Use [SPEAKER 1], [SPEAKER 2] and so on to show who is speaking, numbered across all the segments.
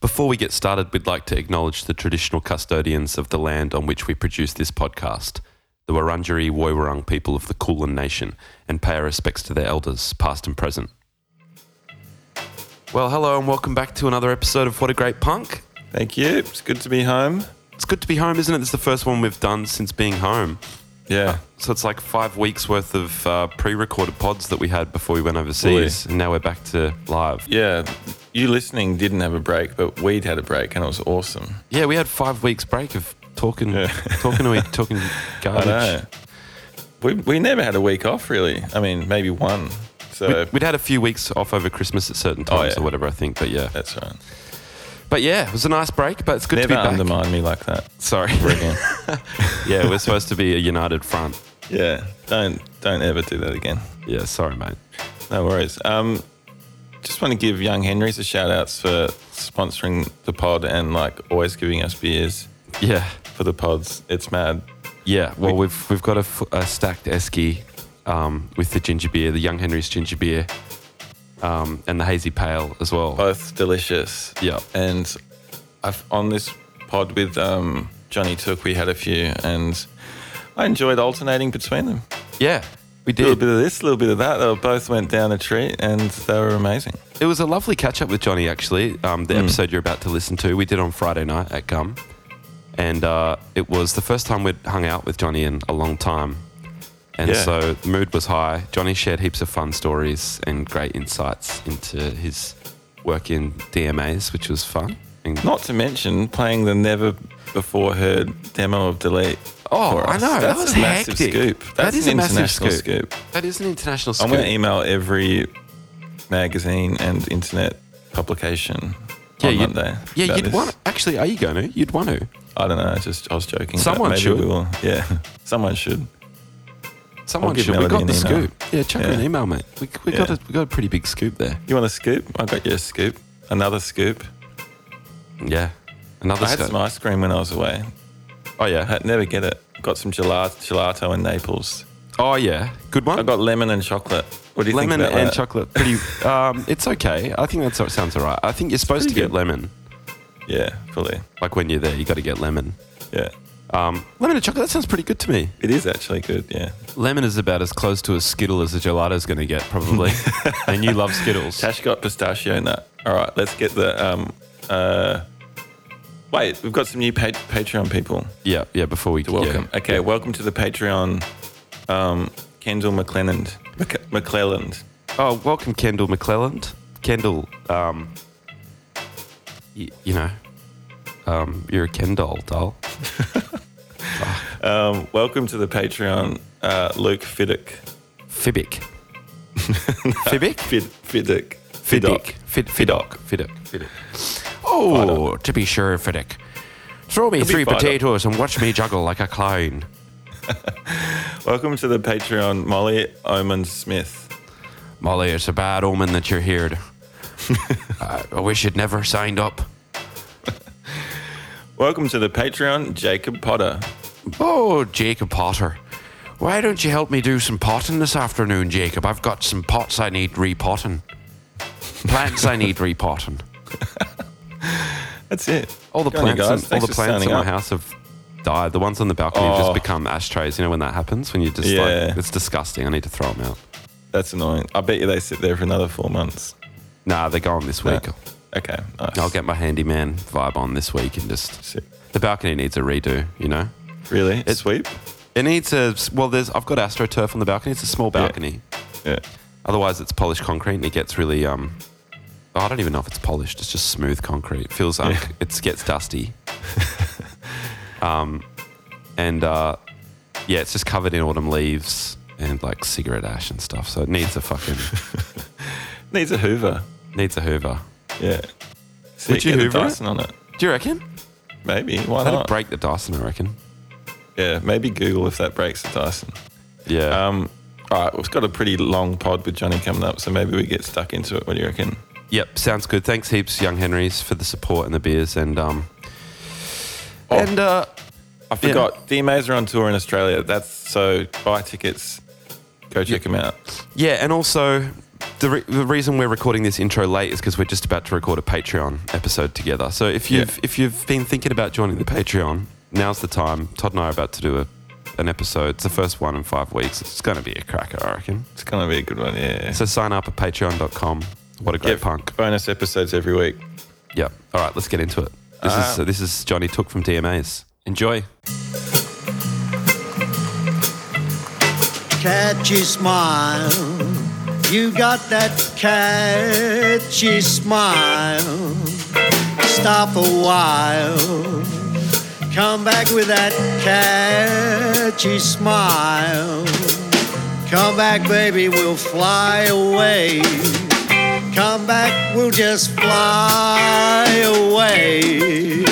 [SPEAKER 1] Before we get started, we'd like to acknowledge the traditional custodians of the land on which we produce this podcast, the Wurundjeri Woiwurrung people of the Kulin Nation, and pay our respects to their elders, past and present. Well, hello and welcome back to another episode of What a Great Punk.
[SPEAKER 2] Thank you. It's good to be home.
[SPEAKER 1] It's good to be home, isn't it? It's the first one we've done since being home.
[SPEAKER 2] Yeah.
[SPEAKER 1] So it's like five weeks worth of uh, pre-recorded pods that we had before we went overseas, and now we're back to live.
[SPEAKER 2] Yeah. You listening didn't have a break, but we'd had a break and it was awesome.
[SPEAKER 1] Yeah, we had five weeks break of talking,
[SPEAKER 2] Yeah.
[SPEAKER 1] talking to each, talking
[SPEAKER 2] I
[SPEAKER 1] garbage.
[SPEAKER 2] know. We, we never had a week off, really. I mean, maybe one. So
[SPEAKER 1] We'd, we'd had a few weeks off over Christmas at certain times
[SPEAKER 2] Oh, yeah.
[SPEAKER 1] or whatever, I think. But yeah,
[SPEAKER 2] that's right.
[SPEAKER 1] but yeah, it was a nice break. But it's good to
[SPEAKER 2] Never
[SPEAKER 1] be back.
[SPEAKER 2] undermine me like that.
[SPEAKER 1] Sorry.
[SPEAKER 2] ever again.
[SPEAKER 1] yeah, we're supposed to be a united front.
[SPEAKER 2] yeah. Don't don't ever do that again.
[SPEAKER 1] Yeah, sorry, mate.
[SPEAKER 2] No worries. Um, just want to give young Henry's a shout outs for sponsoring the pod and like always giving us beers
[SPEAKER 1] Yeah,
[SPEAKER 2] for the pods. It's mad.
[SPEAKER 1] yeah. Well, we, have we've got a, f- a stacked esky um, with the ginger beer, the Young Henry's ginger beer, um, and the hazy pale as well.
[SPEAKER 2] Both delicious.
[SPEAKER 1] Yeah.
[SPEAKER 2] and I've on this pod with um, Johnny Took, we had a few, and I enjoyed alternating between them.
[SPEAKER 1] Yeah, we
[SPEAKER 2] A little
[SPEAKER 1] did.
[SPEAKER 2] bit of this, a little bit of that. They both went down a treat, and they were amazing.
[SPEAKER 1] It was a lovely catch up with Johnny, actually. Um, the episode you're about to listen to, we did on Friday night at Gum. And uh, it was the first time we'd hung out with Johnny in a long time. And
[SPEAKER 2] Yeah.
[SPEAKER 1] so the mood was high. Johnny shared heaps of fun stories and great insights into his work in DMAs, which was fun. And
[SPEAKER 2] Not to mention playing the never before heard demo of Delete.
[SPEAKER 1] Oh,
[SPEAKER 2] for
[SPEAKER 1] I
[SPEAKER 2] us.
[SPEAKER 1] know, that
[SPEAKER 2] That's
[SPEAKER 1] was
[SPEAKER 2] a massive
[SPEAKER 1] hectic.
[SPEAKER 2] scoop.
[SPEAKER 1] That
[SPEAKER 2] That's
[SPEAKER 1] is
[SPEAKER 2] an
[SPEAKER 1] a massive
[SPEAKER 2] international
[SPEAKER 1] scoop. that is an international
[SPEAKER 2] I'm going to
[SPEAKER 1] scoop.
[SPEAKER 2] email every magazine and internet publication
[SPEAKER 1] Yeah,
[SPEAKER 2] on
[SPEAKER 1] you'd,
[SPEAKER 2] Monday.
[SPEAKER 1] yeah,
[SPEAKER 2] about
[SPEAKER 1] you'd
[SPEAKER 2] this.
[SPEAKER 1] want to. Actually, are you going to? You'd want to.
[SPEAKER 2] I don't know. I Just I was joking. but
[SPEAKER 1] Someone
[SPEAKER 2] maybe
[SPEAKER 1] should.
[SPEAKER 2] We will. Yeah, someone should.
[SPEAKER 1] Someone
[SPEAKER 2] give
[SPEAKER 1] should. We
[SPEAKER 2] Melody
[SPEAKER 1] got
[SPEAKER 2] an
[SPEAKER 1] the
[SPEAKER 2] email.
[SPEAKER 1] scoop. Yeah, chuck her
[SPEAKER 2] Yeah.
[SPEAKER 1] an email, mate. We, we, got
[SPEAKER 2] Yeah.
[SPEAKER 1] a, we got a pretty big scoop there.
[SPEAKER 2] You want a scoop? I got you a scoop. Another scoop.
[SPEAKER 1] Yeah. Another
[SPEAKER 2] I had
[SPEAKER 1] scoop.
[SPEAKER 2] some ice cream when I was away.
[SPEAKER 1] Oh yeah.
[SPEAKER 2] I never get it. Got some gelato, gelato in Naples.
[SPEAKER 1] Oh yeah. Good
[SPEAKER 2] I
[SPEAKER 1] one.
[SPEAKER 2] got lemon and chocolate. What do you
[SPEAKER 1] lemon
[SPEAKER 2] think about
[SPEAKER 1] and
[SPEAKER 2] that?
[SPEAKER 1] chocolate. Pretty. Um, it's okay. I think that sort of sounds alright. I think you're supposed to
[SPEAKER 2] pretty
[SPEAKER 1] get
[SPEAKER 2] good.
[SPEAKER 1] lemon.
[SPEAKER 2] Yeah, fully.
[SPEAKER 1] Like when you're there, you got to get lemon.
[SPEAKER 2] Yeah,
[SPEAKER 1] Um, lemon and chocolate. That sounds pretty good to me.
[SPEAKER 2] it is actually good. Yeah,
[SPEAKER 1] Lemon is about as close to a Skittle as a gelato's going to get, probably. and you love Skittles.
[SPEAKER 2] Tash got pistachio nut. All right, let's get the um. Uh, wait, we've got some new pa- Patreon people.
[SPEAKER 1] Yeah. Yeah. Before we
[SPEAKER 2] Welcome.
[SPEAKER 1] yeah.
[SPEAKER 2] Okay, welcome to the Patreon. Um, Kendall McLenland. Mc- McClelland.
[SPEAKER 1] Oh, welcome, Kendall McClelland. Kendall. Um, y- you know. Um, you're a Kendall doll.
[SPEAKER 2] Um, welcome to the Patreon, uh, Luke Fiddick.
[SPEAKER 1] Fibic. Fibic.
[SPEAKER 2] Fid, Fiddick.
[SPEAKER 1] Fidoc. Fid- Fidoc. Fidoc. Fidoc. Oh, to be sure, Fidoc. Throw me
[SPEAKER 2] be
[SPEAKER 1] three
[SPEAKER 2] Fidoc.
[SPEAKER 1] potatoes and watch me juggle like a clown.
[SPEAKER 2] Welcome to the Patreon, Molly Oman Smith.
[SPEAKER 1] Molly, it's a bad omen that you're here. I, I wish you'd never signed up.
[SPEAKER 2] Welcome to the Patreon, Jacob Potter.
[SPEAKER 1] Oh, Jacob Potter. Why don't you help me do some potting this afternoon, Jacob? I've got some pots I need repotting. Plants I need repotting.
[SPEAKER 2] That's it.
[SPEAKER 1] All the
[SPEAKER 2] Go on, you
[SPEAKER 1] plants, in-
[SPEAKER 2] guys.
[SPEAKER 1] all
[SPEAKER 2] Thanks
[SPEAKER 1] the
[SPEAKER 2] for
[SPEAKER 1] plants
[SPEAKER 2] signing
[SPEAKER 1] in my
[SPEAKER 2] up.
[SPEAKER 1] house have died. The ones on the balcony have
[SPEAKER 2] Oh.
[SPEAKER 1] just become ashtrays. You know when that happens? When you just
[SPEAKER 2] Yeah.
[SPEAKER 1] like, it's disgusting. I need to throw them out.
[SPEAKER 2] That's annoying. I bet you they sit there for another four months.
[SPEAKER 1] Nah, they're gone this week.
[SPEAKER 2] Okay, nice.
[SPEAKER 1] I'll get my handyman vibe on this week and just
[SPEAKER 2] Sick.
[SPEAKER 1] the balcony needs a redo. You know,
[SPEAKER 2] Really? Sweep?
[SPEAKER 1] it needs a well. There's I've got astroturf on the balcony. It's a small balcony.
[SPEAKER 2] Yeah.
[SPEAKER 1] Otherwise, it's polished concrete and it gets really um. oh, I don't even know if it's polished. It's just smooth concrete. It feels un-
[SPEAKER 2] Yeah.
[SPEAKER 1] it gets dusty. um, and uh, yeah, it's just covered in autumn leaves and like cigarette ash and stuff. So it needs a fucking
[SPEAKER 2] Needs a Hoover.
[SPEAKER 1] needs a Hoover.
[SPEAKER 2] Yeah. Sick.
[SPEAKER 1] you
[SPEAKER 2] Get a
[SPEAKER 1] Hoover it?
[SPEAKER 2] Dyson on it?
[SPEAKER 1] Do you reckon?
[SPEAKER 2] Maybe. Why
[SPEAKER 1] That'd
[SPEAKER 2] not?
[SPEAKER 1] break the Dyson, I reckon.
[SPEAKER 2] Yeah, maybe Google if that breaks the Dyson.
[SPEAKER 1] Yeah.
[SPEAKER 2] Um, all right, we've got a pretty long pod with Johnny coming up, so maybe we get stuck into it. What do you reckon?
[SPEAKER 1] Yep, sounds good. Thanks heaps, Young Henrys, for the support and the beers. And um,
[SPEAKER 2] Oh.
[SPEAKER 1] and uh,
[SPEAKER 2] I forgot. DMAs are on tour in Australia. That's so buy tickets. Go check them out.
[SPEAKER 1] yeah, and also the, re- the reason we're recording this intro late is because we're just about to record a Patreon episode together. So if
[SPEAKER 2] Yeah.
[SPEAKER 1] you've if you've been thinking about joining the Patreon, now's the time. Todd and I are about to do a, an episode. It's the first one in five weeks. It's going to be a cracker, I reckon.
[SPEAKER 2] It's gonna be a good one. Yeah.
[SPEAKER 1] So sign up at patreon.com. What a great
[SPEAKER 2] Yep.
[SPEAKER 1] punk.
[SPEAKER 2] Bonus episodes every week.
[SPEAKER 1] Yep. All right, let's get into it. This
[SPEAKER 2] Uh,
[SPEAKER 1] is this is Johnny Took from DMAs. Enjoy.
[SPEAKER 3] catchy smile. You got that catchy smile. Stop a while. Come back with that catchy smile. Come back, baby, we'll fly away. Come back, we'll just fly away.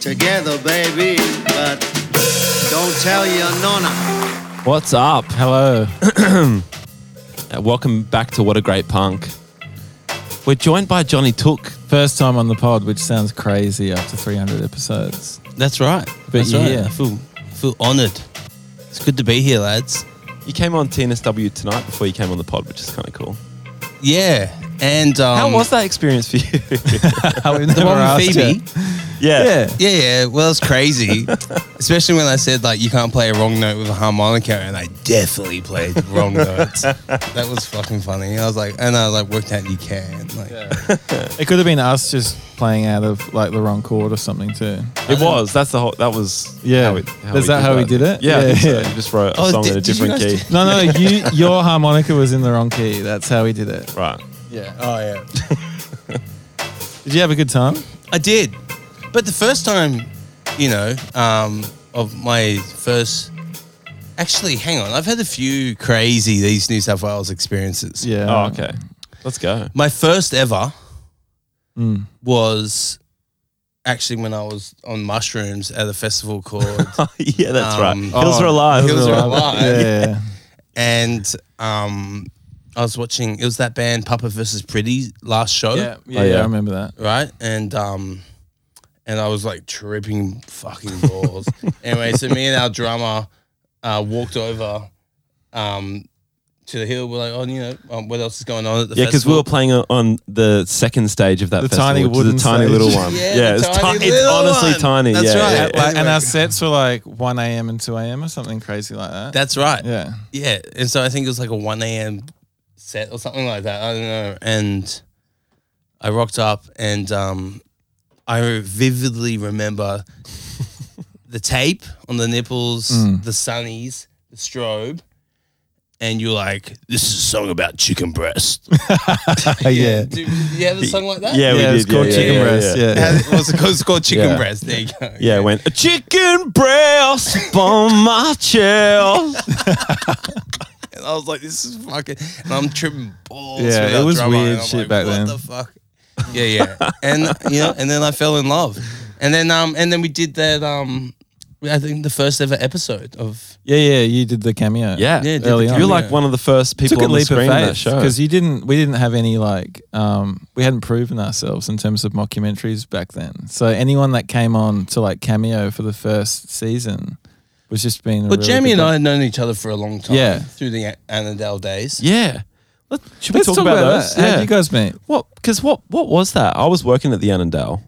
[SPEAKER 3] Together, baby, but don't tell your nonna.
[SPEAKER 4] What's up? Hello. Uh, Welcome back to What a Great Punk. We're joined by Johnny Took.
[SPEAKER 5] First time on the pod, which sounds crazy after 300 episodes.
[SPEAKER 6] That's right.
[SPEAKER 5] But
[SPEAKER 6] That's
[SPEAKER 5] you're
[SPEAKER 6] right.
[SPEAKER 5] here.
[SPEAKER 6] I feel, I feel honoured. It's good to be here, lads.
[SPEAKER 4] You came on TNSW tonight before you came on the pod, which is kind of cool.
[SPEAKER 6] Yeah. And um,
[SPEAKER 4] How was that experience for you?
[SPEAKER 5] We've never
[SPEAKER 6] the one with
[SPEAKER 5] asked
[SPEAKER 6] Phoebe?
[SPEAKER 4] yeah.
[SPEAKER 5] yet. Yeah.
[SPEAKER 6] Yeah, yeah. Well, it's crazy, especially when I said like you can't play a wrong note with a harmonica, and I definitely played the wrong notes. That was fucking funny. I was like, and I like worked out you can. Like,
[SPEAKER 5] It could have been us just playing out of like the wrong chord or something too.
[SPEAKER 4] It was. That's the whole. That was.
[SPEAKER 5] Yeah.
[SPEAKER 4] How it, how
[SPEAKER 5] Is that how we did it?
[SPEAKER 4] Yeah.
[SPEAKER 5] Yeah,
[SPEAKER 4] I think so.
[SPEAKER 5] yeah.
[SPEAKER 4] You just wrote a
[SPEAKER 6] Oh,
[SPEAKER 4] song
[SPEAKER 6] did-
[SPEAKER 4] in a
[SPEAKER 6] did you
[SPEAKER 4] different key.
[SPEAKER 6] guys
[SPEAKER 5] No, no, you, your harmonica was in the wrong key. That's how we did it.
[SPEAKER 4] Right.
[SPEAKER 6] yeah. Oh yeah.
[SPEAKER 5] Did you have a good time?
[SPEAKER 6] I did. But the first time, you know, um, of my first. Actually, hang on. I've had a few crazy these New South Wales experiences.
[SPEAKER 5] Yeah.
[SPEAKER 4] Oh, okay. Let's go.
[SPEAKER 6] My first ever
[SPEAKER 5] Mm.
[SPEAKER 6] was actually when I was on mushrooms at a festival called,
[SPEAKER 4] yeah, that's
[SPEAKER 6] Um,
[SPEAKER 4] right. Hills
[SPEAKER 5] oh,
[SPEAKER 4] are alive. Oh,
[SPEAKER 6] Hills Are Alive.
[SPEAKER 5] Yeah.
[SPEAKER 6] and um, I was watching. It was that band Papa versus Pretty last show,
[SPEAKER 5] Yeah. Yeah,
[SPEAKER 4] Oh, yeah.
[SPEAKER 5] I remember that.
[SPEAKER 6] right? And um, and I was like tripping fucking balls. anyway, so me and our drummer uh, walked over um, to the hill. We're like, oh, you know, um, what else is going on at the
[SPEAKER 4] Yeah, because we
[SPEAKER 6] festival?
[SPEAKER 4] were playing on- on the second stage of that
[SPEAKER 5] The
[SPEAKER 4] festival,
[SPEAKER 5] tiny
[SPEAKER 4] which is
[SPEAKER 5] wooden
[SPEAKER 4] a tiny
[SPEAKER 5] stage.
[SPEAKER 4] little one.
[SPEAKER 6] Yeah, the
[SPEAKER 4] it's,
[SPEAKER 6] tiny
[SPEAKER 4] ti- it's
[SPEAKER 6] little
[SPEAKER 4] honestly
[SPEAKER 6] one.
[SPEAKER 4] tiny.
[SPEAKER 6] That's
[SPEAKER 4] yeah,
[SPEAKER 6] right.
[SPEAKER 4] yeah,
[SPEAKER 6] At
[SPEAKER 4] yeah.
[SPEAKER 5] Like, and our sets were like 1 a.m. and 2 a.m. or something crazy like that.
[SPEAKER 6] That's right.
[SPEAKER 5] yeah.
[SPEAKER 6] Yeah, and so I think it was like a one a.m. set or something like that. I don't know. And I rocked up, and um, I vividly remember the tape on the nipples,
[SPEAKER 4] Mm.
[SPEAKER 6] the sunnies, the strobe, and you're like, "This is a song about chicken breast."
[SPEAKER 5] yeah.
[SPEAKER 6] Do you have a song like that?
[SPEAKER 4] Yeah, we
[SPEAKER 5] Yeah,
[SPEAKER 4] did.
[SPEAKER 5] it's called
[SPEAKER 4] yeah,
[SPEAKER 5] chicken
[SPEAKER 4] yeah,
[SPEAKER 5] breast.
[SPEAKER 4] Yeah,
[SPEAKER 5] Yeah.
[SPEAKER 6] It has- well, it's called- it's called chicken
[SPEAKER 4] Yeah.
[SPEAKER 6] breast. There you go.
[SPEAKER 4] Yeah, it went a chicken breast on my chest.
[SPEAKER 6] And I was like, this is fucking. And I'm tripping balls.
[SPEAKER 5] Yeah,
[SPEAKER 6] with
[SPEAKER 5] it
[SPEAKER 6] our
[SPEAKER 5] was
[SPEAKER 6] drummer, and
[SPEAKER 5] weird
[SPEAKER 6] I'm
[SPEAKER 5] shit
[SPEAKER 6] like,
[SPEAKER 5] back then.
[SPEAKER 6] What the fuck? Yeah, yeah. and you know, and then I fell in love, and then um, and then we did that um, I think the first ever episode of
[SPEAKER 5] Yeah, yeah, you did the cameo.
[SPEAKER 4] Yeah,
[SPEAKER 6] Yeah, did
[SPEAKER 5] early
[SPEAKER 6] the
[SPEAKER 5] on.
[SPEAKER 4] you're like
[SPEAKER 6] yeah.
[SPEAKER 4] one of the first people
[SPEAKER 5] took a
[SPEAKER 4] on the
[SPEAKER 5] leap of
[SPEAKER 4] screen in that
[SPEAKER 5] faith
[SPEAKER 4] show.
[SPEAKER 5] because you didn't. We didn't have any like um, we hadn't proven ourselves in terms of mockumentaries back then. So anyone that came on to like cameo for the first season was just being. a
[SPEAKER 6] Well,
[SPEAKER 5] really
[SPEAKER 6] Jamie
[SPEAKER 5] good
[SPEAKER 6] and
[SPEAKER 5] guy.
[SPEAKER 6] I had known each other for a long time.
[SPEAKER 5] Yeah.
[SPEAKER 6] through the A- Annandale days.
[SPEAKER 4] yeah. Let, should
[SPEAKER 5] Let's
[SPEAKER 4] we talk, about, those?
[SPEAKER 5] that. How did you guys meet?
[SPEAKER 4] What? Because what? What was that? I was working at the Annandale.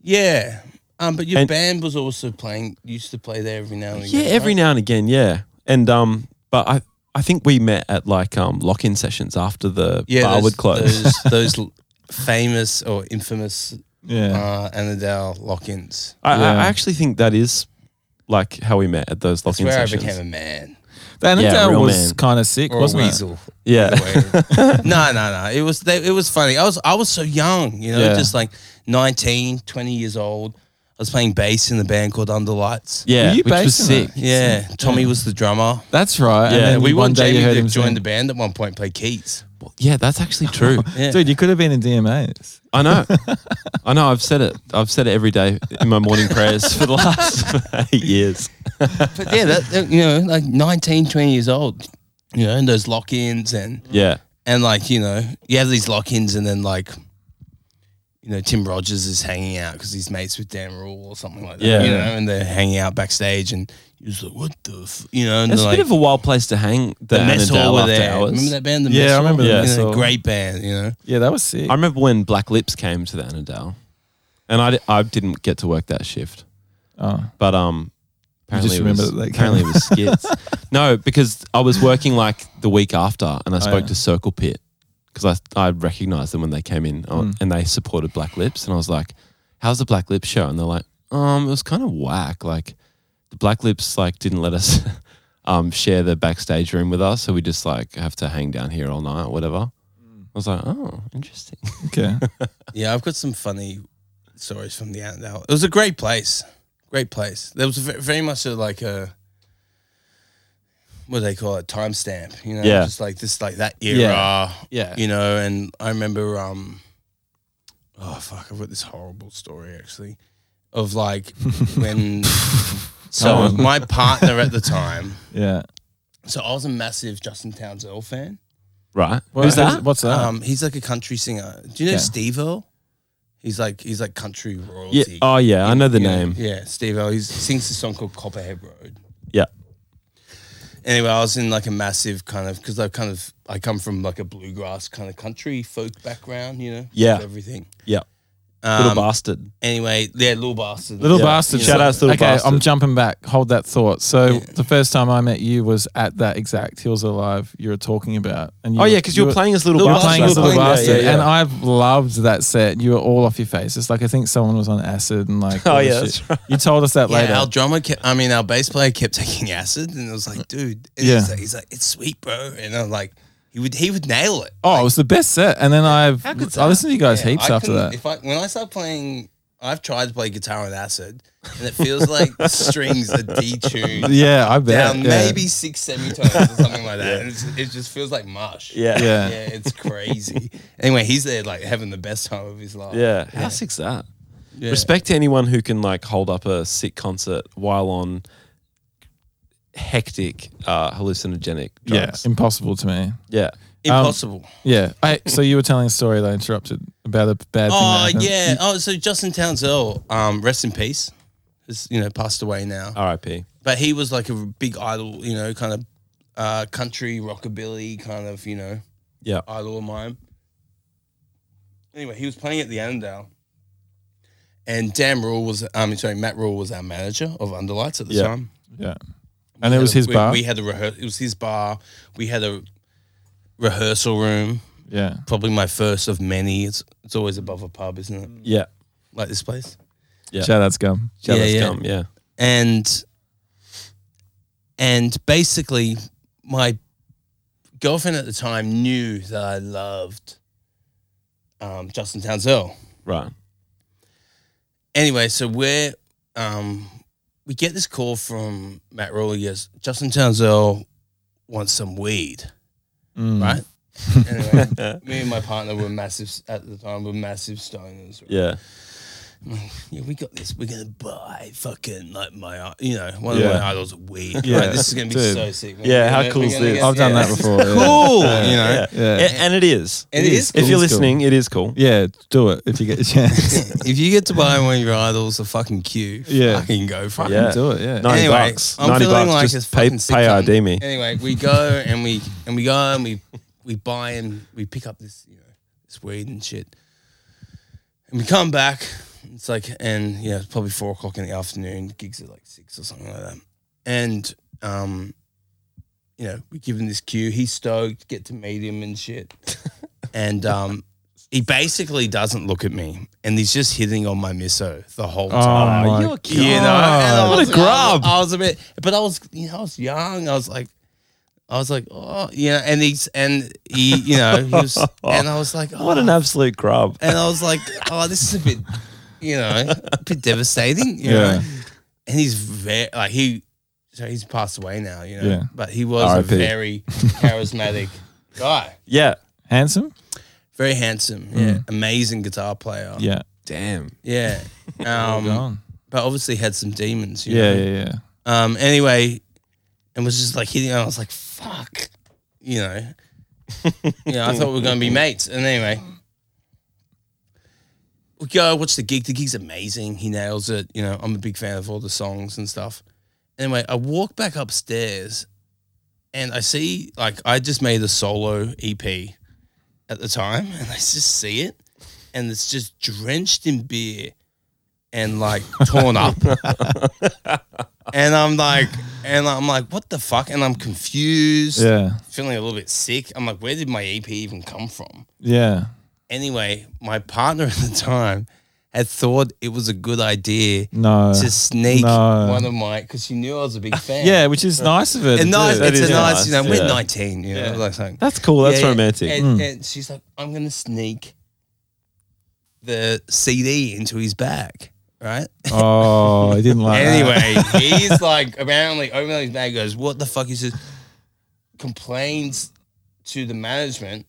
[SPEAKER 6] Yeah. Um, but your
[SPEAKER 4] And-
[SPEAKER 6] band was also playing. Used to play there every now and
[SPEAKER 4] Yeah,
[SPEAKER 6] again.
[SPEAKER 4] every now and again. Yeah, and um, but I I think we met at like um lock-in sessions after the bar
[SPEAKER 6] those,
[SPEAKER 4] would close.
[SPEAKER 6] Those, those l- famous or infamous
[SPEAKER 5] Yeah,
[SPEAKER 6] uh, Annandale lock-ins.
[SPEAKER 4] I, I-
[SPEAKER 5] Yeah.
[SPEAKER 4] I actually think that is like how we met at those
[SPEAKER 6] That's
[SPEAKER 4] lock-in
[SPEAKER 6] where
[SPEAKER 4] sessions.
[SPEAKER 6] I became a man.
[SPEAKER 5] the
[SPEAKER 4] Yeah,
[SPEAKER 5] Annandale
[SPEAKER 4] real
[SPEAKER 5] was
[SPEAKER 4] man.
[SPEAKER 5] kind of sick,
[SPEAKER 6] or
[SPEAKER 5] wasn't
[SPEAKER 6] a
[SPEAKER 5] it?
[SPEAKER 6] weasel.
[SPEAKER 4] yeah,
[SPEAKER 6] no, no, no. It was they, it was funny. I was I was so young, you know,
[SPEAKER 5] Yeah.
[SPEAKER 6] just like 19, 20 years old. I was playing bass in a band called Under Lights.
[SPEAKER 4] yeah,
[SPEAKER 5] Were you
[SPEAKER 4] which was
[SPEAKER 5] based in
[SPEAKER 4] sick.
[SPEAKER 5] that?
[SPEAKER 6] Yeah, Tommy was the drummer.
[SPEAKER 5] That's right.
[SPEAKER 4] Yeah,
[SPEAKER 5] and
[SPEAKER 6] And
[SPEAKER 5] then
[SPEAKER 6] we
[SPEAKER 5] you- one
[SPEAKER 6] wanted
[SPEAKER 5] day you
[SPEAKER 6] Jamie
[SPEAKER 5] heard
[SPEAKER 6] to
[SPEAKER 5] him
[SPEAKER 6] join
[SPEAKER 5] sing.
[SPEAKER 6] the band at one point, play keys.
[SPEAKER 4] Yeah, that's actually true.
[SPEAKER 6] Yeah.
[SPEAKER 5] Dude, you could have been in DMAs.
[SPEAKER 4] I know. I know. I've said it. I've said it every day in my morning prayers for the last eight years.
[SPEAKER 6] But yeah, that, that, you know, like 19, 20 years old, you know, and those lock-ins and
[SPEAKER 4] Yeah.
[SPEAKER 6] and like you know, you have these lock-ins and then like. You know, Tim Rogers is hanging out because he's mates with Dan Rule or something like that.
[SPEAKER 4] Yeah.
[SPEAKER 6] You know, and they're hanging out backstage, and He was like, "What the?" F-? You know, and
[SPEAKER 4] It's
[SPEAKER 6] like,
[SPEAKER 4] a bit of a wild place to hang. The,
[SPEAKER 6] the mess hall
[SPEAKER 4] Annandale
[SPEAKER 6] were
[SPEAKER 4] after
[SPEAKER 6] there.
[SPEAKER 4] hours.
[SPEAKER 6] Remember that band? The
[SPEAKER 5] Yeah,
[SPEAKER 6] mess
[SPEAKER 5] I
[SPEAKER 6] hall?
[SPEAKER 5] remember that
[SPEAKER 6] You know,
[SPEAKER 5] song.
[SPEAKER 6] great band. You know,
[SPEAKER 5] Yeah, that was sick.
[SPEAKER 4] I remember when Black Lips came to the Annandale, and I, di- I didn't get to work that shift.
[SPEAKER 5] oh,
[SPEAKER 4] But um, apparently
[SPEAKER 5] just
[SPEAKER 4] it was,
[SPEAKER 5] remember that they
[SPEAKER 4] apparently it was skits. no, because I was working like the week after, and I spoke
[SPEAKER 5] Oh, yeah.
[SPEAKER 4] to Circle Pit because I I recognized them when they came in,
[SPEAKER 5] Hmm.
[SPEAKER 4] uh, and they supported Black Lips, and I was like, "How's the Black Lips show?" And they're like, "Um, it was kind of whack. Like, the Black Lips like didn't let us." Um, share the backstage room with us, so we just like have to hang down here all night, whatever. I was like, oh, interesting.
[SPEAKER 5] okay.
[SPEAKER 6] yeah, I've got some funny stories from the Annandale. It was a great place, great place. There was ve- very much a, like a what do they call it timestamp. You know,
[SPEAKER 4] Yeah.
[SPEAKER 6] just like this, like that era.
[SPEAKER 4] Yeah.
[SPEAKER 6] you know and i remember um oh fuck i've got this horrible story actually of like when so
[SPEAKER 5] on.
[SPEAKER 6] my partner at the time
[SPEAKER 5] Yeah.
[SPEAKER 6] so i was a massive justin townsend fan
[SPEAKER 4] Right.
[SPEAKER 5] What-
[SPEAKER 4] Who's that?
[SPEAKER 5] What's that?
[SPEAKER 6] um he's like a country singer do you know
[SPEAKER 5] Yeah.
[SPEAKER 6] steve o he's like he's like country royalty
[SPEAKER 4] Yeah. Oh, yeah. I know the
[SPEAKER 6] You
[SPEAKER 4] name.
[SPEAKER 6] yeah steve o he sings a song called copperhead road
[SPEAKER 4] Yeah.
[SPEAKER 6] anyway, I was in like a massive kind of because I kind of I come from like a bluegrass kind of country folk background, you know.
[SPEAKER 4] Yeah.
[SPEAKER 6] sort of everything.
[SPEAKER 4] Yeah.
[SPEAKER 6] Um,
[SPEAKER 4] Little bastard.
[SPEAKER 6] Anyway, yeah, little bastard.
[SPEAKER 5] Little
[SPEAKER 4] Yeah.
[SPEAKER 5] bastard.
[SPEAKER 4] Shout
[SPEAKER 5] So-
[SPEAKER 4] outs to Little
[SPEAKER 5] okay,
[SPEAKER 4] Bastard.
[SPEAKER 5] I'm jumping back. Hold that thought. So
[SPEAKER 6] Yeah.
[SPEAKER 5] the first time I met you was at that exact Hills Alive you were talking about. And you
[SPEAKER 4] Oh, yeah, because you were playing as Little,
[SPEAKER 5] You were
[SPEAKER 4] Bastard.
[SPEAKER 5] playing as Little
[SPEAKER 6] Yeah, yeah,
[SPEAKER 5] Bastard,
[SPEAKER 6] yeah.
[SPEAKER 5] and I've loved that set. You were all off your faces. Like I think someone was on acid and like.
[SPEAKER 4] Oh,
[SPEAKER 5] all this
[SPEAKER 4] yeah,
[SPEAKER 5] shit.
[SPEAKER 4] that's right.
[SPEAKER 5] You told us that
[SPEAKER 6] yeah,
[SPEAKER 5] later.
[SPEAKER 6] our drummer, kept, I mean, our bass player kept taking acid, and I was like, dude, and
[SPEAKER 5] Yeah.
[SPEAKER 6] he's, like, he's like, it's sweet, bro, and I'm like, he would he would nail it.
[SPEAKER 5] oh, it was the best set. And then I've I
[SPEAKER 6] could
[SPEAKER 5] listened to you guys
[SPEAKER 6] Yeah,
[SPEAKER 5] heaps
[SPEAKER 6] I
[SPEAKER 5] after
[SPEAKER 6] couldn't-
[SPEAKER 5] that.
[SPEAKER 6] If I, when I start playing, I've tried to play guitar with acid, and it feels like strings are detuned
[SPEAKER 5] Yeah, I bet.
[SPEAKER 6] down
[SPEAKER 5] yeah.
[SPEAKER 6] maybe six semitones or something like that. and it's, it just feels like mush.
[SPEAKER 5] Yeah.
[SPEAKER 6] yeah, it's crazy. anyway, he's there like having the best time of his life.
[SPEAKER 4] Yeah. How sick's that?
[SPEAKER 6] Yeah.
[SPEAKER 4] Respect to anyone who can like hold up a sick concert while on hectic uh, hallucinogenic
[SPEAKER 5] Yeah,
[SPEAKER 4] drugs.
[SPEAKER 5] impossible to me.
[SPEAKER 4] Yeah.
[SPEAKER 6] impossible.
[SPEAKER 5] Yeah. I, so you were telling a story that I interrupted about a bad thing. that
[SPEAKER 6] Oh
[SPEAKER 5] happened.
[SPEAKER 6] yeah. Oh, so Justin Townsend, um, rest in peace. Has you know passed away now,
[SPEAKER 4] R.I.P.
[SPEAKER 6] but he was like a big idol, you know, kind of uh, country rockabilly kind of you know
[SPEAKER 4] Yeah.
[SPEAKER 6] idol of mine. Anyway, he was playing at the Annandale, and Dan Rule was, um, sorry, Matt Rule was our manager of Underlights at the
[SPEAKER 4] Yeah.
[SPEAKER 6] time.
[SPEAKER 5] Yeah. And it
[SPEAKER 6] had
[SPEAKER 5] was
[SPEAKER 6] a-
[SPEAKER 5] his
[SPEAKER 6] we,
[SPEAKER 5] bar.
[SPEAKER 6] We had a rehearsal. It was his bar. We had a rehearsal room.
[SPEAKER 5] yeah.
[SPEAKER 6] Probably my first of many. It's it's always above a pub, isn't it?
[SPEAKER 4] Yeah.
[SPEAKER 6] Like this place.
[SPEAKER 4] Yeah.
[SPEAKER 5] Shout out Scum.
[SPEAKER 4] Yeah.
[SPEAKER 6] Yeah, yeah.
[SPEAKER 4] Yeah. yeah.
[SPEAKER 6] and and basically my girlfriend at the time knew that I loved um, Justin Townsend.
[SPEAKER 4] Right.
[SPEAKER 6] Anyway, so we're um, we get this call from Matt Rowley. He goes, Justin Townsend wants some weed, right? anyway, me and my partner were massive at the time. Were massive stoners. Right?
[SPEAKER 4] Yeah.
[SPEAKER 6] yeah, we got this. We're gonna buy fucking like my, you know, one
[SPEAKER 5] Yeah.
[SPEAKER 6] of my idols weed.
[SPEAKER 5] Yeah.
[SPEAKER 6] Right, this is gonna be
[SPEAKER 5] Dude.
[SPEAKER 6] so sick. man.
[SPEAKER 4] Yeah,
[SPEAKER 6] We're
[SPEAKER 4] how
[SPEAKER 6] gonna-
[SPEAKER 4] cool
[SPEAKER 6] we're
[SPEAKER 4] is
[SPEAKER 6] gonna
[SPEAKER 4] this?
[SPEAKER 6] get-
[SPEAKER 5] I've done
[SPEAKER 6] yeah.
[SPEAKER 5] that before. yeah.
[SPEAKER 6] Cool, you know.
[SPEAKER 4] Yeah.
[SPEAKER 5] Yeah.
[SPEAKER 4] A- and it is.
[SPEAKER 6] It is
[SPEAKER 4] If
[SPEAKER 6] cool.
[SPEAKER 4] you're
[SPEAKER 5] It's cool.
[SPEAKER 4] listening, it is cool.
[SPEAKER 5] Yeah, do it if you get a chance.
[SPEAKER 6] If you get to buy one of your idols, a fucking Q,
[SPEAKER 5] Yeah.
[SPEAKER 6] fucking go for it.
[SPEAKER 4] Yeah.
[SPEAKER 5] do it, yeah.
[SPEAKER 4] Ninety
[SPEAKER 6] Anyway,
[SPEAKER 4] bucks.
[SPEAKER 6] I'm
[SPEAKER 4] Ninety
[SPEAKER 6] feeling
[SPEAKER 4] bucks.
[SPEAKER 6] like it's
[SPEAKER 4] just pay,
[SPEAKER 6] fucking sick
[SPEAKER 4] pay
[SPEAKER 6] time.
[SPEAKER 4] ID me.
[SPEAKER 6] Anyway, we go and we and we go and we we buy and we pick up this you know this weed and shit, and we come back. It's like and yeah, it's probably four o'clock in the afternoon. Gigs are like six or something like that, and um, you know we give him this cue. He's stoked, get to meet him and shit, and um. He basically doesn't look at me, and he's just hitting on my miso the whole time.
[SPEAKER 5] my
[SPEAKER 4] you're
[SPEAKER 5] God.
[SPEAKER 6] You know, and I
[SPEAKER 5] What
[SPEAKER 6] was-
[SPEAKER 5] a grub.
[SPEAKER 6] I was, I was a bit, but I was, you know, I was young. I was like, I was like, oh, you know, and he's, and he, you know, he was, and I was like, oh.
[SPEAKER 4] What an absolute grub.
[SPEAKER 6] and I was like, oh, this is a bit, you know, a bit devastating, you know.
[SPEAKER 5] Yeah.
[SPEAKER 6] And he's very, like, he, so he's passed away now, you know,
[SPEAKER 5] Yeah.
[SPEAKER 6] but he was
[SPEAKER 5] R.I.P..
[SPEAKER 6] a very charismatic guy,
[SPEAKER 4] Yeah.
[SPEAKER 5] Handsome?
[SPEAKER 6] very handsome, yeah, amazing guitar player,
[SPEAKER 5] Mm. Yeah.
[SPEAKER 4] Damn.
[SPEAKER 6] yeah. Um,
[SPEAKER 5] Gone.
[SPEAKER 6] but obviously had some demons, you know?
[SPEAKER 5] Yeah, yeah, yeah.
[SPEAKER 6] Um, anyway, and was just like hitting. And I was like, "Fuck," you know. you know, I thought we were gonna be mates, and anyway, we go watch the gig. The gig's amazing. He nails it. You know, I'm a big fan of all the songs and stuff. Anyway, I walk back upstairs and I see, like, I just made a solo EP at the time and I just see it and it's just drenched in beer and like torn up. and I'm like, and I'm like, what the fuck? And I'm confused,
[SPEAKER 5] Yeah.
[SPEAKER 6] feeling a little bit sick. I'm like, where did my EP even come from?
[SPEAKER 5] Yeah.
[SPEAKER 6] Anyway, my partner at the time had thought it was a good idea
[SPEAKER 5] No.
[SPEAKER 6] to sneak
[SPEAKER 5] no.
[SPEAKER 6] one of my because she knew I was a big fan.
[SPEAKER 5] yeah, which is nice of her. to
[SPEAKER 6] and nice.
[SPEAKER 5] do.
[SPEAKER 6] It's a
[SPEAKER 4] is
[SPEAKER 6] nice, you know,
[SPEAKER 4] nice,
[SPEAKER 6] we're
[SPEAKER 4] yeah.
[SPEAKER 6] 19, you know, like something.
[SPEAKER 4] That's cool. That's
[SPEAKER 6] Yeah, yeah.
[SPEAKER 4] romantic.
[SPEAKER 6] And,
[SPEAKER 5] Hmm.
[SPEAKER 6] and she's like, I'm gonna sneak the CD into his bag, right?
[SPEAKER 5] Oh, I didn't like. that.
[SPEAKER 6] Anyway, he's like apparently opening his bag, goes, What the fuck? He says, complains to the management,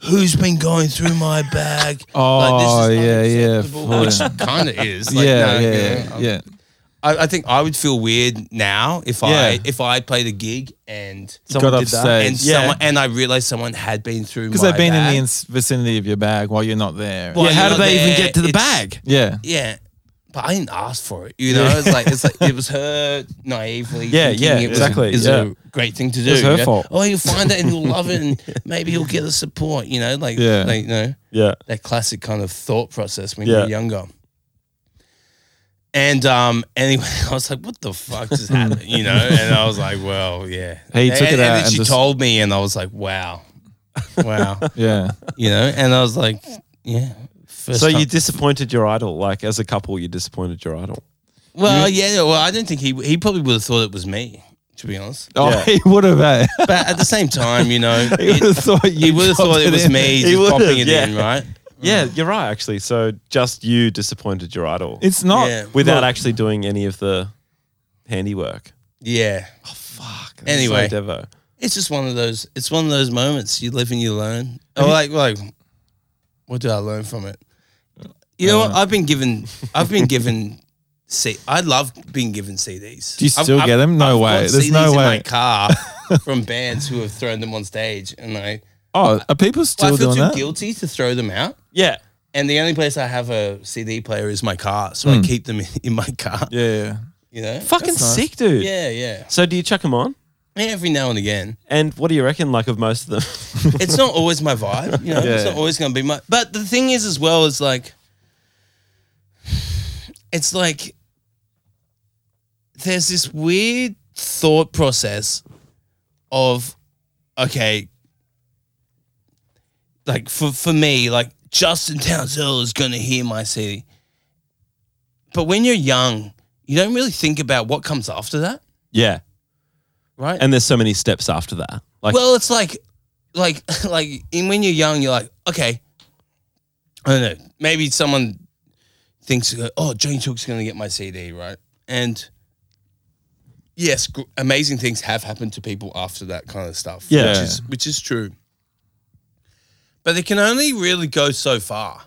[SPEAKER 6] Who's been going through my bag?
[SPEAKER 5] Oh, yeah, yeah,
[SPEAKER 6] unacceptable,"
[SPEAKER 5] fully.
[SPEAKER 6] Which kind of is. Like,
[SPEAKER 5] yeah,
[SPEAKER 6] no,
[SPEAKER 5] yeah,
[SPEAKER 6] you know,
[SPEAKER 5] yeah,
[SPEAKER 6] I'm-
[SPEAKER 5] yeah.
[SPEAKER 6] I, I think I would feel weird now if
[SPEAKER 5] Yeah.
[SPEAKER 6] I if I played a gig and
[SPEAKER 5] Got off stage.
[SPEAKER 6] and someone and I realized someone had been through
[SPEAKER 5] because
[SPEAKER 6] my
[SPEAKER 5] they've been in the
[SPEAKER 6] bag.
[SPEAKER 5] ins- vicinity of your bag while you're not there.
[SPEAKER 6] Well,
[SPEAKER 4] yeah, how
[SPEAKER 6] you
[SPEAKER 4] did
[SPEAKER 6] know,
[SPEAKER 4] they even
[SPEAKER 6] there,
[SPEAKER 4] get to the
[SPEAKER 6] it's-
[SPEAKER 4] bag?
[SPEAKER 5] yeah,
[SPEAKER 6] Yeah. But I didn't ask for it. You know, it's like it's like it was her naively.
[SPEAKER 5] Yeah,
[SPEAKER 6] thinking
[SPEAKER 5] yeah,
[SPEAKER 6] it was a-
[SPEAKER 5] exactly,
[SPEAKER 6] Is
[SPEAKER 5] yeah.
[SPEAKER 6] a great thing to do.
[SPEAKER 5] was her
[SPEAKER 6] you know?
[SPEAKER 5] fault.
[SPEAKER 6] Oh, he'll find it and he'll love it, and maybe he'll get the support. You know, like,
[SPEAKER 5] Yeah.
[SPEAKER 6] like you know,
[SPEAKER 4] Yeah.
[SPEAKER 6] that classic kind of thought process when
[SPEAKER 4] Yeah.
[SPEAKER 6] you're younger. And um, anyway, I was like, "What the fuck just happened?" You know, and I was like, "Well, yeah."
[SPEAKER 5] He took
[SPEAKER 6] and,
[SPEAKER 5] it out
[SPEAKER 6] then
[SPEAKER 5] and
[SPEAKER 6] she
[SPEAKER 5] just-
[SPEAKER 6] told me, and I was like, "Wow, wow,"
[SPEAKER 5] yeah.
[SPEAKER 6] you know. And I was like, "Yeah." First
[SPEAKER 4] So
[SPEAKER 6] time-
[SPEAKER 4] you disappointed your idol. Like as a couple, you disappointed your idol.
[SPEAKER 6] Well, yeah. Well, I don't think he he probably would have thought it was me, to be honest.
[SPEAKER 5] Oh,
[SPEAKER 4] Yeah.
[SPEAKER 5] he would have. eh?
[SPEAKER 6] But at the same time, you know,
[SPEAKER 5] He would have
[SPEAKER 6] it,
[SPEAKER 5] thought you.
[SPEAKER 6] he would have
[SPEAKER 5] dropped
[SPEAKER 6] thought it was
[SPEAKER 5] in.
[SPEAKER 6] me
[SPEAKER 4] He
[SPEAKER 6] just
[SPEAKER 4] would
[SPEAKER 6] popping it
[SPEAKER 4] have,
[SPEAKER 6] in,
[SPEAKER 4] yeah.
[SPEAKER 6] right?
[SPEAKER 4] Yeah, you're right. Actually, so just you disappointed your idol
[SPEAKER 5] It's not.
[SPEAKER 6] Yeah.
[SPEAKER 4] without
[SPEAKER 5] look,
[SPEAKER 4] actually doing any of the handiwork.
[SPEAKER 6] Yeah.
[SPEAKER 5] Oh,
[SPEAKER 4] Fuck. that's
[SPEAKER 6] Anyway.
[SPEAKER 4] so Devo.
[SPEAKER 6] It's just one of those. It's one of those moments you live and you learn. Or like, like, what do I learn from it? You
[SPEAKER 5] Uh.
[SPEAKER 6] know what? I've been given. I've been given. C. I love being given CDs.
[SPEAKER 5] Do you
[SPEAKER 6] I've-
[SPEAKER 5] still
[SPEAKER 6] I've-
[SPEAKER 5] get them? No
[SPEAKER 6] I've
[SPEAKER 5] way.
[SPEAKER 6] got
[SPEAKER 5] There's
[SPEAKER 6] CDs
[SPEAKER 5] no
[SPEAKER 6] in
[SPEAKER 5] way.
[SPEAKER 6] my car from bands who have thrown them on stage, and I.
[SPEAKER 5] Oh, are people
[SPEAKER 6] Well,
[SPEAKER 5] still
[SPEAKER 6] I feel
[SPEAKER 5] doing
[SPEAKER 6] too
[SPEAKER 5] that?
[SPEAKER 6] guilty to throw them out.
[SPEAKER 4] Yeah.
[SPEAKER 6] And the only place I have a CD player is my car, so I keep them in my car.
[SPEAKER 5] Yeah, Hmm. yeah.
[SPEAKER 6] You know?
[SPEAKER 4] Fucking
[SPEAKER 5] nice.
[SPEAKER 4] sick, dude.
[SPEAKER 6] Yeah, yeah.
[SPEAKER 4] So do you chuck them on?
[SPEAKER 6] Yeah, Every now and again,
[SPEAKER 4] And what do you reckon? Like of most of them.
[SPEAKER 6] it's not always my vibe. You know, it's
[SPEAKER 5] Yeah.
[SPEAKER 6] not always going to be my. But the thing is, as well, is like, it's like there's this weird thought process of okay, like for for me, like Justin Townsend is going to hear my CD. But when you're young, you don't really think about what comes after that,
[SPEAKER 4] yeah.
[SPEAKER 6] right?
[SPEAKER 4] And there's so many steps after that. Like
[SPEAKER 6] well, it's like, like, like, in when you're young, you're like, okay, I don't know. Maybe someone thinks, oh, Johnny Took's going to get my CD, right? And yes, gr- amazing things have happened to people after that kind of stuff.
[SPEAKER 4] Yeah.
[SPEAKER 6] which is, which is true. But they can only really go so far.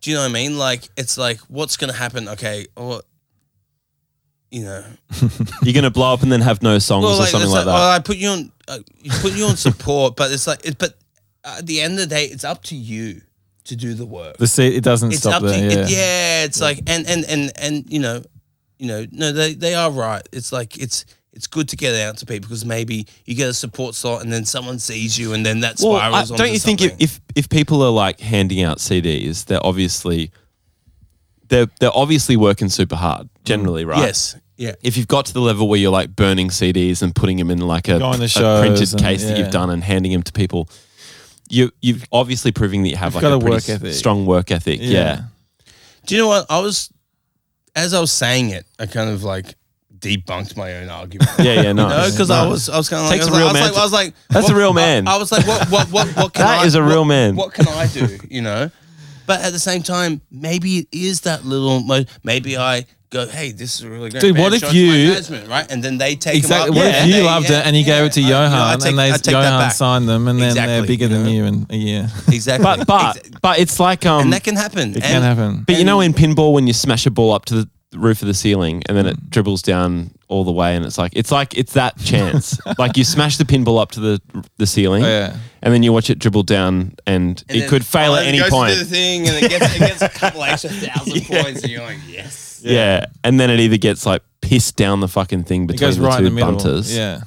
[SPEAKER 6] Do you know what I mean? Like, it's like, what's going to happen? Okay, or you know,
[SPEAKER 4] you're gonna blow up and then have no songs or something
[SPEAKER 6] it's
[SPEAKER 4] like,
[SPEAKER 6] Oh,
[SPEAKER 4] that.
[SPEAKER 6] I put you on, uh, you put you on support, but it's like, it, but at the end of the day, it's up to you to do the work.
[SPEAKER 5] The seat. It doesn't
[SPEAKER 6] it's
[SPEAKER 5] stop
[SPEAKER 6] up to
[SPEAKER 5] there.
[SPEAKER 6] you.
[SPEAKER 5] yeah.
[SPEAKER 6] It, yeah, it's like, and and and and you know, you know, no, they they are right. It's like it's. It's good to get it out to people because maybe you get a support slot and then someone sees you and then that
[SPEAKER 4] well,
[SPEAKER 6] uh, spirals.
[SPEAKER 4] I- don't
[SPEAKER 6] onto
[SPEAKER 4] you think if,
[SPEAKER 6] something.
[SPEAKER 4] if if people are like handing out CDs, they're obviously they're they're obviously working super hard generally, right?
[SPEAKER 6] yes, yeah,
[SPEAKER 4] if you've got to the level where you're like burning CDs and putting them in like a,
[SPEAKER 5] Going to
[SPEAKER 4] a
[SPEAKER 5] shows
[SPEAKER 4] printed
[SPEAKER 5] and-
[SPEAKER 4] case that
[SPEAKER 5] yeah.
[SPEAKER 4] you've done and handing them to people, you you've obviously proving that you have
[SPEAKER 5] You've
[SPEAKER 4] like
[SPEAKER 5] got
[SPEAKER 4] a,
[SPEAKER 5] a
[SPEAKER 4] pretty
[SPEAKER 5] work
[SPEAKER 4] s-
[SPEAKER 5] ethic.
[SPEAKER 4] strong work ethic. Yeah.
[SPEAKER 6] Do you know what? I was, as I was saying it, I kind of like debunked my own argument.
[SPEAKER 4] Yeah, yeah, no.
[SPEAKER 6] No, because I was, I was kind of like,
[SPEAKER 4] Takes a
[SPEAKER 6] I was
[SPEAKER 4] real
[SPEAKER 6] like, I
[SPEAKER 4] man
[SPEAKER 6] was like, I was like,
[SPEAKER 4] That's
[SPEAKER 6] what-
[SPEAKER 4] a real man.
[SPEAKER 6] I, I was like, what, what, what, what can
[SPEAKER 4] That
[SPEAKER 6] I?
[SPEAKER 4] is a real
[SPEAKER 6] what-
[SPEAKER 4] man.
[SPEAKER 6] What can I do? You know, but at the same time, maybe it is that little. mo- Maybe I go, hey, this is a really great.
[SPEAKER 5] Dude,
[SPEAKER 6] band,
[SPEAKER 5] what if
[SPEAKER 6] show it to my
[SPEAKER 5] you-
[SPEAKER 6] management, right? And then they take 'em
[SPEAKER 5] Exactly.
[SPEAKER 6] up,
[SPEAKER 5] What
[SPEAKER 6] yeah,
[SPEAKER 5] if you
[SPEAKER 6] they-
[SPEAKER 5] loved
[SPEAKER 6] yeah,
[SPEAKER 5] it and you gave
[SPEAKER 6] yeah,
[SPEAKER 5] it to
[SPEAKER 6] I- you know, I
[SPEAKER 5] Johan
[SPEAKER 6] take-
[SPEAKER 5] and they
[SPEAKER 6] I take that
[SPEAKER 5] Johan
[SPEAKER 6] back.
[SPEAKER 5] signed them and then they're
[SPEAKER 6] Exactly,
[SPEAKER 5] bigger
[SPEAKER 6] you
[SPEAKER 5] than
[SPEAKER 6] know?
[SPEAKER 5] you in a year.
[SPEAKER 6] Exactly.
[SPEAKER 4] But but
[SPEAKER 6] Exa-
[SPEAKER 4] but it's like um
[SPEAKER 6] and that can happen.
[SPEAKER 5] It can happen.
[SPEAKER 4] But you know, in pinball, when you smash a ball up to the roof of the ceiling and then
[SPEAKER 5] Mm.
[SPEAKER 4] it dribbles down all the way, and it's like it's like it's that chance. like you smash the pinball up to the the ceiling,
[SPEAKER 5] Oh, yeah.
[SPEAKER 4] and then you watch it dribble down, and,
[SPEAKER 6] and
[SPEAKER 4] it
[SPEAKER 6] then
[SPEAKER 4] could fail at
[SPEAKER 6] finally
[SPEAKER 4] any
[SPEAKER 6] goes to
[SPEAKER 4] point.
[SPEAKER 6] do the thing, and it gets, it gets a couple extra thousand points, and you're like, yes.
[SPEAKER 4] yeah. and then it either gets like pissed down the fucking thing
[SPEAKER 5] It
[SPEAKER 4] between
[SPEAKER 5] goes
[SPEAKER 4] the
[SPEAKER 5] right
[SPEAKER 4] two
[SPEAKER 5] in the middle.
[SPEAKER 4] bunters.
[SPEAKER 5] Yeah.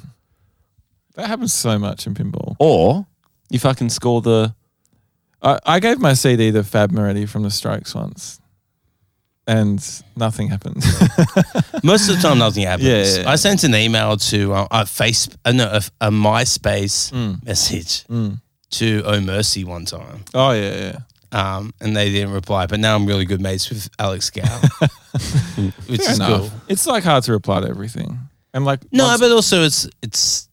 [SPEAKER 5] That happens so much in pinball.
[SPEAKER 4] Or you fucking score the
[SPEAKER 5] I, I gave my CD to Fab Moretti from the Strokes once, and nothing happened.
[SPEAKER 6] Most of the time, nothing happens.
[SPEAKER 5] Yeah, yeah, yeah.
[SPEAKER 6] I sent an email to uh, a face, uh, no, a, a MySpace
[SPEAKER 5] Mm.
[SPEAKER 6] message to Oh Mercy one time,
[SPEAKER 5] oh yeah, yeah.
[SPEAKER 6] um, and they didn't reply. But now I'm really good mates with Alex Gow, which
[SPEAKER 5] Fair
[SPEAKER 6] is
[SPEAKER 5] enough.
[SPEAKER 6] cool.
[SPEAKER 5] It's like hard to reply to everything, and like
[SPEAKER 6] No,
[SPEAKER 5] once-
[SPEAKER 6] but also it's it's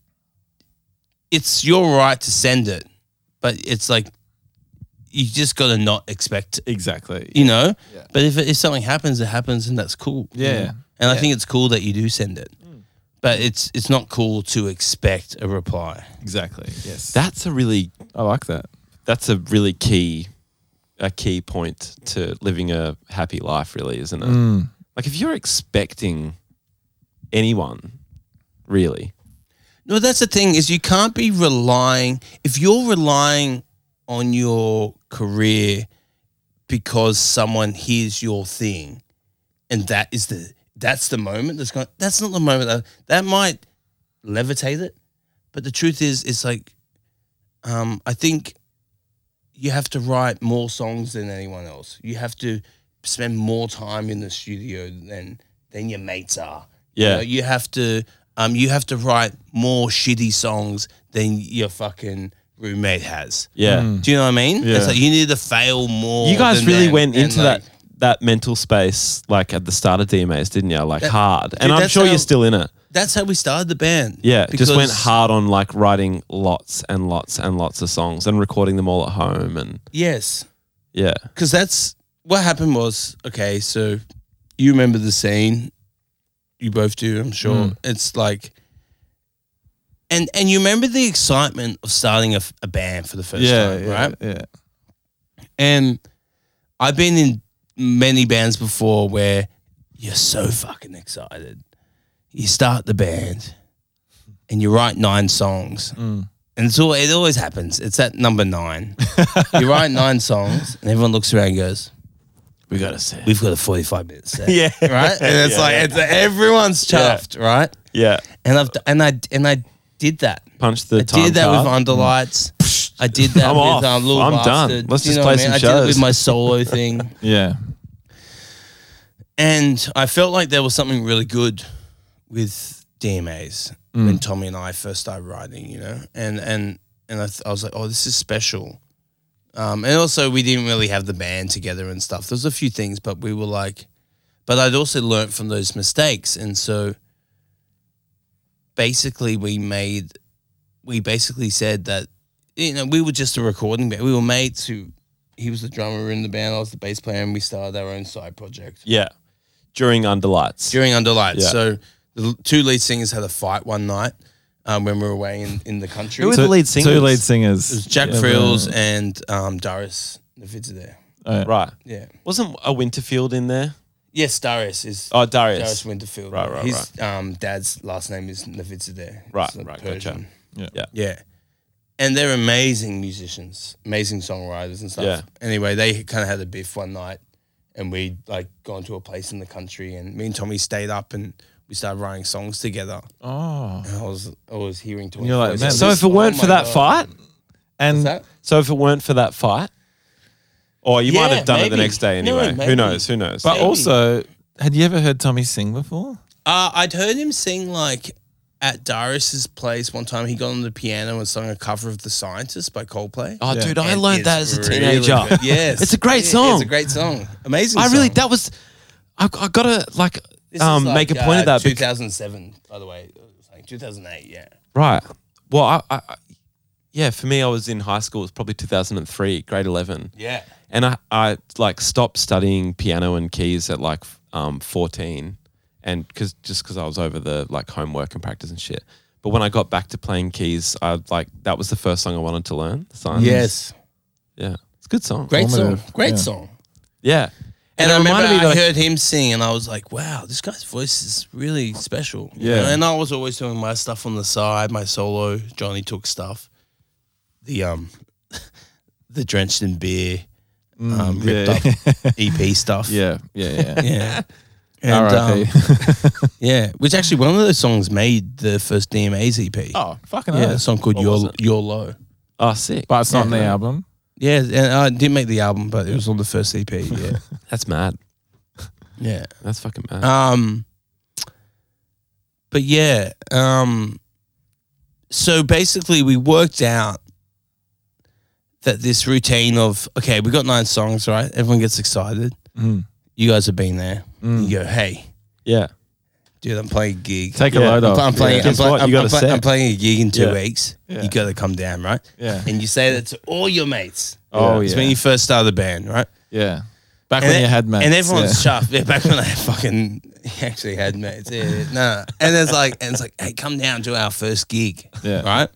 [SPEAKER 6] it's your right to send it, but it's like you just got to not expect,
[SPEAKER 5] exactly.
[SPEAKER 6] you know. But if if something happens, it happens, and that's cool.
[SPEAKER 5] Yeah.
[SPEAKER 6] and I think it's cool that you do send it. But it's it's not cool to expect a reply.
[SPEAKER 5] Exactly. Yes.
[SPEAKER 4] that's a really
[SPEAKER 5] I like that.
[SPEAKER 4] that's a really key a key point to living a happy life really isn't it
[SPEAKER 5] Mm.
[SPEAKER 4] like if you're expecting anyone really
[SPEAKER 6] No, that's the thing is you can't be relying if you're relying on your career because someone hears your thing and that is the that's the moment that's going that's not the moment that, that might levitate it but the truth is it's like um I think you have to write more songs than anyone else. You have to spend more time in the studio than than your mates are. You
[SPEAKER 4] Yeah.
[SPEAKER 6] know, you have to um you have to write more shitty songs than your fucking roommate has.
[SPEAKER 4] yeah
[SPEAKER 5] Mm.
[SPEAKER 6] Do you know what I mean?
[SPEAKER 5] Yeah.
[SPEAKER 6] It's like you need to fail more.
[SPEAKER 4] you guys
[SPEAKER 6] than
[SPEAKER 4] really
[SPEAKER 6] them
[SPEAKER 4] went
[SPEAKER 6] and,
[SPEAKER 4] into
[SPEAKER 6] like,
[SPEAKER 4] that that mental space like at the start of dmas didn't you like hard and i'm
[SPEAKER 6] that's
[SPEAKER 4] sure
[SPEAKER 6] how-
[SPEAKER 4] you're still in it
[SPEAKER 6] That's how we started the band.
[SPEAKER 4] yeah just went
[SPEAKER 6] because-
[SPEAKER 4] hard on like writing lots and lots and lots of songs and recording them all at home and
[SPEAKER 6] Yes.
[SPEAKER 4] yeah
[SPEAKER 6] because that's what happened was okay so you remember the scene you both do i'm sure
[SPEAKER 4] Hmm.
[SPEAKER 6] it's like and and you remember the excitement of starting a, f- a band for the first
[SPEAKER 5] Yeah,
[SPEAKER 6] time
[SPEAKER 5] yeah,
[SPEAKER 6] right
[SPEAKER 5] yeah.
[SPEAKER 6] and i've been in many bands before where you're so fucking excited you start the band and you write nine songs
[SPEAKER 4] Mm.
[SPEAKER 6] and it's all, it always happens it's at number nine you write nine songs and everyone looks around and goes
[SPEAKER 4] we gotta see
[SPEAKER 6] we've got a 45 minute set. yeah. Right? And it's like, It's, everyone's chuffed, right?
[SPEAKER 4] yeah
[SPEAKER 6] And I've, d- and I, and I did that.
[SPEAKER 4] punch the
[SPEAKER 6] I
[SPEAKER 4] time
[SPEAKER 6] did that
[SPEAKER 4] card.
[SPEAKER 6] with Underlights. I did that
[SPEAKER 4] I'm
[SPEAKER 6] with
[SPEAKER 4] off.
[SPEAKER 6] Um, Little
[SPEAKER 4] I'm done.
[SPEAKER 6] Bastard.
[SPEAKER 4] Let's
[SPEAKER 6] You
[SPEAKER 4] just
[SPEAKER 6] know what
[SPEAKER 4] play
[SPEAKER 6] I mean?
[SPEAKER 4] some
[SPEAKER 6] I did it
[SPEAKER 4] shows.
[SPEAKER 6] with my solo thing.
[SPEAKER 5] Yeah.
[SPEAKER 6] And I felt like there was something really good with DMAs when Tommy and I first started writing, you know, and and and I, th- I was like, oh, this is special. Um, and also, we didn't really have the band together and stuff. There was a few things, but we were like, but I'd also learnt from those mistakes, and so basically, we made, we basically said that, you know, we were just a recording band. We were mates who, he was the drummer in the band, I was the bass player, and we started our own side project
[SPEAKER 4] yeah during underlights
[SPEAKER 6] during Under Lights.
[SPEAKER 4] Yeah.
[SPEAKER 6] So the l- two lead singers had a fight one night um, when we were away in, in the country.
[SPEAKER 4] Who were
[SPEAKER 6] It
[SPEAKER 4] the lead
[SPEAKER 5] Two
[SPEAKER 4] singers?
[SPEAKER 5] lead singers.
[SPEAKER 6] was Jack
[SPEAKER 5] Yeah,
[SPEAKER 6] Frills
[SPEAKER 5] but-
[SPEAKER 6] and um, Darius Navidza there.
[SPEAKER 4] right
[SPEAKER 6] Yeah.
[SPEAKER 4] wasn't a winterfield in there
[SPEAKER 6] Yes, Darius is
[SPEAKER 4] oh darius,
[SPEAKER 6] Darius Winterfield.
[SPEAKER 4] Right, right,
[SPEAKER 6] His um, dad's last name is Navidza there.
[SPEAKER 4] Right,
[SPEAKER 6] It's
[SPEAKER 4] right,
[SPEAKER 6] Persian.
[SPEAKER 5] Yeah.
[SPEAKER 4] Yeah.
[SPEAKER 6] Yeah. And they're amazing musicians, amazing songwriters and stuff.
[SPEAKER 4] Yeah.
[SPEAKER 6] Anyway, they kind of had a biff one night and we'd like gone to a place in the country and me and Tommy stayed up and we started writing songs together.
[SPEAKER 5] Oh.
[SPEAKER 6] I was I was hearing Tony.
[SPEAKER 5] you're like,
[SPEAKER 6] Floyd's
[SPEAKER 5] man,
[SPEAKER 6] voice.
[SPEAKER 4] so if it weren't
[SPEAKER 6] Oh
[SPEAKER 4] for
[SPEAKER 6] my
[SPEAKER 4] that
[SPEAKER 6] God.
[SPEAKER 4] fight
[SPEAKER 5] And
[SPEAKER 6] What's that?
[SPEAKER 4] So if it weren't for that fight, or you might
[SPEAKER 6] Yeah,
[SPEAKER 4] have done it the
[SPEAKER 6] maybe.
[SPEAKER 4] next day
[SPEAKER 6] No,
[SPEAKER 4] anyway.
[SPEAKER 6] maybe.
[SPEAKER 4] Who knows? Who knows?
[SPEAKER 5] but
[SPEAKER 6] Maybe.
[SPEAKER 5] also, had you ever heard Tommy sing before?
[SPEAKER 6] Uh, I'd heard him sing like at Darius's place one time. He got on the piano and sung a cover of "The Scientist" by Coldplay.
[SPEAKER 4] oh, dude, I
[SPEAKER 6] And
[SPEAKER 4] learned
[SPEAKER 6] it's
[SPEAKER 4] that as a
[SPEAKER 6] really
[SPEAKER 4] teenager.
[SPEAKER 6] good. Yes,
[SPEAKER 4] It's a great
[SPEAKER 6] It-
[SPEAKER 4] song.
[SPEAKER 6] It's a great song. Amazing.
[SPEAKER 4] I really
[SPEAKER 6] song.
[SPEAKER 4] that was. I, I gotta like
[SPEAKER 6] This is
[SPEAKER 4] um
[SPEAKER 6] like,
[SPEAKER 4] make a point
[SPEAKER 6] uh,
[SPEAKER 4] of that. bec-
[SPEAKER 6] 2007, by the way, It was like 2008. Yeah.
[SPEAKER 4] right. Well, I, I, I- yeah, for me, I was in high school. It was probably 2003, grade 11,
[SPEAKER 6] Yeah.
[SPEAKER 4] and I, I like stopped studying piano and keys at like f- um 14, and because just because I was over the like homework and practice and shit. But when I got back to playing keys, I like that was the first song I wanted to learn. The science.
[SPEAKER 6] Yes.
[SPEAKER 4] Yeah. It's a good song.
[SPEAKER 6] Great song.
[SPEAKER 5] Formative,
[SPEAKER 6] Great
[SPEAKER 5] yeah.
[SPEAKER 6] song.
[SPEAKER 4] Yeah.
[SPEAKER 6] And, I
[SPEAKER 4] it
[SPEAKER 6] remember
[SPEAKER 4] reminded me
[SPEAKER 6] I
[SPEAKER 4] that I-
[SPEAKER 6] heard him sing, and I was like, "Wow, this guy's voice is really special." you
[SPEAKER 5] Yeah.
[SPEAKER 6] know? And I was always doing my stuff on the side, my solo Johnny Took stuff, the um, the drenched in beer, um, ripped
[SPEAKER 5] yeah.
[SPEAKER 6] up EP stuff.
[SPEAKER 5] Yeah. Yeah. Yeah.
[SPEAKER 6] yeah. And, um,
[SPEAKER 5] R.I.P.
[SPEAKER 6] yeah, which actually one of those songs made the first DMA's EP.
[SPEAKER 5] oh, fucking
[SPEAKER 6] E yeah,
[SPEAKER 5] yeah.
[SPEAKER 6] a song called
[SPEAKER 4] What was
[SPEAKER 6] Your
[SPEAKER 4] it?
[SPEAKER 6] Your Low.
[SPEAKER 4] Oh, sick.
[SPEAKER 5] But it's not in the
[SPEAKER 6] Yeah.
[SPEAKER 5] album.
[SPEAKER 6] Yeah, and I didn't make the album, but it was on the first EP. Yeah,
[SPEAKER 4] That's mad.
[SPEAKER 6] yeah.
[SPEAKER 4] That's fucking
[SPEAKER 5] Uh,
[SPEAKER 4] mad.
[SPEAKER 6] Um, but yeah, um, so basically we worked out that this routine of okay, we got nine songs, right? Everyone gets excited.
[SPEAKER 5] Mm.
[SPEAKER 6] You guys have been there.
[SPEAKER 5] Mm.
[SPEAKER 6] You go, hey,
[SPEAKER 4] yeah.
[SPEAKER 6] dude, I'm playing a gig.
[SPEAKER 5] Take a
[SPEAKER 4] Yeah.
[SPEAKER 5] load
[SPEAKER 4] I'm
[SPEAKER 5] off.
[SPEAKER 6] I'm playing.
[SPEAKER 5] Yeah.
[SPEAKER 6] I'm,
[SPEAKER 4] Guess
[SPEAKER 6] play,
[SPEAKER 4] what? You
[SPEAKER 6] I'm,
[SPEAKER 4] got
[SPEAKER 6] I'm
[SPEAKER 4] a
[SPEAKER 6] play-
[SPEAKER 4] set.
[SPEAKER 6] I'm playing a gig in two
[SPEAKER 4] Yeah.
[SPEAKER 6] weeks.
[SPEAKER 5] Yeah.
[SPEAKER 6] You got to come down, right?
[SPEAKER 5] Yeah.
[SPEAKER 6] And you say that to all your mates.
[SPEAKER 5] Oh,
[SPEAKER 6] It's
[SPEAKER 5] yeah.
[SPEAKER 6] when you first started the band, right?
[SPEAKER 5] yeah. Back
[SPEAKER 6] And
[SPEAKER 5] when
[SPEAKER 6] e-
[SPEAKER 5] you had mates.
[SPEAKER 6] And everyone's
[SPEAKER 5] yeah.
[SPEAKER 6] chuffed. Yeah, back when I fucking actually had mates. Yeah, yeah, no. And it's like, and it's like, hey, come down to our first gig,
[SPEAKER 5] Yeah.
[SPEAKER 6] right?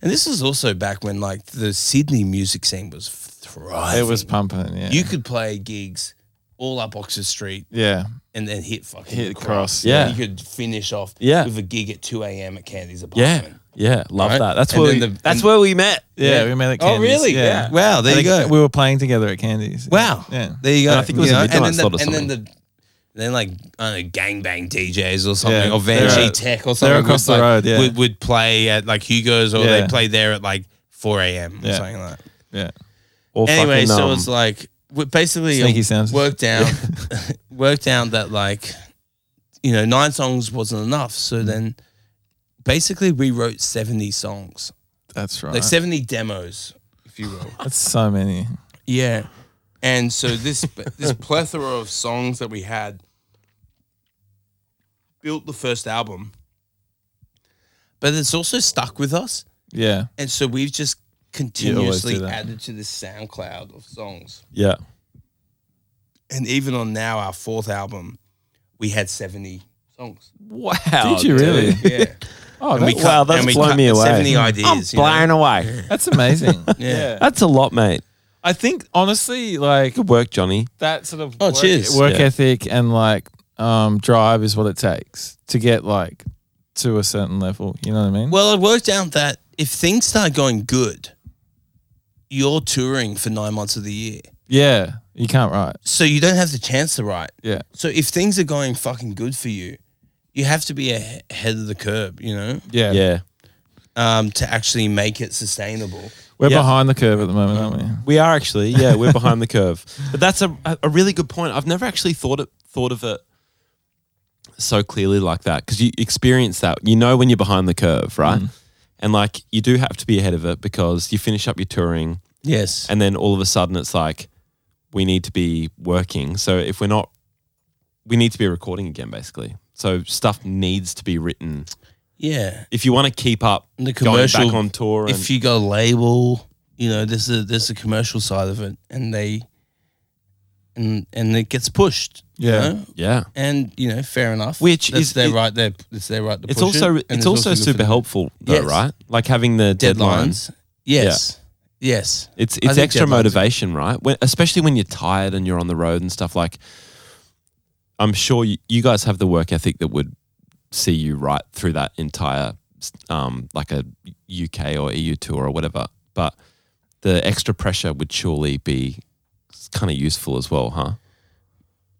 [SPEAKER 6] And this is also back when like the Sydney music scene was thriving.
[SPEAKER 5] It was pumping. Yeah.
[SPEAKER 6] You could play gigs all up Oxford Street
[SPEAKER 5] yeah.
[SPEAKER 6] and then hit fucking
[SPEAKER 5] Hit cross.
[SPEAKER 4] Yeah.
[SPEAKER 6] You could finish off
[SPEAKER 4] Yeah.
[SPEAKER 6] with a gig at two a.m. at Candy's
[SPEAKER 4] Yeah.
[SPEAKER 6] apartment.
[SPEAKER 4] Yeah. Love
[SPEAKER 6] Right?
[SPEAKER 4] that. That's
[SPEAKER 6] And
[SPEAKER 4] where, we,
[SPEAKER 6] then the-
[SPEAKER 4] that's
[SPEAKER 6] and-
[SPEAKER 4] where we met.
[SPEAKER 5] Yeah. We made it.
[SPEAKER 6] Oh,
[SPEAKER 5] Candies.
[SPEAKER 6] really?
[SPEAKER 5] Yeah.
[SPEAKER 6] Wow. There
[SPEAKER 5] I
[SPEAKER 6] you go.
[SPEAKER 5] think We were playing together at Candies.
[SPEAKER 6] Wow.
[SPEAKER 5] Yeah.
[SPEAKER 6] There you go.
[SPEAKER 4] And I think it was
[SPEAKER 6] You
[SPEAKER 4] a
[SPEAKER 6] know,
[SPEAKER 4] midnight
[SPEAKER 6] and then
[SPEAKER 4] slot
[SPEAKER 6] the,
[SPEAKER 4] or
[SPEAKER 6] and then the then like I don't know, gangbang DJs or something
[SPEAKER 5] Yeah.
[SPEAKER 6] or Vanjie
[SPEAKER 5] They're, uh,
[SPEAKER 6] Tech or something.
[SPEAKER 5] they're across
[SPEAKER 6] would,
[SPEAKER 5] the
[SPEAKER 6] like,
[SPEAKER 5] road, yeah.
[SPEAKER 6] Would, would play at like Hugo's or
[SPEAKER 5] Yeah.
[SPEAKER 6] they play there at like 4 a.m. or
[SPEAKER 5] Yeah.
[SPEAKER 6] something like that.
[SPEAKER 5] Yeah.
[SPEAKER 4] Or fucking,
[SPEAKER 6] anyway, so
[SPEAKER 4] um,
[SPEAKER 6] it's like we basically um,
[SPEAKER 5] Sneaky sounds.
[SPEAKER 6] worked out worked out that like you know nine songs wasn't enough.
[SPEAKER 5] Mm.
[SPEAKER 6] So then basically we wrote 70 songs,
[SPEAKER 5] That's right.
[SPEAKER 6] like 70 demos, if you will.
[SPEAKER 5] That's so many.
[SPEAKER 6] Yeah. And so this this plethora of songs that we had built the first album. But it's also stuck with us.
[SPEAKER 5] Yeah.
[SPEAKER 6] And so we've just
[SPEAKER 5] do
[SPEAKER 6] continuously
[SPEAKER 5] that.
[SPEAKER 6] added to this SoundCloud of songs.
[SPEAKER 4] yeah.
[SPEAKER 6] And even on now our fourth album, we had 70 songs.
[SPEAKER 4] Wow.
[SPEAKER 5] Did you really?
[SPEAKER 6] Yeah.
[SPEAKER 5] Oh,
[SPEAKER 6] And we
[SPEAKER 5] that-
[SPEAKER 6] cut-
[SPEAKER 4] wow, that's
[SPEAKER 6] and we
[SPEAKER 4] blown
[SPEAKER 6] cut
[SPEAKER 4] me away.
[SPEAKER 6] 70 ideas.
[SPEAKER 4] I'm
[SPEAKER 6] you know?
[SPEAKER 4] blown away.
[SPEAKER 5] that's amazing.
[SPEAKER 6] Yeah.
[SPEAKER 4] That's a lot, mate.
[SPEAKER 5] I think honestly, like
[SPEAKER 4] Good work, Johnny.
[SPEAKER 5] that sort of
[SPEAKER 6] Oh,
[SPEAKER 5] work,
[SPEAKER 6] cheers.
[SPEAKER 5] work
[SPEAKER 4] Yeah.
[SPEAKER 5] ethic and like um, drive is what it takes to get like to a certain level. You know what I mean?
[SPEAKER 6] Well, I worked out that if things start going good, you're touring for nine months of the year.
[SPEAKER 5] yeah, you can't write.
[SPEAKER 6] So you don't have the chance to write.
[SPEAKER 5] Yeah,
[SPEAKER 6] So if things are going fucking good for you, you have to be a- ahead of the curb, you know,
[SPEAKER 5] yeah,
[SPEAKER 4] Yeah.
[SPEAKER 6] um, to actually make it sustainable.
[SPEAKER 5] We're
[SPEAKER 4] Yeah.
[SPEAKER 5] behind the curve at the moment, aren't we?
[SPEAKER 4] We are actually, yeah, we're behind the curve. But that's a, a- a really good point. I've never actually thought it thought of it so clearly like that because you experience that. You know when you're behind the curve, right? And like you do have to be ahead of it because you finish up your touring,
[SPEAKER 6] Yes.
[SPEAKER 4] and then all of a sudden it's like we need to be working. So if we're not, we need to be recording again, basically. So stuff needs to be written
[SPEAKER 6] yeah.
[SPEAKER 4] if you want to keep up
[SPEAKER 6] And the
[SPEAKER 4] going
[SPEAKER 6] commercial-
[SPEAKER 4] back on tour. And,
[SPEAKER 6] If you got a label, you know, there's a there's a commercial side of it, and they and and it gets pushed. you
[SPEAKER 5] Yeah.
[SPEAKER 6] know?
[SPEAKER 4] yeah,
[SPEAKER 6] And you know, fair enough.
[SPEAKER 4] Which
[SPEAKER 6] That's
[SPEAKER 4] is-
[SPEAKER 6] their
[SPEAKER 4] it-
[SPEAKER 6] right. Their it's their right to
[SPEAKER 4] it's
[SPEAKER 6] push
[SPEAKER 4] also
[SPEAKER 6] it, and
[SPEAKER 4] it's also,
[SPEAKER 6] good for
[SPEAKER 4] super
[SPEAKER 6] them.
[SPEAKER 4] helpful though,
[SPEAKER 6] Yes.
[SPEAKER 4] right? Like having the deadlines.
[SPEAKER 6] deadlines. Yes. Yes.
[SPEAKER 4] It's
[SPEAKER 6] I
[SPEAKER 4] it's
[SPEAKER 6] think
[SPEAKER 4] extra
[SPEAKER 6] deadlines are-
[SPEAKER 4] motivation, right? When, especially when you're tired and you're on the road and stuff. Like, I'm sure you, you guys have the work ethic that would see you right through that entire, um, like a UK or EU tour or whatever. But the extra pressure would surely be kind of useful as well, huh?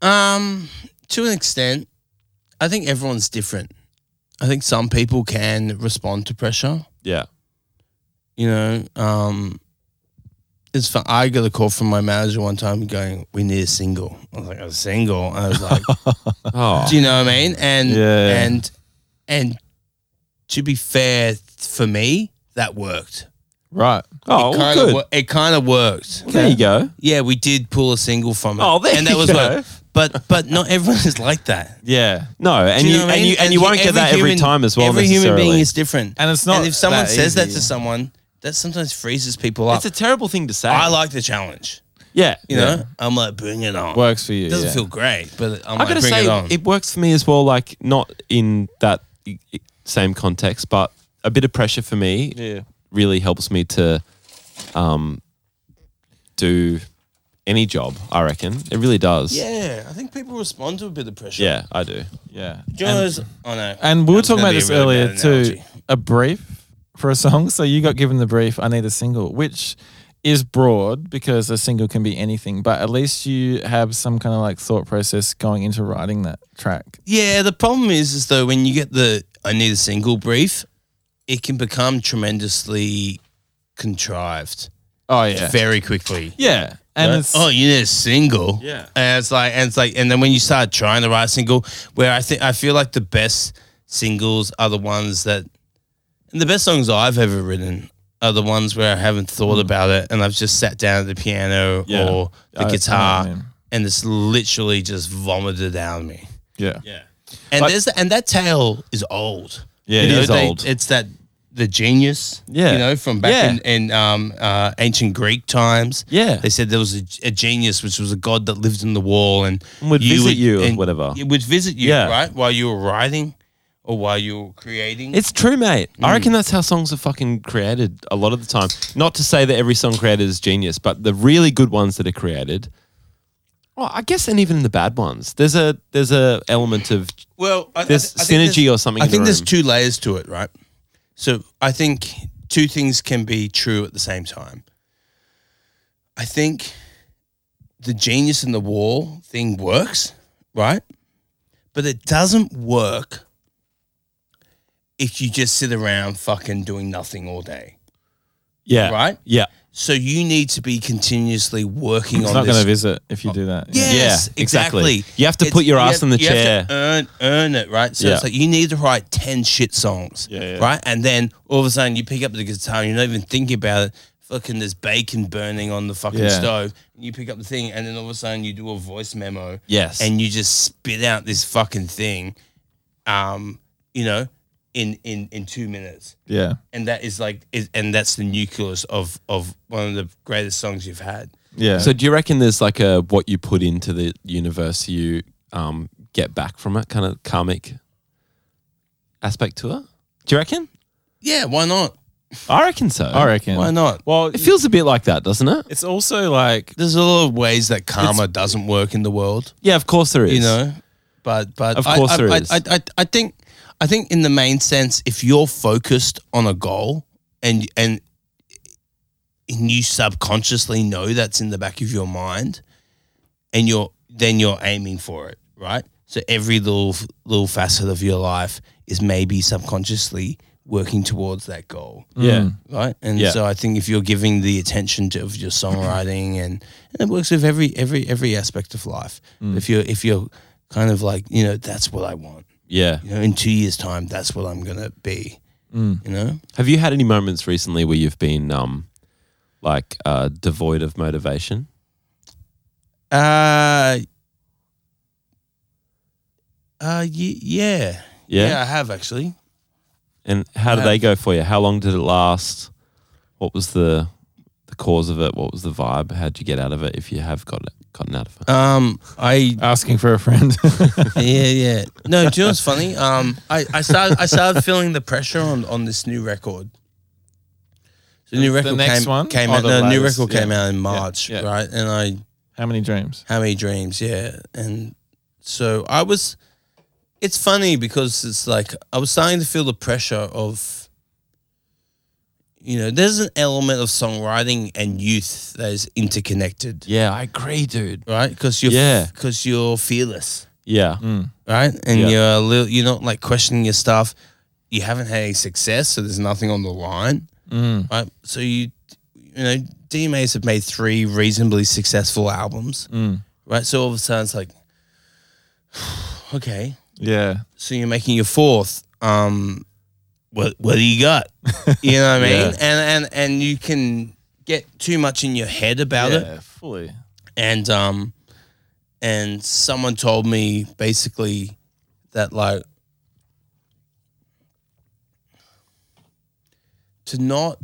[SPEAKER 6] Um, to an extent, I think everyone's different. I think some people can respond to pressure.
[SPEAKER 4] Yeah,
[SPEAKER 6] You know, um, it's fun. I got a call from my manager one time going, "We need a single." I was like, "A single?" I was like,
[SPEAKER 4] Oh.
[SPEAKER 6] "Do you know what I mean?" And
[SPEAKER 5] Yeah.
[SPEAKER 6] and and to be fair, for me, that worked.
[SPEAKER 5] Right.
[SPEAKER 4] oh, well,
[SPEAKER 6] Kind
[SPEAKER 4] good.
[SPEAKER 6] of, wo- it kind of worked.
[SPEAKER 4] There you go.
[SPEAKER 6] Yeah, we did pull a single from it.
[SPEAKER 4] Oh, there
[SPEAKER 6] and that
[SPEAKER 4] you
[SPEAKER 6] was
[SPEAKER 4] go.
[SPEAKER 6] what- But but not everyone is like that.
[SPEAKER 5] Yeah,
[SPEAKER 4] No, and
[SPEAKER 6] Do
[SPEAKER 4] you,
[SPEAKER 6] know what I
[SPEAKER 4] and
[SPEAKER 6] mean?
[SPEAKER 4] you and you won't get
[SPEAKER 6] every
[SPEAKER 4] that every
[SPEAKER 6] human-
[SPEAKER 4] time as well.
[SPEAKER 6] Every human being
[SPEAKER 4] necessarily.
[SPEAKER 6] is different,
[SPEAKER 5] And it's not
[SPEAKER 6] And if someone
[SPEAKER 5] that
[SPEAKER 6] says that
[SPEAKER 5] easy.
[SPEAKER 6] to someone, that sometimes freezes people up.
[SPEAKER 4] It's a terrible thing to say.
[SPEAKER 6] I like the challenge.
[SPEAKER 4] yeah,
[SPEAKER 6] You know, I'm like, bring it on.
[SPEAKER 5] works for you.
[SPEAKER 6] It doesn't
[SPEAKER 5] yeah.
[SPEAKER 6] feel great, but
[SPEAKER 4] I
[SPEAKER 6] I'm like,
[SPEAKER 4] gotta
[SPEAKER 6] bring
[SPEAKER 4] say,
[SPEAKER 6] it
[SPEAKER 4] it,
[SPEAKER 6] on.
[SPEAKER 4] works for me as well. Like not in that i- i- same context, but a bit of pressure for me
[SPEAKER 5] Yeah.
[SPEAKER 4] really helps me to um, do any job. I reckon it really does.
[SPEAKER 6] yeah, I think people respond to a bit of pressure.
[SPEAKER 4] Yeah, I do.
[SPEAKER 5] Yeah.
[SPEAKER 6] Do you know those- oh no.
[SPEAKER 5] And we were
[SPEAKER 6] That's gonna
[SPEAKER 5] talking about
[SPEAKER 6] be a
[SPEAKER 5] this
[SPEAKER 6] really
[SPEAKER 5] earlier
[SPEAKER 6] bad
[SPEAKER 5] too.
[SPEAKER 6] analogy.
[SPEAKER 5] A brief for a song. So you got given the brief. I need a single, which is broad because a single can be anything, but at least you have some kind of like thought process going into writing that track.
[SPEAKER 6] Yeah, the problem is, is though when you get the I need a single brief, it can become tremendously contrived
[SPEAKER 5] Oh yeah,
[SPEAKER 6] very quickly.
[SPEAKER 5] yeah, and it's
[SPEAKER 6] Oh, you need a single.
[SPEAKER 2] Yeah.
[SPEAKER 6] And it's like, and it's like, and then when you start trying to write a single, where I think I feel like the best singles are the ones that, and the best songs I've ever written are the ones where I haven't thought about it and I've just sat down at the piano
[SPEAKER 2] Yeah.
[SPEAKER 6] or the
[SPEAKER 5] Mm. I- I know
[SPEAKER 6] guitar
[SPEAKER 5] what you mean.
[SPEAKER 6] and it's literally just vomited down me.
[SPEAKER 5] yeah,
[SPEAKER 2] Yeah.
[SPEAKER 6] And there's and that tale is old.
[SPEAKER 4] Yeah,
[SPEAKER 6] You
[SPEAKER 4] it
[SPEAKER 6] know,
[SPEAKER 4] is
[SPEAKER 6] they-
[SPEAKER 4] old.
[SPEAKER 6] It's that the genius.
[SPEAKER 4] Yeah.
[SPEAKER 6] You know, from back
[SPEAKER 4] Yeah.
[SPEAKER 6] in, in um, uh, ancient Greek times.
[SPEAKER 4] Yeah.
[SPEAKER 6] They said there was a, a genius, which was a god that lived in the wall and
[SPEAKER 4] And would visit you or whatever.
[SPEAKER 6] It would visit you,
[SPEAKER 4] Yeah.
[SPEAKER 6] right, while you were writing or while you were creating.
[SPEAKER 4] It's true, mate.
[SPEAKER 5] Mm.
[SPEAKER 4] I reckon that's how songs are fucking created a lot of the time. Not to say that every song created is genius, but the really good ones that are created, well, I guess, and even the bad ones, there's a there's a element of
[SPEAKER 6] well, I, I-
[SPEAKER 4] there's
[SPEAKER 6] I think
[SPEAKER 4] synergy
[SPEAKER 6] there's-
[SPEAKER 4] or something
[SPEAKER 6] I
[SPEAKER 4] in the
[SPEAKER 6] think there's
[SPEAKER 4] room.
[SPEAKER 6] two layers to it, right? So I think two things can be true at the same time. I think the genius in the wall thing works, right? But it doesn't work if you just sit around fucking doing nothing all day.
[SPEAKER 4] yeah,
[SPEAKER 6] Right?
[SPEAKER 4] Yeah,
[SPEAKER 6] So you need to be continuously working
[SPEAKER 5] it's
[SPEAKER 6] on
[SPEAKER 5] not
[SPEAKER 6] this.
[SPEAKER 5] going to visit if you do that.
[SPEAKER 6] Yes,
[SPEAKER 4] Yeah,
[SPEAKER 6] exactly.
[SPEAKER 4] exactly. You have to put your
[SPEAKER 6] you
[SPEAKER 4] ass
[SPEAKER 6] have-
[SPEAKER 4] in the
[SPEAKER 6] you have to
[SPEAKER 4] chair.
[SPEAKER 6] earn, earn it, right? So it's
[SPEAKER 4] Yeah.
[SPEAKER 6] like you need to write ten shit songs,
[SPEAKER 2] yeah.
[SPEAKER 6] right? And then all of a sudden you pick up the guitar, you're not even thinking about it. Fucking, there's bacon burning on the fucking
[SPEAKER 5] Yeah.
[SPEAKER 6] stove. And you pick up the thing, and then all of a sudden you do a voice memo,
[SPEAKER 4] Yes.
[SPEAKER 6] and you just spit out this fucking thing, um, you know, in in in two minutes,
[SPEAKER 5] yeah,
[SPEAKER 6] and that is like, is, and that's the nucleus of of one of the greatest songs you've had.
[SPEAKER 5] yeah.
[SPEAKER 4] So do you reckon there's like a what you put into the universe you um, get back from it kind of karmic aspect to it? Do you reckon?
[SPEAKER 6] Yeah, why not?
[SPEAKER 4] I reckon so.
[SPEAKER 5] I reckon.
[SPEAKER 6] Why not?
[SPEAKER 5] Well,
[SPEAKER 4] It feels a bit like that, doesn't it?
[SPEAKER 5] it's also like
[SPEAKER 6] There's a lot of ways that karma doesn't work in the world,
[SPEAKER 4] Yeah, of course there is.
[SPEAKER 6] you know. But but
[SPEAKER 4] Of
[SPEAKER 6] I-
[SPEAKER 4] course
[SPEAKER 6] I,
[SPEAKER 4] there
[SPEAKER 6] I,
[SPEAKER 4] is.
[SPEAKER 6] I, I, I think I think in the main sense, if you're focused on a goal and and and you subconsciously know that's in the back of your mind, and you're then you're aiming for it, right? So every little little facet of your life is maybe subconsciously working towards that goal
[SPEAKER 4] Yeah.
[SPEAKER 6] right? And
[SPEAKER 4] Yeah.
[SPEAKER 6] so I think if you're giving the attention to, of your songwriting, and, and it works with every every every aspect of life.
[SPEAKER 4] Mm.
[SPEAKER 6] If you're if you're kind of like you know that's what I want.
[SPEAKER 4] Yeah.
[SPEAKER 6] You know, in two years' time, that's what I'm gonna be.
[SPEAKER 4] Mm.
[SPEAKER 6] You know,
[SPEAKER 4] Have you had any moments recently where you've been um, like uh, devoid of motivation?
[SPEAKER 6] uh, uh, ye- yeah,
[SPEAKER 4] Yeah.
[SPEAKER 6] I have actually.
[SPEAKER 4] And how did
[SPEAKER 6] Yeah.
[SPEAKER 4] they go for you? How long did it last? What was the the cause of it? What was the vibe? How'd you get out of it if you have got gotten out of it?
[SPEAKER 6] Um, I
[SPEAKER 5] asking for a friend.
[SPEAKER 6] yeah, yeah. No, do you know what's funny? Um, I, I started I started feeling the pressure on on this new record. So the new record
[SPEAKER 5] next
[SPEAKER 6] came,
[SPEAKER 5] one?
[SPEAKER 6] came
[SPEAKER 5] Or
[SPEAKER 6] out.
[SPEAKER 5] the
[SPEAKER 6] No, the new
[SPEAKER 5] latest?
[SPEAKER 6] record came
[SPEAKER 5] Yeah.
[SPEAKER 6] out in March,
[SPEAKER 5] yeah.
[SPEAKER 6] right? And I
[SPEAKER 5] How many dreams?
[SPEAKER 6] how many dreams? Yeah, and so I was. It's funny because it's like I was starting to feel the pressure of. You know, there's an element of songwriting and youth that is interconnected,
[SPEAKER 4] Yeah, I agree, dude.
[SPEAKER 6] right? Because you're
[SPEAKER 4] Yeah.
[SPEAKER 6] because you're fearless
[SPEAKER 4] Yeah.
[SPEAKER 6] Mm. right? And
[SPEAKER 4] Yeah.
[SPEAKER 6] you're a little, you're not like questioning your stuff. You haven't had any success, so there's nothing on the line, right? So you, you know, DMAs have made three reasonably successful albums, right? So all of a sudden it's like, okay,
[SPEAKER 5] Yeah,
[SPEAKER 6] so you're making your fourth. Um, what what do you got? You know what I mean?
[SPEAKER 4] Yeah.
[SPEAKER 6] And and and you can get too much in your head about it
[SPEAKER 5] fully.
[SPEAKER 6] and um and someone told me basically that like to not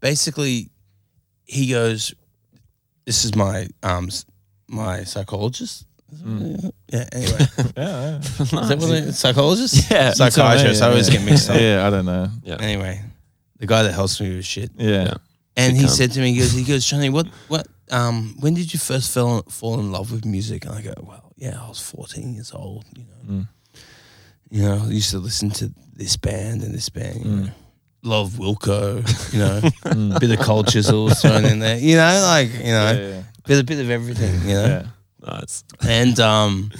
[SPEAKER 6] basically he goes this is my um s- my psychologist yeah anyway
[SPEAKER 5] Yeah,
[SPEAKER 6] is that what they, psychologist
[SPEAKER 4] Yeah.
[SPEAKER 6] psychiatrist I always get mixed up
[SPEAKER 5] yeah, I don't know.
[SPEAKER 6] anyway the guy that helps me with shit
[SPEAKER 5] Yeah,
[SPEAKER 6] and he
[SPEAKER 4] Become.
[SPEAKER 6] said to me, he goes, he goes, Johnny, what, what, um, when did you first fell, fall in love with music? And I go, well, yeah, I was 14 years old, you know. You know, I used to listen to this band and this band, you know. love Wilco, you know, Mm. bit of cold chisels thrown in there, you know, like you know, bit a bit of everything, you know,
[SPEAKER 4] Nice.
[SPEAKER 6] and um,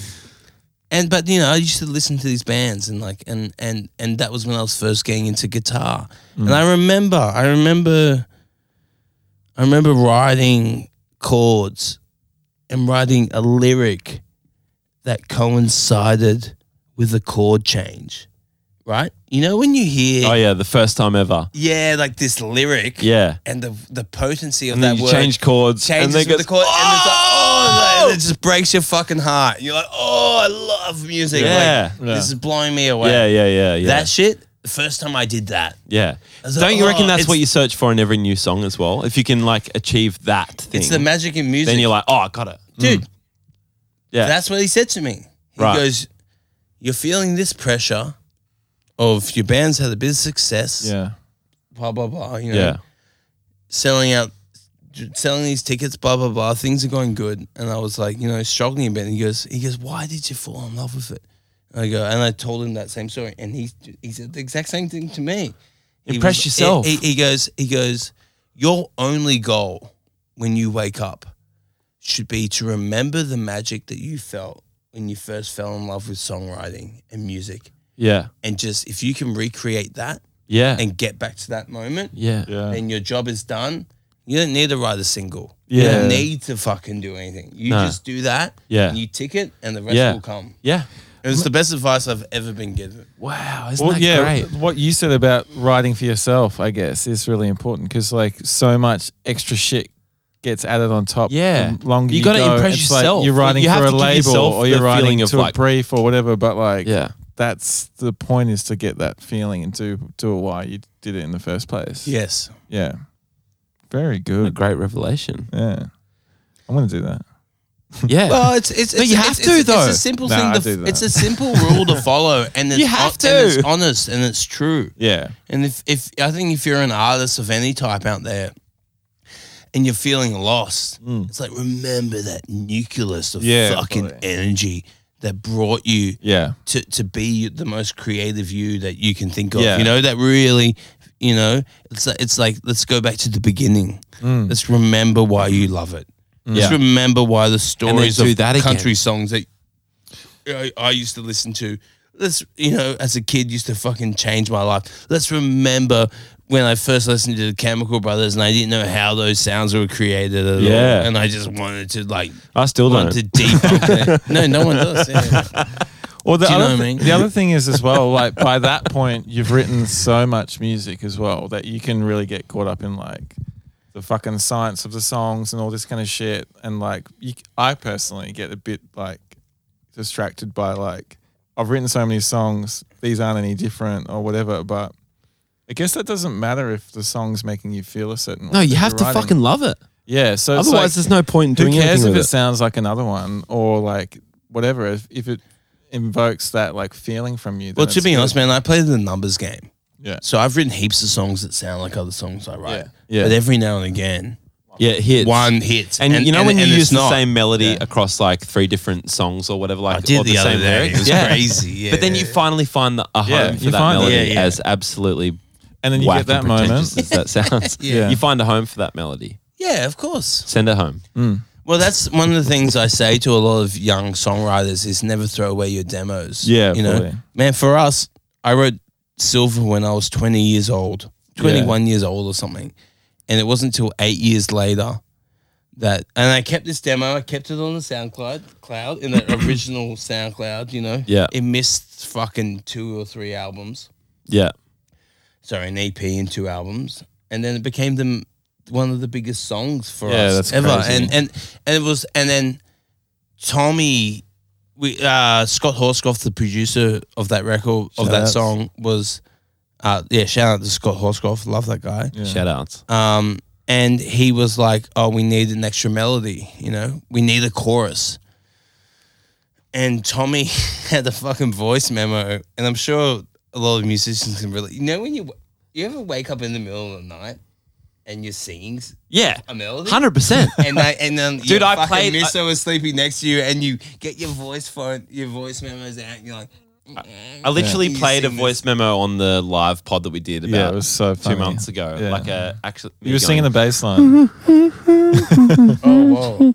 [SPEAKER 6] and but you know, I used to listen to these bands and like and and and that was when I was first getting into guitar,
[SPEAKER 4] Mm.
[SPEAKER 6] and I remember, I remember, I remember writing chords and writing a lyric that coincided with a chord change, right? You know, when you hear.
[SPEAKER 4] Oh yeah, the first time ever.
[SPEAKER 6] Yeah, like this lyric.
[SPEAKER 4] Yeah.
[SPEAKER 6] And the the potency of
[SPEAKER 4] And
[SPEAKER 6] that
[SPEAKER 4] then you
[SPEAKER 6] word
[SPEAKER 4] change chords.
[SPEAKER 6] changes
[SPEAKER 4] and then goes,
[SPEAKER 6] with the chord, and it's like, oh,
[SPEAKER 4] "Oh!"
[SPEAKER 6] and it just breaks your fucking heart. You're like, oh, I love music. Like,
[SPEAKER 4] Yeah.
[SPEAKER 6] this is blowing me away.
[SPEAKER 4] yeah, yeah, yeah, yeah.
[SPEAKER 6] That shit. The first time I did that,
[SPEAKER 4] yeah.
[SPEAKER 6] was
[SPEAKER 4] Don't
[SPEAKER 6] like,
[SPEAKER 4] you reckon
[SPEAKER 6] "Oh,
[SPEAKER 4] that's what
[SPEAKER 6] it's-
[SPEAKER 4] you search for in every new song as well? If you can like achieve that thing,
[SPEAKER 6] it's the magic in music.
[SPEAKER 4] then you're like, oh, I got it.
[SPEAKER 6] dude,
[SPEAKER 4] Yeah.
[SPEAKER 6] that's what he said to me. He
[SPEAKER 4] Right.
[SPEAKER 6] goes, you're feeling this pressure of your band's had a bit of success.
[SPEAKER 5] Yeah.
[SPEAKER 6] Blah blah blah. You know,
[SPEAKER 4] yeah.
[SPEAKER 6] selling out, selling these tickets, blah blah blah. Things are going good, and I was like, you know, struggling a bit. And he goes, he goes, why did you fall in love with it? And I go, and I told him that same story, and he he said the exact same thing to me. He
[SPEAKER 4] Impress
[SPEAKER 6] was-
[SPEAKER 4] yourself.
[SPEAKER 6] He, he goes, he goes, your only goal when you wake up should be to remember the magic that you felt when you first fell in love with songwriting and music,
[SPEAKER 4] Yeah.
[SPEAKER 6] and just if you can recreate that
[SPEAKER 4] Yeah.
[SPEAKER 6] and get back to that moment,
[SPEAKER 4] yeah.
[SPEAKER 5] Yeah.
[SPEAKER 6] then your job is done. You don't need to write a single. You
[SPEAKER 4] Yeah.
[SPEAKER 6] don't need to fucking do anything. You
[SPEAKER 4] No.
[SPEAKER 6] just do that.
[SPEAKER 4] Yeah.
[SPEAKER 6] And you tick it, and the rest
[SPEAKER 4] Yeah.
[SPEAKER 6] will come.
[SPEAKER 4] Yeah.
[SPEAKER 6] It was the best advice I've ever been given.
[SPEAKER 4] Wow. Isn't
[SPEAKER 5] Well,
[SPEAKER 4] that
[SPEAKER 5] yeah,
[SPEAKER 4] great?
[SPEAKER 5] what you said about writing for yourself, I guess, is really important because like so much extra shit gets added on top.
[SPEAKER 4] Yeah.
[SPEAKER 5] the longer
[SPEAKER 4] You
[SPEAKER 5] you
[SPEAKER 4] gotta
[SPEAKER 5] go,
[SPEAKER 4] impress
[SPEAKER 5] it's
[SPEAKER 4] yourself.
[SPEAKER 5] Like you're
[SPEAKER 4] Like,
[SPEAKER 5] writing
[SPEAKER 4] you have
[SPEAKER 5] for a
[SPEAKER 4] to give
[SPEAKER 5] label
[SPEAKER 4] yourself
[SPEAKER 5] or you're
[SPEAKER 4] the
[SPEAKER 5] writing
[SPEAKER 4] feeling of,
[SPEAKER 5] to
[SPEAKER 4] like-
[SPEAKER 5] a brief or whatever, but like
[SPEAKER 4] Yeah.
[SPEAKER 5] that's the point is to get that feeling and do do it why you did it in the first place.
[SPEAKER 6] Yes.
[SPEAKER 5] Yeah. Very
[SPEAKER 4] A
[SPEAKER 5] good.
[SPEAKER 4] great revelation.
[SPEAKER 5] Yeah. I'm gonna do that.
[SPEAKER 4] Yeah.
[SPEAKER 6] Well, it's it's, it's
[SPEAKER 4] you
[SPEAKER 6] it's-
[SPEAKER 4] have
[SPEAKER 6] it's-
[SPEAKER 4] to,
[SPEAKER 6] it's,
[SPEAKER 4] though.
[SPEAKER 6] a simple
[SPEAKER 5] Nah, I
[SPEAKER 6] thing.
[SPEAKER 5] do
[SPEAKER 6] To,
[SPEAKER 5] that.
[SPEAKER 6] it's a simple rule to follow, and it's
[SPEAKER 4] You have
[SPEAKER 6] hon- and
[SPEAKER 4] to.
[SPEAKER 6] it's honest and it's true.
[SPEAKER 5] Yeah.
[SPEAKER 6] And if if I think if you're an artist of any type out there, and you're feeling lost, it's like remember that nucleus of
[SPEAKER 5] Hmm. Yeah,
[SPEAKER 6] fucking
[SPEAKER 5] totally.
[SPEAKER 6] energy that brought you
[SPEAKER 5] Yeah.
[SPEAKER 6] to to be the most creative you that you can think of.
[SPEAKER 5] Yeah.
[SPEAKER 6] You know that really, you know, it's like, it's like let's go back to the beginning.
[SPEAKER 5] Hmm.
[SPEAKER 6] Let's remember why you love it. Let's
[SPEAKER 4] Yeah.
[SPEAKER 6] remember why the stories
[SPEAKER 4] do
[SPEAKER 6] of
[SPEAKER 4] that again.
[SPEAKER 6] country songs that I, I used to listen to. Let's you know, as a kid, used to fucking change my life. Let's remember when I first listened to the Chemical Brothers and I didn't know how those sounds were created at
[SPEAKER 4] Yeah.
[SPEAKER 6] all, and I just wanted to like
[SPEAKER 4] I still don't.
[SPEAKER 6] wanted to debunk it. No, no one does. Yeah.
[SPEAKER 5] Well, the
[SPEAKER 6] Do you know
[SPEAKER 5] other
[SPEAKER 6] what I
[SPEAKER 5] thi-
[SPEAKER 6] mean?
[SPEAKER 5] the other thing is as well, like by that point, you've written so much music as well that you can really get caught up in like the fucking science of the songs and all this kind of shit. And like, you, c- I personally get a bit like distracted by like I've written so many songs, these aren't any different or whatever. But I guess that doesn't matter if the song's making you feel a certain.
[SPEAKER 4] no,
[SPEAKER 5] way
[SPEAKER 4] you
[SPEAKER 5] that
[SPEAKER 4] have
[SPEAKER 5] you're
[SPEAKER 4] to
[SPEAKER 5] writing.
[SPEAKER 4] fucking love it.
[SPEAKER 5] yeah. So it's
[SPEAKER 4] Otherwise,
[SPEAKER 5] like-
[SPEAKER 4] there's no point in doing
[SPEAKER 5] who cares
[SPEAKER 4] anything
[SPEAKER 5] if
[SPEAKER 4] with
[SPEAKER 5] it,
[SPEAKER 4] it.
[SPEAKER 5] sounds like another one or like whatever if, if it invokes that like feeling from you then
[SPEAKER 6] Well, to
[SPEAKER 5] it's
[SPEAKER 6] be
[SPEAKER 5] good.
[SPEAKER 6] honest, man, I play the numbers game.
[SPEAKER 5] Yeah.
[SPEAKER 6] So I've written heaps of songs that sound like other songs I write.
[SPEAKER 4] Yeah. Yeah.
[SPEAKER 6] But every now and again,
[SPEAKER 4] Yeah, it hits.
[SPEAKER 6] one hits.
[SPEAKER 4] And, you know when you
[SPEAKER 6] and it's
[SPEAKER 4] use the
[SPEAKER 6] not.
[SPEAKER 4] same melody across like three different songs or whatever, like
[SPEAKER 6] I did
[SPEAKER 4] or
[SPEAKER 6] the, other
[SPEAKER 4] same
[SPEAKER 6] day. It
[SPEAKER 4] lyrics.
[SPEAKER 6] was
[SPEAKER 4] Yeah.
[SPEAKER 6] crazy. Yeah.
[SPEAKER 4] But then you finally find the a home
[SPEAKER 5] Yeah,
[SPEAKER 4] for
[SPEAKER 5] you
[SPEAKER 4] that
[SPEAKER 5] find it.
[SPEAKER 4] melody
[SPEAKER 6] Yeah, yeah.
[SPEAKER 4] as absolutely
[SPEAKER 5] and then you
[SPEAKER 4] whack
[SPEAKER 5] get that
[SPEAKER 4] and
[SPEAKER 5] moment
[SPEAKER 4] pretentious as that sounds.
[SPEAKER 5] Yeah.
[SPEAKER 4] You find a home for that melody.
[SPEAKER 6] yeah, of course.
[SPEAKER 4] Send it home.
[SPEAKER 5] Mm.
[SPEAKER 6] Well, that's one of the things I say to a lot of young songwriters is never throw away your demos.
[SPEAKER 5] Yeah,
[SPEAKER 6] You know,
[SPEAKER 5] fully.
[SPEAKER 6] man, for us, I wrote Silver when I was 20 years old, 21 years old or something. And it wasn't until eight years later that, and I kept this demo, I kept it on the SoundCloud, cloud, in that original SoundCloud, you know.
[SPEAKER 4] Yeah.
[SPEAKER 6] It missed fucking two or three albums.
[SPEAKER 4] Yeah.
[SPEAKER 6] Sorry, an EP and two albums. And then it became the, one of the biggest songs for
[SPEAKER 5] Yeah,
[SPEAKER 6] us
[SPEAKER 5] that's
[SPEAKER 6] ever.
[SPEAKER 5] crazy.
[SPEAKER 6] And, and, and it was, and then Tommy we uh, Scott Horscoff, the producer of that record of
[SPEAKER 5] Shout
[SPEAKER 6] that
[SPEAKER 5] outs.
[SPEAKER 6] song, was uh, yeah. Shout out to Scott Horscoff, love that guy.
[SPEAKER 4] Shout outs.
[SPEAKER 6] Um, and he was like, "Oh, we need an extra melody. You know, we need a chorus." And Tommy had a fucking voice memo, and I'm sure a lot of musicians can really. You know, when you you ever wake up in the middle of the night and you're singing s-
[SPEAKER 4] Yeah.
[SPEAKER 6] a melody,
[SPEAKER 4] Hundred percent.
[SPEAKER 6] and they, and then
[SPEAKER 4] Dude,
[SPEAKER 6] your
[SPEAKER 4] I
[SPEAKER 6] fucking
[SPEAKER 4] played-
[SPEAKER 6] miss that was sleeping next to you, and you get your voice phone, your voice memos out, and you're like,
[SPEAKER 4] I literally
[SPEAKER 6] You
[SPEAKER 4] played a
[SPEAKER 6] sing
[SPEAKER 4] voice memo on the live pod that we did about
[SPEAKER 5] Yeah, it was so
[SPEAKER 4] two
[SPEAKER 5] funny. Mm-hmm.
[SPEAKER 4] months ago.
[SPEAKER 5] Yeah.
[SPEAKER 4] Like a actually,
[SPEAKER 5] You were singing the bass line.
[SPEAKER 6] Oh, whoa.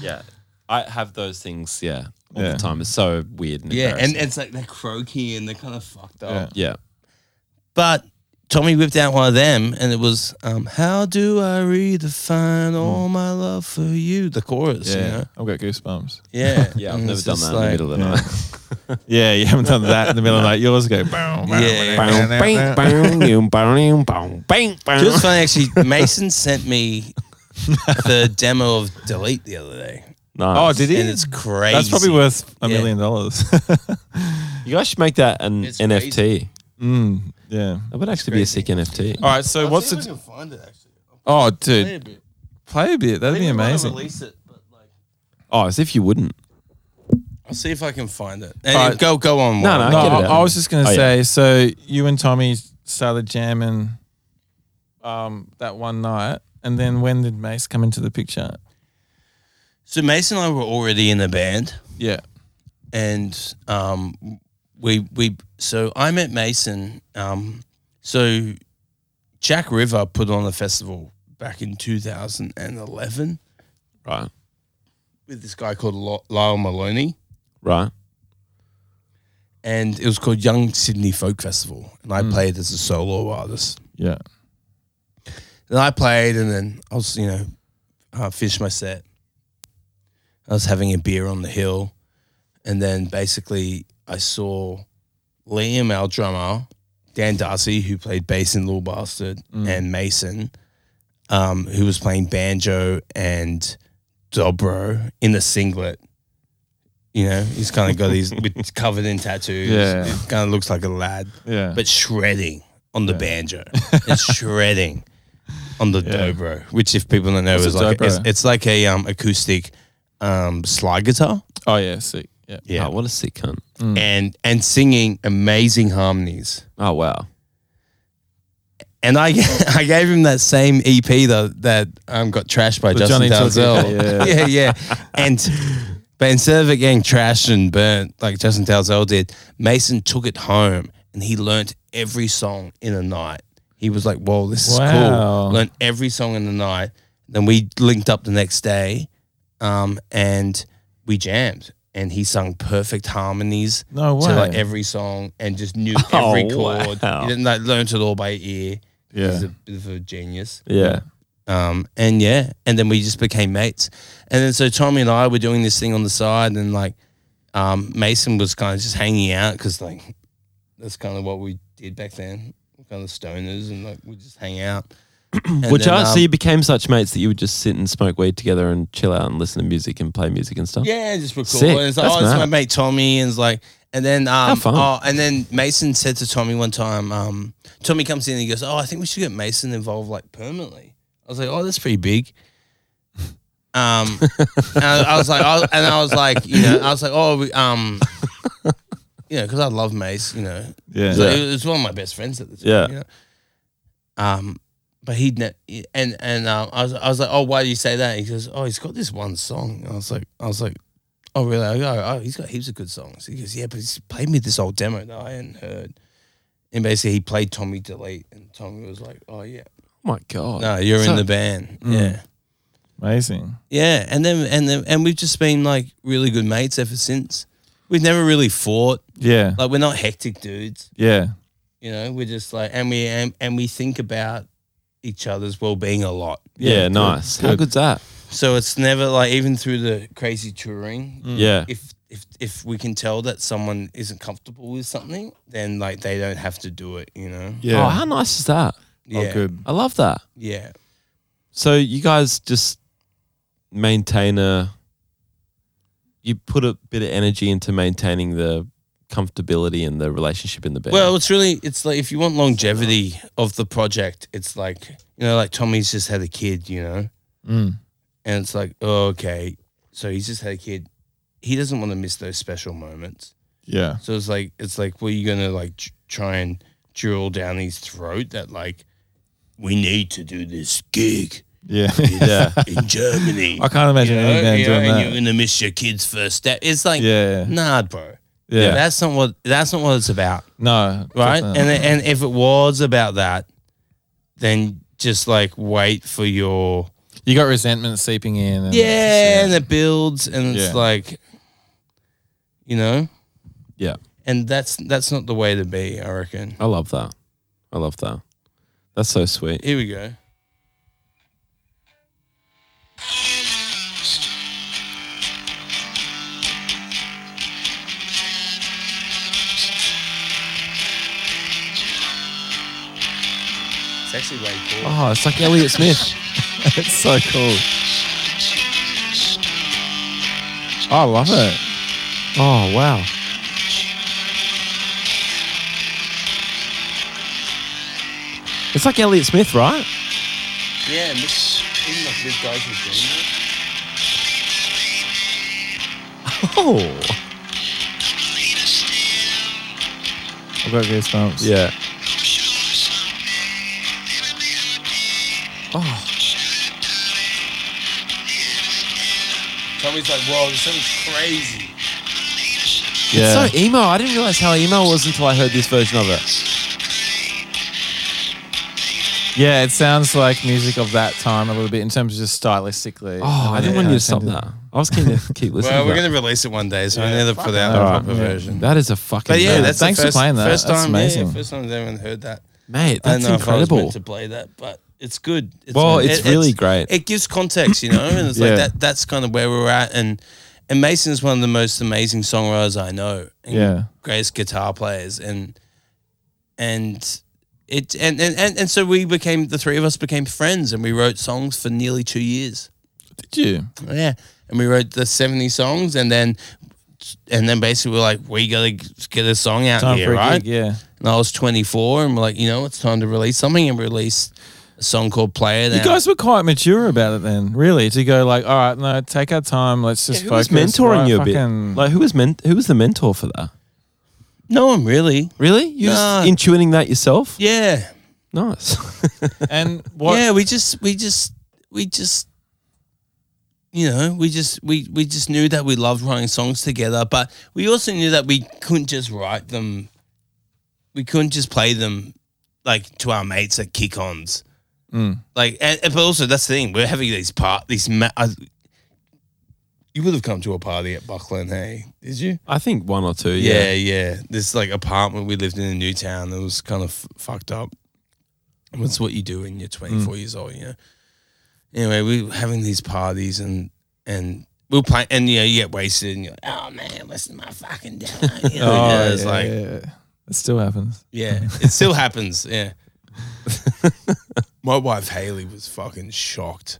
[SPEAKER 4] Yeah, I have those things. Yeah, all
[SPEAKER 5] Yeah.
[SPEAKER 4] the time. It's so weird. And
[SPEAKER 6] yeah, and
[SPEAKER 4] embarrassing.
[SPEAKER 6] it's like they're croaky and they're kind of fucked up.
[SPEAKER 5] Yeah.
[SPEAKER 4] yeah,
[SPEAKER 6] But Tommy whipped out one of them, and it was, um, "How do I redefine all my love for you?" The chorus, you know?
[SPEAKER 5] I've got goosebumps.
[SPEAKER 6] yeah,
[SPEAKER 4] yeah. I've
[SPEAKER 6] And
[SPEAKER 4] never
[SPEAKER 6] it's
[SPEAKER 4] done
[SPEAKER 6] just
[SPEAKER 4] that in the middle of the night.
[SPEAKER 5] Yeah, you haven't done that in the middle of the night. You always go. bow, bow,
[SPEAKER 6] Yeah.
[SPEAKER 5] bow, bow, bow, bow.
[SPEAKER 6] It was funny actually. Mason sent me the demo of Delete the other day,
[SPEAKER 5] Oh, did
[SPEAKER 6] and
[SPEAKER 5] he?
[SPEAKER 6] it's crazy.
[SPEAKER 5] That's probably worth a
[SPEAKER 6] Yeah.
[SPEAKER 5] million dollars.
[SPEAKER 4] you guys should make that an
[SPEAKER 6] It's
[SPEAKER 4] NFT.
[SPEAKER 5] Mm, yeah.
[SPEAKER 4] That would actually be a sick NFT.
[SPEAKER 5] All right. So what's
[SPEAKER 6] it?
[SPEAKER 5] the?
[SPEAKER 6] Find it actually.
[SPEAKER 5] Oh, dude,
[SPEAKER 6] bit.
[SPEAKER 5] play a bit. That'd be amazing.
[SPEAKER 6] Release it, but like,
[SPEAKER 4] Oh, as if you wouldn't.
[SPEAKER 6] I'll see if I can find it.
[SPEAKER 5] Alright.
[SPEAKER 6] Go, go on.
[SPEAKER 4] No,
[SPEAKER 6] Warren.
[SPEAKER 5] No,
[SPEAKER 4] I get it.
[SPEAKER 5] I, I was just gonna
[SPEAKER 4] Oh, yeah.
[SPEAKER 5] say. So you and Tommy started jamming, um, that one night, and then when did Mace come into the picture?
[SPEAKER 6] So Mason and I were already in the band.
[SPEAKER 5] Yeah.
[SPEAKER 6] and um, we we so I met Mason. Um, so Jack River put on a festival back in 2011
[SPEAKER 4] Right,
[SPEAKER 6] with this guy called Lo- Lyle Maloney,
[SPEAKER 4] right.
[SPEAKER 6] and it was called Young Sydney Folk Festival, and I played as a solo artist.
[SPEAKER 5] Yeah.
[SPEAKER 6] And I played, and then I was you know I finished my set. I was having a beer on the hill, and then basically I saw Liam, our drummer, Dan Darcy, who played bass in Little Bastard, and Mason, um, who was playing banjo and dobro in a singlet. You know, he's kind of got these with, covered in tattoos.
[SPEAKER 5] Yeah.
[SPEAKER 6] It kind of looks like a lad,
[SPEAKER 5] Yeah.
[SPEAKER 6] but shredding on the banjo. It's shredding on the dobro, which if people don't know
[SPEAKER 5] What's
[SPEAKER 6] is
[SPEAKER 5] a
[SPEAKER 6] like
[SPEAKER 5] dobro?
[SPEAKER 6] it's, it's like a um, acoustic um, slide guitar.
[SPEAKER 5] oh yeah. Sick. Yeah. Ah,
[SPEAKER 6] Yeah.
[SPEAKER 4] Oh, what a sick cunt.
[SPEAKER 6] and and singing amazing harmonies.
[SPEAKER 4] Oh wow.
[SPEAKER 6] And I I gave him that same EP that that um, got trashed by
[SPEAKER 5] The
[SPEAKER 6] Justin
[SPEAKER 5] Johnny Toots,
[SPEAKER 6] Dalzell. Yeah. yeah, And but instead of it getting trashed and burnt like Justin Dalzell did, Mason took it home and he learnt every song in a night. He was like, "Whoa, this is
[SPEAKER 5] Wow.
[SPEAKER 6] cool." Learned every song in the night. Then we linked up the next day, um, and we jammed. And he sung perfect harmonies
[SPEAKER 5] No
[SPEAKER 6] to like
[SPEAKER 5] way.
[SPEAKER 6] every song and just knew every
[SPEAKER 4] Oh,
[SPEAKER 6] chord.
[SPEAKER 4] wow.
[SPEAKER 6] He didn't like learnt it all by ear.
[SPEAKER 5] Yeah.
[SPEAKER 6] He's a bit of a genius.
[SPEAKER 4] Yeah.
[SPEAKER 6] Um, and yeah, and then we just became mates. And then so Tommy and I were doing this thing on the side, and like um, Mason was kind of just hanging out because like that's kind of what we did back then, kind of stoners, and like we just hang out. And
[SPEAKER 4] Which
[SPEAKER 6] then,
[SPEAKER 4] are
[SPEAKER 6] um,
[SPEAKER 4] so you became such mates that you would just sit and smoke weed together and chill out and listen to music and play music and stuff.
[SPEAKER 6] Yeah, just record.
[SPEAKER 4] Sick.
[SPEAKER 6] And it's like,
[SPEAKER 4] That's
[SPEAKER 6] oh, it's
[SPEAKER 4] mad.
[SPEAKER 6] my mate Tommy, and it's like, and then um,
[SPEAKER 4] fun.
[SPEAKER 6] oh, and then Mason said to Tommy one time, um, Tommy comes in and he goes, oh, I think we should get Mason involved like permanently. I was like, oh, that's pretty big. Um, and I, I was like, I, was- and I was like, you know, I was like, oh, we, um, you know, because I love Mace, you know,
[SPEAKER 5] Yeah.
[SPEAKER 6] so it was one of my best friends at the time.
[SPEAKER 4] Yeah.
[SPEAKER 6] you know? Um, but he'd ne- and and um, I was I was like, oh, why do you say that? He goes, oh, he's got this one song. I was like, I was like, oh, really? I go, oh, he's got heaps of good songs. He goes, yeah, but he's played me this old demo that I hadn't heard. And basically, he played Tommy Delete, and Tommy was like, oh yeah,
[SPEAKER 4] Oh my god.
[SPEAKER 6] no, you're in the band,
[SPEAKER 5] Mm.
[SPEAKER 6] yeah.
[SPEAKER 5] Amazing.
[SPEAKER 6] Yeah, and then and then and we've just been like really good mates ever since. We've never really fought.
[SPEAKER 5] Yeah.
[SPEAKER 6] Like we're not hectic dudes.
[SPEAKER 5] Yeah.
[SPEAKER 6] You know, we're just like, and we and, and we think about each other's well being a lot.
[SPEAKER 4] Yeah, nice. How good's that?
[SPEAKER 6] So it's never like, even through the crazy
[SPEAKER 5] Mm.
[SPEAKER 6] touring,
[SPEAKER 4] Yeah.
[SPEAKER 6] if if if we can tell that someone isn't comfortable with something, then like they don't have to do it. You know?
[SPEAKER 4] Oh, how nice is that?
[SPEAKER 6] Yeah.
[SPEAKER 5] Oh, good.
[SPEAKER 4] I love that.
[SPEAKER 6] Yeah.
[SPEAKER 4] So you guys just maintain a you put a bit of energy into maintaining the comfortability and the relationship in the band.
[SPEAKER 6] Well, it's really it's like if you want longevity of the project, it's like you know, like Tommy's just had a kid, you know,
[SPEAKER 5] Mm.
[SPEAKER 6] and it's like oh, okay, so he's just had a kid. He doesn't want to miss those special moments.
[SPEAKER 5] Yeah.
[SPEAKER 6] So it's like it's like, well, you're gonna like tr- try and drill down his throat that like we need to do this gig
[SPEAKER 5] Yeah.
[SPEAKER 4] yeah.
[SPEAKER 6] in Germany.
[SPEAKER 5] I can't imagine
[SPEAKER 6] You know,
[SPEAKER 5] any band
[SPEAKER 6] you know,
[SPEAKER 5] doing
[SPEAKER 6] and
[SPEAKER 5] that.
[SPEAKER 6] you're gonna miss your kid's first step. It's like
[SPEAKER 5] yeah.
[SPEAKER 6] nah, bro.
[SPEAKER 5] Yeah.
[SPEAKER 6] That's not what that's not what it's about,
[SPEAKER 5] no.
[SPEAKER 6] right?
[SPEAKER 5] definitely.
[SPEAKER 6] And and if it was about that, then just like wait for your
[SPEAKER 5] you got resentment seeping in. And
[SPEAKER 6] yeah, and it builds, and
[SPEAKER 5] Yeah.
[SPEAKER 6] it's like, you know,
[SPEAKER 4] Yeah.
[SPEAKER 6] and that's that's not the way to be. I reckon.
[SPEAKER 4] I love that. I love that. That's so sweet.
[SPEAKER 6] Here we go. It's actually way cool.
[SPEAKER 4] Oh, it's like Elliot Smith.
[SPEAKER 5] it's so cool. I love it.
[SPEAKER 4] Oh, wow. It's like Elliot Smith, right?
[SPEAKER 6] Yeah, mix in like this guy's with green.
[SPEAKER 4] Oh.
[SPEAKER 5] I've got goosebumps.
[SPEAKER 4] Yeah.
[SPEAKER 6] Tommy's like, whoa, this sounds crazy.
[SPEAKER 5] yeah.
[SPEAKER 4] It's so emo. I didn't realize how emo it was until I heard this version of it.
[SPEAKER 5] yeah, it sounds like music of that time a little bit in terms of just stylistically.
[SPEAKER 4] Oh, I didn't want you to stop that. I was keen to keep listening.
[SPEAKER 6] Well,
[SPEAKER 4] to
[SPEAKER 6] we're
[SPEAKER 4] that.
[SPEAKER 6] gonna release it one day, so I need to put out
[SPEAKER 5] All
[SPEAKER 6] a
[SPEAKER 5] right,
[SPEAKER 6] proper
[SPEAKER 5] yeah.
[SPEAKER 6] version.
[SPEAKER 4] That is a fucking.
[SPEAKER 6] But yeah,
[SPEAKER 4] man.
[SPEAKER 6] that's
[SPEAKER 5] thanks
[SPEAKER 6] the
[SPEAKER 5] for
[SPEAKER 6] first,
[SPEAKER 5] playing that.
[SPEAKER 6] First
[SPEAKER 5] That's
[SPEAKER 6] time,
[SPEAKER 5] amazing.
[SPEAKER 6] Yeah, first time anyone heard that.
[SPEAKER 4] mate.
[SPEAKER 6] I don't
[SPEAKER 4] That's
[SPEAKER 6] know if I was
[SPEAKER 4] incredible.
[SPEAKER 6] meant to play that, but it's good. It's,
[SPEAKER 4] Well, it's really
[SPEAKER 6] it's-
[SPEAKER 4] great.
[SPEAKER 6] It gives context, you know, and it's
[SPEAKER 5] Yeah.
[SPEAKER 6] like that. That's kind of where we're at, and and Mason's one of the most amazing songwriters I know. And
[SPEAKER 5] Yeah.
[SPEAKER 6] greatest guitar players, and and it and and, and and so we became the three of us became friends, and we wrote songs for nearly two years.
[SPEAKER 5] Did you?
[SPEAKER 6] Yeah, and we wrote the seventy songs, and then and then basically we're like, we gotta get a song out
[SPEAKER 5] Time
[SPEAKER 6] here,
[SPEAKER 5] for a
[SPEAKER 6] right?
[SPEAKER 5] gig, yeah.
[SPEAKER 6] And I was twenty four, and we're like, you know, it's time to release something, and we released a song called "Play It
[SPEAKER 5] You
[SPEAKER 6] Out.
[SPEAKER 5] guys were quite mature about it then, really, to go like, all right, no, take our time, let's just
[SPEAKER 4] Who was
[SPEAKER 5] focus.
[SPEAKER 4] mentoring
[SPEAKER 5] right,
[SPEAKER 4] you a bit?
[SPEAKER 5] fucking-
[SPEAKER 4] Like, who was men- Who was the mentor for that?
[SPEAKER 6] no one really.
[SPEAKER 4] Really? You
[SPEAKER 6] Nah.
[SPEAKER 4] just intuiting that yourself?
[SPEAKER 6] Yeah,
[SPEAKER 4] Nice.
[SPEAKER 5] and what?
[SPEAKER 6] yeah. We just, we just, we just. You know, we just we, we just knew that we loved writing songs together, but we also knew that we couldn't just write them. We couldn't just play them, like to our mates at kick-ons.
[SPEAKER 5] Mm.
[SPEAKER 6] like and, and- but also that's the thing we're having these part these ma- uh, you would have come to a party at Buckland hey did you
[SPEAKER 4] I think one or two. Yeah.
[SPEAKER 6] yeah yeah, this like apartment we lived in in Newtown that was kind of f- fucked up what's what you do when you're 24 years old you know anyway we were having these parties and and we were playing and you know you get wasted and you're like oh man listen to my fucking demo you know,
[SPEAKER 5] Oh,
[SPEAKER 6] yeah, it's like
[SPEAKER 5] it still happens.
[SPEAKER 6] yeah, it still happens. Yeah. My wife Haley was fucking shocked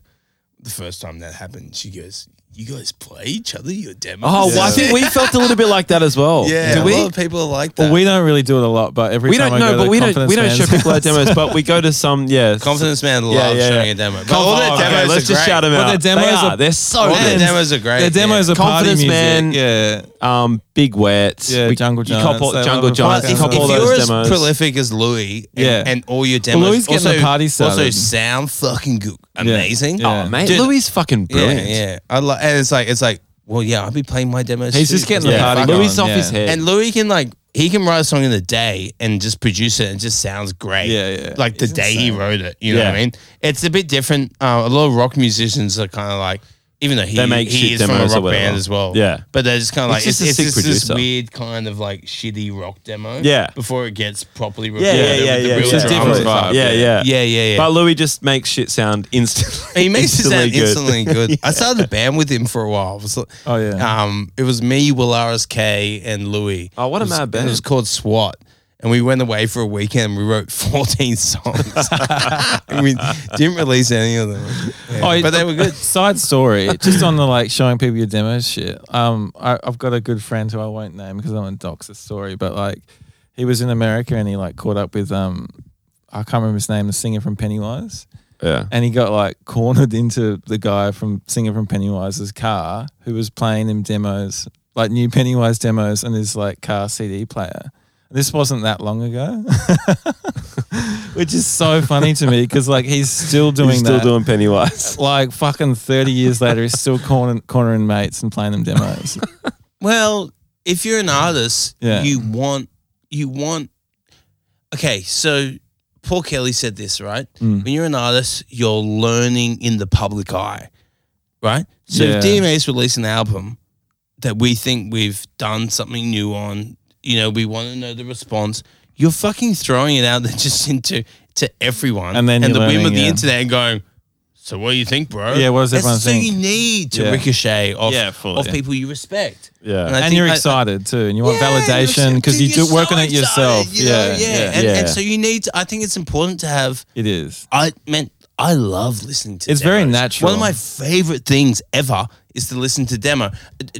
[SPEAKER 6] the first time that happened. She goes, "You guys play each other your demos."
[SPEAKER 4] Oh, well, I think we felt a little bit like that as well.
[SPEAKER 6] yeah.
[SPEAKER 4] Do
[SPEAKER 6] a
[SPEAKER 4] we?
[SPEAKER 6] lot of people are like that.
[SPEAKER 5] Well, we don't really do it a lot, but every
[SPEAKER 4] we
[SPEAKER 5] time
[SPEAKER 4] don't
[SPEAKER 5] I go
[SPEAKER 4] know,
[SPEAKER 5] to
[SPEAKER 4] but
[SPEAKER 5] the
[SPEAKER 4] we don't
[SPEAKER 5] confidence
[SPEAKER 4] we don't
[SPEAKER 5] man's
[SPEAKER 4] show people our
[SPEAKER 5] house-
[SPEAKER 4] demos, but we go to some yeah.
[SPEAKER 6] Confidence man loves
[SPEAKER 4] Yeah, yeah.
[SPEAKER 6] showing a demo. But all
[SPEAKER 4] Oh,
[SPEAKER 6] their
[SPEAKER 4] okay,
[SPEAKER 6] demos are
[SPEAKER 4] let's just
[SPEAKER 6] great.
[SPEAKER 4] shout them
[SPEAKER 5] But
[SPEAKER 4] out.
[SPEAKER 5] their demos
[SPEAKER 4] they
[SPEAKER 5] are-
[SPEAKER 4] are. They're so
[SPEAKER 6] All their
[SPEAKER 4] good.
[SPEAKER 6] demos are great.
[SPEAKER 5] Their Oh, demos
[SPEAKER 6] yeah.
[SPEAKER 5] are party
[SPEAKER 4] Confidence
[SPEAKER 5] music.
[SPEAKER 4] Man.
[SPEAKER 5] Yeah.
[SPEAKER 4] um, Big Wet.
[SPEAKER 5] Yeah, Jungle
[SPEAKER 4] You cop
[SPEAKER 5] Giants,
[SPEAKER 4] all,
[SPEAKER 5] they
[SPEAKER 4] Jungle
[SPEAKER 5] love them.
[SPEAKER 4] Giants. You
[SPEAKER 5] If-
[SPEAKER 4] cop
[SPEAKER 5] if
[SPEAKER 4] all
[SPEAKER 6] you're
[SPEAKER 4] those
[SPEAKER 6] as
[SPEAKER 4] demos.
[SPEAKER 6] prolific as Louis, and,
[SPEAKER 5] Yeah.
[SPEAKER 6] and all your demos,
[SPEAKER 5] Louis getting the
[SPEAKER 6] also,
[SPEAKER 5] party
[SPEAKER 6] also
[SPEAKER 5] started.
[SPEAKER 6] sound fucking good, amazing.
[SPEAKER 5] Yeah.
[SPEAKER 4] Oh, mate,
[SPEAKER 6] Dude,
[SPEAKER 4] Louis is fucking brilliant.
[SPEAKER 6] Yeah, yeah. I lo- and it's like it's like, well, yeah, I'll be playing my demos.
[SPEAKER 5] He's
[SPEAKER 6] too,
[SPEAKER 5] just getting
[SPEAKER 6] because
[SPEAKER 5] the
[SPEAKER 6] they're
[SPEAKER 5] party
[SPEAKER 6] fucking
[SPEAKER 5] going.
[SPEAKER 4] Louis is off
[SPEAKER 5] yeah.
[SPEAKER 4] his head.
[SPEAKER 6] And Louis can like he can write a song in the day and just produce it and it just sounds great.
[SPEAKER 5] Yeah, yeah.
[SPEAKER 6] Like the
[SPEAKER 5] It's
[SPEAKER 6] day he
[SPEAKER 5] insane.
[SPEAKER 6] wrote it. You know what I
[SPEAKER 4] Yeah.
[SPEAKER 6] mean? It's a bit different. Uh, a lot of rock musicians are kind of like, even though he,
[SPEAKER 4] They make
[SPEAKER 6] he
[SPEAKER 4] shit
[SPEAKER 6] is from a
[SPEAKER 4] demos or
[SPEAKER 6] rock band
[SPEAKER 4] whatever.
[SPEAKER 6] as well.
[SPEAKER 4] Yeah.
[SPEAKER 6] But they're just kind of like,
[SPEAKER 4] just
[SPEAKER 6] it's,
[SPEAKER 4] a
[SPEAKER 6] it's
[SPEAKER 4] sick
[SPEAKER 6] just this
[SPEAKER 4] producer.
[SPEAKER 6] weird kind of like shitty rock demo.
[SPEAKER 4] Yeah.
[SPEAKER 6] Before it gets properly
[SPEAKER 4] yeah,
[SPEAKER 6] recorded.
[SPEAKER 4] yeah,
[SPEAKER 6] with
[SPEAKER 4] yeah,
[SPEAKER 6] the
[SPEAKER 4] yeah.
[SPEAKER 6] real
[SPEAKER 4] It's just
[SPEAKER 6] drums
[SPEAKER 4] different.
[SPEAKER 6] and stuff.
[SPEAKER 4] Yeah, yeah,
[SPEAKER 6] Yeah, yeah, yeah.
[SPEAKER 4] But Louis just makes shit sound instantly.
[SPEAKER 6] He makes it sound
[SPEAKER 4] instantly good.
[SPEAKER 6] instantly good. I started a band with him for a while. It was, like-
[SPEAKER 5] Oh, yeah.
[SPEAKER 6] Um, it was me, Willaris K, and Louis.
[SPEAKER 4] Oh, what a
[SPEAKER 6] It was-
[SPEAKER 4] mad
[SPEAKER 6] and It
[SPEAKER 4] band.
[SPEAKER 6] was called SWAT. And we went away for a weekend. We wrote 14 songs. and we didn't release any of them. Yeah.
[SPEAKER 5] Oh,
[SPEAKER 6] but they were good.
[SPEAKER 5] Side story, just on the like showing people your demos shit. Um, I, I've got a good friend who I won't name because I want to dox the story, but like he was in America and he like caught up with um, I can't remember his name, the singer from Pennywise,
[SPEAKER 4] Yeah.
[SPEAKER 5] and he got like cornered into the guy from singer from Pennywise's car who was playing him demos, like new Pennywise demos, and his like car CD player. This wasn't that long ago, which is so funny to me because like he's still doing
[SPEAKER 4] He's still
[SPEAKER 5] that
[SPEAKER 4] doing Pennywise.
[SPEAKER 5] like fucking 30 years later, he's still cornering, cornering mates and playing them demos.
[SPEAKER 6] Well, if you're an artist,
[SPEAKER 5] Yeah.
[SPEAKER 6] you want you want okay, so Paul Kelly said this, right?
[SPEAKER 5] Mm.
[SPEAKER 6] When you're an artist, you're learning in the public eye. Right? So
[SPEAKER 5] Yeah.
[SPEAKER 6] if DMA's released an album that we think we've done something new on, you know, we want to know the response, you're fucking throwing it out there just into to everyone.
[SPEAKER 5] And then
[SPEAKER 6] and the
[SPEAKER 5] you're
[SPEAKER 6] whim of
[SPEAKER 5] learning,
[SPEAKER 6] the
[SPEAKER 5] yeah.
[SPEAKER 6] internet and going, So what do you think, bro?
[SPEAKER 5] Yeah, what does
[SPEAKER 6] That's
[SPEAKER 5] everyone
[SPEAKER 6] so
[SPEAKER 5] think?
[SPEAKER 6] you need to
[SPEAKER 5] Yeah.
[SPEAKER 6] ricochet off,
[SPEAKER 2] Yeah, fully.
[SPEAKER 6] off people you respect.
[SPEAKER 4] Yeah.
[SPEAKER 6] I
[SPEAKER 5] and
[SPEAKER 6] think
[SPEAKER 5] you're
[SPEAKER 6] I-
[SPEAKER 5] excited too, and you want
[SPEAKER 6] Yeah,
[SPEAKER 5] validation
[SPEAKER 6] you're-
[SPEAKER 5] because
[SPEAKER 6] dude,
[SPEAKER 5] you do
[SPEAKER 6] you're
[SPEAKER 5] working
[SPEAKER 6] so
[SPEAKER 5] on it yourself.
[SPEAKER 6] excited, you know?
[SPEAKER 5] Yeah,
[SPEAKER 6] yeah. And, and
[SPEAKER 4] Yeah.
[SPEAKER 6] so you need. To, I think it's important to have.
[SPEAKER 5] it is.
[SPEAKER 6] I meant I love listening to.
[SPEAKER 5] It's very
[SPEAKER 6] demos.
[SPEAKER 5] natural.
[SPEAKER 6] One of my favorite things ever is to listen to demo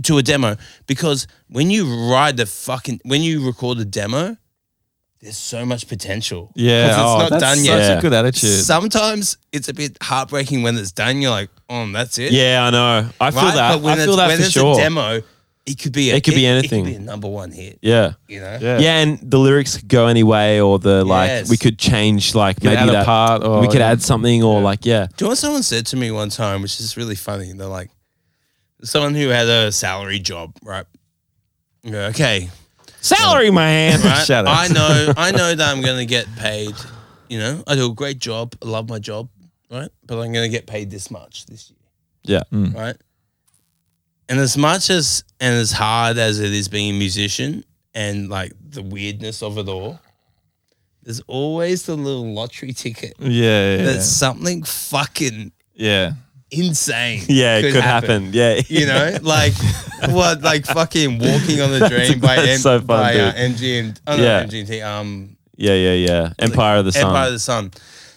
[SPEAKER 6] to a demo because when you ride the fucking when you record a demo, there's so much potential.
[SPEAKER 5] Yeah,
[SPEAKER 6] 'Cause it's
[SPEAKER 5] oh,
[SPEAKER 6] not
[SPEAKER 5] that's
[SPEAKER 6] done
[SPEAKER 5] such
[SPEAKER 6] yet.
[SPEAKER 5] a good attitude.
[SPEAKER 6] Sometimes it's a bit heartbreaking when it's done. You're like, oh, that's it.
[SPEAKER 4] Yeah, I know. I feel
[SPEAKER 6] right?
[SPEAKER 4] that.
[SPEAKER 6] But when
[SPEAKER 4] I feel
[SPEAKER 6] it's,
[SPEAKER 4] that
[SPEAKER 6] when
[SPEAKER 4] for
[SPEAKER 6] it's
[SPEAKER 4] sure.
[SPEAKER 6] a demo, it could be a,
[SPEAKER 4] It could be
[SPEAKER 6] It
[SPEAKER 4] anything.
[SPEAKER 6] could be a number one hit.
[SPEAKER 4] yeah.
[SPEAKER 6] You know.
[SPEAKER 5] Yeah.
[SPEAKER 4] Yeah, and the lyrics could go any way, or the like.
[SPEAKER 6] Yes.
[SPEAKER 4] We could change, like
[SPEAKER 5] Could
[SPEAKER 4] maybe
[SPEAKER 5] add a
[SPEAKER 4] that
[SPEAKER 5] part or-
[SPEAKER 4] we could
[SPEAKER 5] yeah.
[SPEAKER 4] add something, or like yeah,
[SPEAKER 6] Do you know what someone said to me one time, which is really funny? They're like, someone who had a salary job, right? Yeah, okay,
[SPEAKER 4] salary man.
[SPEAKER 6] right?
[SPEAKER 5] Shout out.
[SPEAKER 6] I know, I know that I'm gonna get paid. You know, I do a great job. I love my job, right? But I'm gonna get paid this much this year,
[SPEAKER 4] yeah,
[SPEAKER 5] Mm.
[SPEAKER 6] right? And as much as and as hard as it is being a musician and like the weirdness of it all, there's always the little lottery ticket.
[SPEAKER 5] Yeah, yeah,
[SPEAKER 6] That something fucking
[SPEAKER 5] yeah.
[SPEAKER 6] insane.
[SPEAKER 4] yeah. It could, happen. Yeah,
[SPEAKER 6] You know, like what, like fucking walking on the dream by,
[SPEAKER 4] that's
[SPEAKER 6] M-
[SPEAKER 4] so fun,
[SPEAKER 6] by uh,
[SPEAKER 4] dude.
[SPEAKER 6] MGM, oh, no,
[SPEAKER 4] Yeah.
[SPEAKER 6] MGMT, um,
[SPEAKER 4] yeah, yeah, yeah. Empire of the Sun.
[SPEAKER 6] Empire of the Sun.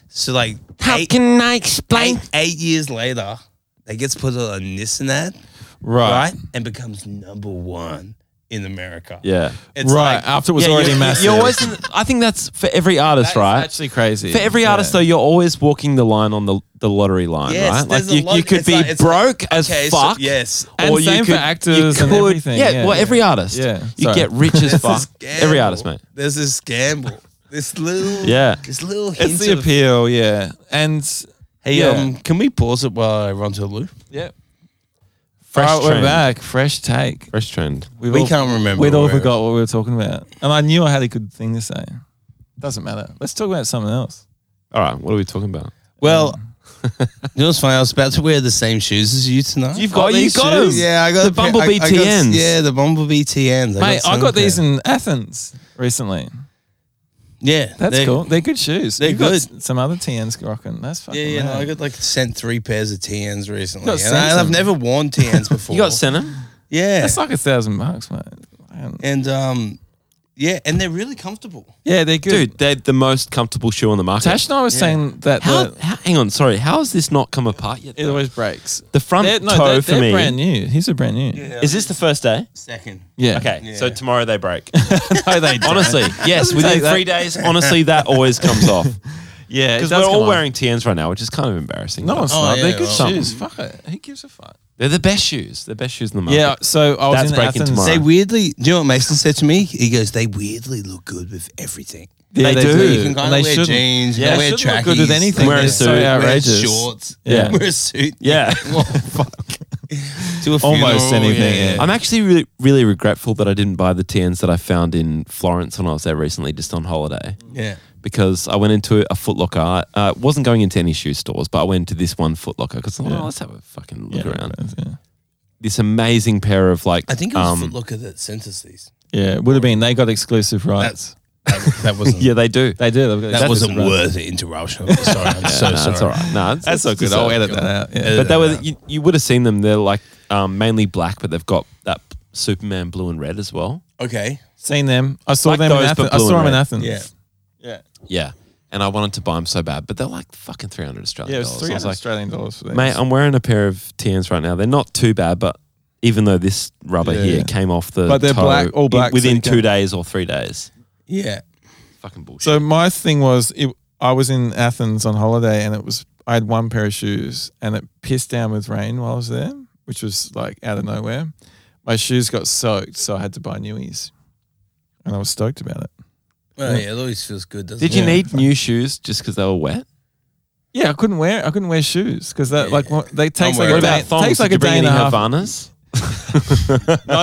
[SPEAKER 6] So like eight,
[SPEAKER 4] can I explain?
[SPEAKER 6] eight, eight years later, that gets put on a Nissan ad,
[SPEAKER 5] Right,
[SPEAKER 6] right, and becomes number one in America.
[SPEAKER 4] Yeah,
[SPEAKER 6] It's
[SPEAKER 5] right.
[SPEAKER 6] like-
[SPEAKER 5] After it was
[SPEAKER 4] yeah,
[SPEAKER 5] already
[SPEAKER 4] you're,
[SPEAKER 5] massive.
[SPEAKER 4] You're always. In, I think that's for every artist,
[SPEAKER 5] That's
[SPEAKER 4] right?
[SPEAKER 5] actually crazy.
[SPEAKER 4] For every artist, though, you're always walking the line on the, the lottery line,
[SPEAKER 6] Yes,
[SPEAKER 4] right? Like
[SPEAKER 6] there's a
[SPEAKER 4] you,
[SPEAKER 6] lot-
[SPEAKER 4] you could
[SPEAKER 6] it's
[SPEAKER 4] be
[SPEAKER 6] like- it's
[SPEAKER 4] broke
[SPEAKER 6] like-
[SPEAKER 4] as
[SPEAKER 6] okay, so-
[SPEAKER 4] fuck.
[SPEAKER 6] yes.
[SPEAKER 5] And same for actors and everything,
[SPEAKER 4] Yeah,
[SPEAKER 5] yeah,
[SPEAKER 4] well,
[SPEAKER 5] yeah.
[SPEAKER 4] every artist.
[SPEAKER 5] Yeah,
[SPEAKER 4] you
[SPEAKER 5] sorry.
[SPEAKER 4] get rich as
[SPEAKER 6] There's
[SPEAKER 4] fuck.
[SPEAKER 6] this gamble.
[SPEAKER 4] Every artist, mate.
[SPEAKER 6] There's this gamble. This little,
[SPEAKER 4] Yeah.
[SPEAKER 6] This little hint
[SPEAKER 5] it's the
[SPEAKER 6] of,
[SPEAKER 5] appeal. Yeah, and
[SPEAKER 6] Hey,
[SPEAKER 5] yeah.
[SPEAKER 6] um, can we pause it while I run to the loo?
[SPEAKER 5] yeah.
[SPEAKER 4] Fresh
[SPEAKER 5] All right, we're
[SPEAKER 4] trend.
[SPEAKER 5] back. Fresh take.
[SPEAKER 4] Fresh trend.
[SPEAKER 5] We've
[SPEAKER 6] We
[SPEAKER 5] all-
[SPEAKER 6] can't remember.
[SPEAKER 5] We'd all
[SPEAKER 6] where-
[SPEAKER 5] forgot what we were talking about, and I knew I had a good thing to say. Doesn't matter. Let's talk about something else.
[SPEAKER 4] All right, what are we talking about?
[SPEAKER 6] Well, you know what's funny? I was about to wear the same shoes as you tonight.
[SPEAKER 4] You've got Oh, you these got 'em. shoes?
[SPEAKER 6] Yeah, I got
[SPEAKER 4] The
[SPEAKER 6] a pair- I-
[SPEAKER 4] Bumblebee
[SPEAKER 6] I got-
[SPEAKER 4] TNs.
[SPEAKER 6] yeah, the Bumblebee TNs.
[SPEAKER 5] Mate, I
[SPEAKER 6] some
[SPEAKER 5] got these
[SPEAKER 6] pair.
[SPEAKER 5] in Athens recently.
[SPEAKER 6] yeah,
[SPEAKER 5] That's
[SPEAKER 6] they're-
[SPEAKER 5] cool. They're good shoes.
[SPEAKER 6] they're
[SPEAKER 5] You've got
[SPEAKER 6] good.
[SPEAKER 5] s- some other TNs rocking. That's fucking
[SPEAKER 6] Yeah, yeah. No,
[SPEAKER 5] mad.
[SPEAKER 6] I got like sent three pairs of TNs recently,
[SPEAKER 5] got
[SPEAKER 6] and,
[SPEAKER 5] sent
[SPEAKER 6] I, and I've
[SPEAKER 5] them.
[SPEAKER 6] never worn TNs before.
[SPEAKER 4] You got Senna?
[SPEAKER 6] yeah,
[SPEAKER 5] That's like a thousand bucks, mate. Man.
[SPEAKER 6] and um, yeah, and they're really comfortable.
[SPEAKER 5] Yeah, they're good.
[SPEAKER 4] Dude, they're the most comfortable shoe on the market.
[SPEAKER 5] Tash and I was saying that
[SPEAKER 4] how,
[SPEAKER 5] the,
[SPEAKER 4] how, hang on, sorry. How has this not come apart yet?
[SPEAKER 5] it
[SPEAKER 4] though?
[SPEAKER 5] always breaks.
[SPEAKER 4] the front
[SPEAKER 5] They're, no,
[SPEAKER 4] toe
[SPEAKER 5] they're,
[SPEAKER 4] for
[SPEAKER 5] they're
[SPEAKER 4] me.
[SPEAKER 5] brand new. These are brand new.
[SPEAKER 4] Is this the first day?
[SPEAKER 6] Second,
[SPEAKER 5] Yeah.
[SPEAKER 4] Okay,
[SPEAKER 6] Yeah.
[SPEAKER 4] so tomorrow they break.
[SPEAKER 5] no, they don't.
[SPEAKER 4] Honestly, yes, within
[SPEAKER 5] take that.
[SPEAKER 4] three days. Honestly, that always comes off.
[SPEAKER 5] Yeah, it
[SPEAKER 4] Because
[SPEAKER 5] does
[SPEAKER 4] we're
[SPEAKER 5] come
[SPEAKER 4] all
[SPEAKER 5] off.
[SPEAKER 4] wearing TNs right now, which is kind of embarrassing.
[SPEAKER 5] No,
[SPEAKER 4] but
[SPEAKER 5] it's
[SPEAKER 6] Oh,
[SPEAKER 5] not.
[SPEAKER 6] yeah,
[SPEAKER 5] they're good
[SPEAKER 6] well.
[SPEAKER 5] shoes. Fuck it. Who gives a fuck?
[SPEAKER 4] they're the best shoes. The best shoes in the market.
[SPEAKER 5] Yeah. So I was
[SPEAKER 4] That's
[SPEAKER 5] in
[SPEAKER 4] breaking
[SPEAKER 5] Athens.
[SPEAKER 4] tomorrow.
[SPEAKER 6] they weirdly. Do you know what Mason said to me? He goes, "They weirdly look good with everything."
[SPEAKER 5] Yeah,
[SPEAKER 4] They
[SPEAKER 5] they,
[SPEAKER 4] do.
[SPEAKER 5] do.
[SPEAKER 6] You can kind
[SPEAKER 5] and
[SPEAKER 6] of
[SPEAKER 5] they
[SPEAKER 6] wear
[SPEAKER 5] shouldn't.
[SPEAKER 6] jeans,
[SPEAKER 5] Yeah,
[SPEAKER 6] yeah, wear
[SPEAKER 5] shouldn't
[SPEAKER 6] trackies,
[SPEAKER 5] look good with anything.
[SPEAKER 4] Wear a
[SPEAKER 6] They're
[SPEAKER 4] suit.
[SPEAKER 6] wear
[SPEAKER 5] Outrageous.
[SPEAKER 6] shorts,
[SPEAKER 5] Yeah.
[SPEAKER 6] wear a suit.
[SPEAKER 4] Yeah.
[SPEAKER 6] Well, fuck. to a
[SPEAKER 5] Almost
[SPEAKER 6] funeral,
[SPEAKER 5] anything, yeah.
[SPEAKER 4] I'm actually really, really regretful that I didn't buy the TNs that I found in Florence when I was there recently, just on holiday.
[SPEAKER 6] Yeah.
[SPEAKER 4] Because I went into a Foot Locker. I uh, wasn't going into any shoe stores, but I went to this one Foot Locker because oh, let's have a fucking look around. This amazing pair of like.
[SPEAKER 6] I think it was
[SPEAKER 4] um,
[SPEAKER 6] Foot Locker that sent us these.
[SPEAKER 5] Yeah, it would have been. They got exclusive rights.
[SPEAKER 6] That, that wasn't.
[SPEAKER 4] Yeah, they do.
[SPEAKER 5] they do. They've got
[SPEAKER 6] That
[SPEAKER 5] exclusive
[SPEAKER 6] wasn't
[SPEAKER 5] rights.
[SPEAKER 6] worth the interruption. I'm sorry, I'm so
[SPEAKER 4] Nah,
[SPEAKER 6] sorry.
[SPEAKER 4] That's all right. No, it's,
[SPEAKER 5] Oh, That's
[SPEAKER 4] it's
[SPEAKER 5] not good.
[SPEAKER 4] deserved.
[SPEAKER 5] I'll edit that out. Yeah.
[SPEAKER 4] But they were you, you would have seen them. They're like um, mainly black, but they've got that Superman blue and red as well.
[SPEAKER 6] Okay.
[SPEAKER 5] Seen them. I saw
[SPEAKER 4] Like
[SPEAKER 5] them in
[SPEAKER 4] those, but
[SPEAKER 5] Athens. I
[SPEAKER 4] blue
[SPEAKER 5] saw them
[SPEAKER 4] and
[SPEAKER 5] in
[SPEAKER 4] red.
[SPEAKER 5] Athens.
[SPEAKER 6] Yeah.
[SPEAKER 4] Yeah, and I wanted to buy them so bad, but they're like fucking three hundred Australian
[SPEAKER 5] Yeah, it was
[SPEAKER 4] dollars.
[SPEAKER 5] three
[SPEAKER 4] I was
[SPEAKER 5] hundred
[SPEAKER 4] like,
[SPEAKER 5] Australian dollars for these.
[SPEAKER 4] mate, I'm wearing a pair of TNs right now. They're not too bad, but even though this rubber
[SPEAKER 5] Yeah,
[SPEAKER 4] here
[SPEAKER 5] yeah.
[SPEAKER 4] came off the
[SPEAKER 5] But they're
[SPEAKER 4] toe
[SPEAKER 5] black- all
[SPEAKER 4] in-
[SPEAKER 5] black, so
[SPEAKER 4] within
[SPEAKER 5] you
[SPEAKER 4] two
[SPEAKER 5] can't-
[SPEAKER 4] days or three days.
[SPEAKER 6] Yeah.
[SPEAKER 4] Fucking bullshit.
[SPEAKER 5] So my thing was, it, I was in Athens on holiday, and it was I had one pair of shoes, and it pissed down with rain while I was there, which was like out of nowhere. My shoes got soaked, so I had to buy newies, and I was stoked about it.
[SPEAKER 6] Well, yeah, it always feels good, doesn't
[SPEAKER 4] Did
[SPEAKER 6] it?
[SPEAKER 4] you
[SPEAKER 5] Yeah,
[SPEAKER 4] need new shoes just because they were wet?
[SPEAKER 5] Yeah, I couldn't wear I couldn't wear shoes because that like what- they takes like
[SPEAKER 6] wearing
[SPEAKER 5] a
[SPEAKER 4] What
[SPEAKER 5] day,
[SPEAKER 4] about thongs?
[SPEAKER 5] takes like
[SPEAKER 4] Did
[SPEAKER 5] a
[SPEAKER 4] you bring
[SPEAKER 5] day and
[SPEAKER 4] any
[SPEAKER 5] a half.
[SPEAKER 4] Havanas?
[SPEAKER 5] No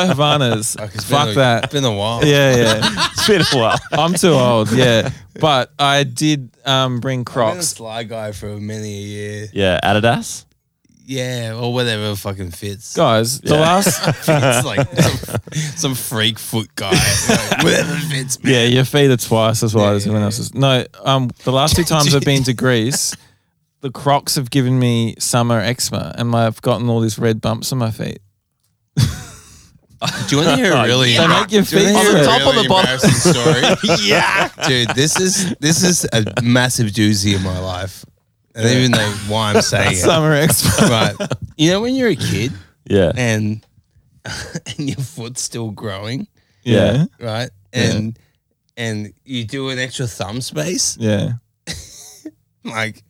[SPEAKER 5] Havanas.
[SPEAKER 6] It's been
[SPEAKER 5] Fuck
[SPEAKER 6] a-
[SPEAKER 5] that.
[SPEAKER 6] It's been a while.
[SPEAKER 5] Yeah, yeah.
[SPEAKER 4] it's been a while.
[SPEAKER 5] I'm too old. Yeah, but I did um, bring
[SPEAKER 6] I've been a
[SPEAKER 5] Crocs.
[SPEAKER 6] sly guy for many a year.
[SPEAKER 4] Yeah, Adidas.
[SPEAKER 6] Yeah, or whatever fucking fits.
[SPEAKER 5] Guys, the last
[SPEAKER 6] It's like some, some freak foot guy. Like, whatever fits me.
[SPEAKER 5] yeah, your feet are twice as wide as everyone else's. No, um, the last two times I've been to Greece, the Crocs have given me summer eczema, and I've gotten all these red bumps on my feet.
[SPEAKER 6] Do you want to hear a really?
[SPEAKER 5] They make your
[SPEAKER 6] do you
[SPEAKER 5] feet
[SPEAKER 6] want to hear
[SPEAKER 5] hurt.
[SPEAKER 6] a
[SPEAKER 5] Top
[SPEAKER 6] really embarrassing story? yeah, dude, this is this is a massive doozy in my life. I don't even know why I'm saying it.
[SPEAKER 5] Summer eczema.
[SPEAKER 6] But you know when you're a kid
[SPEAKER 4] Yeah.
[SPEAKER 6] and and your foot's still growing,
[SPEAKER 5] Yeah,
[SPEAKER 6] right? And and you do an extra thumb space,
[SPEAKER 5] yeah.
[SPEAKER 6] like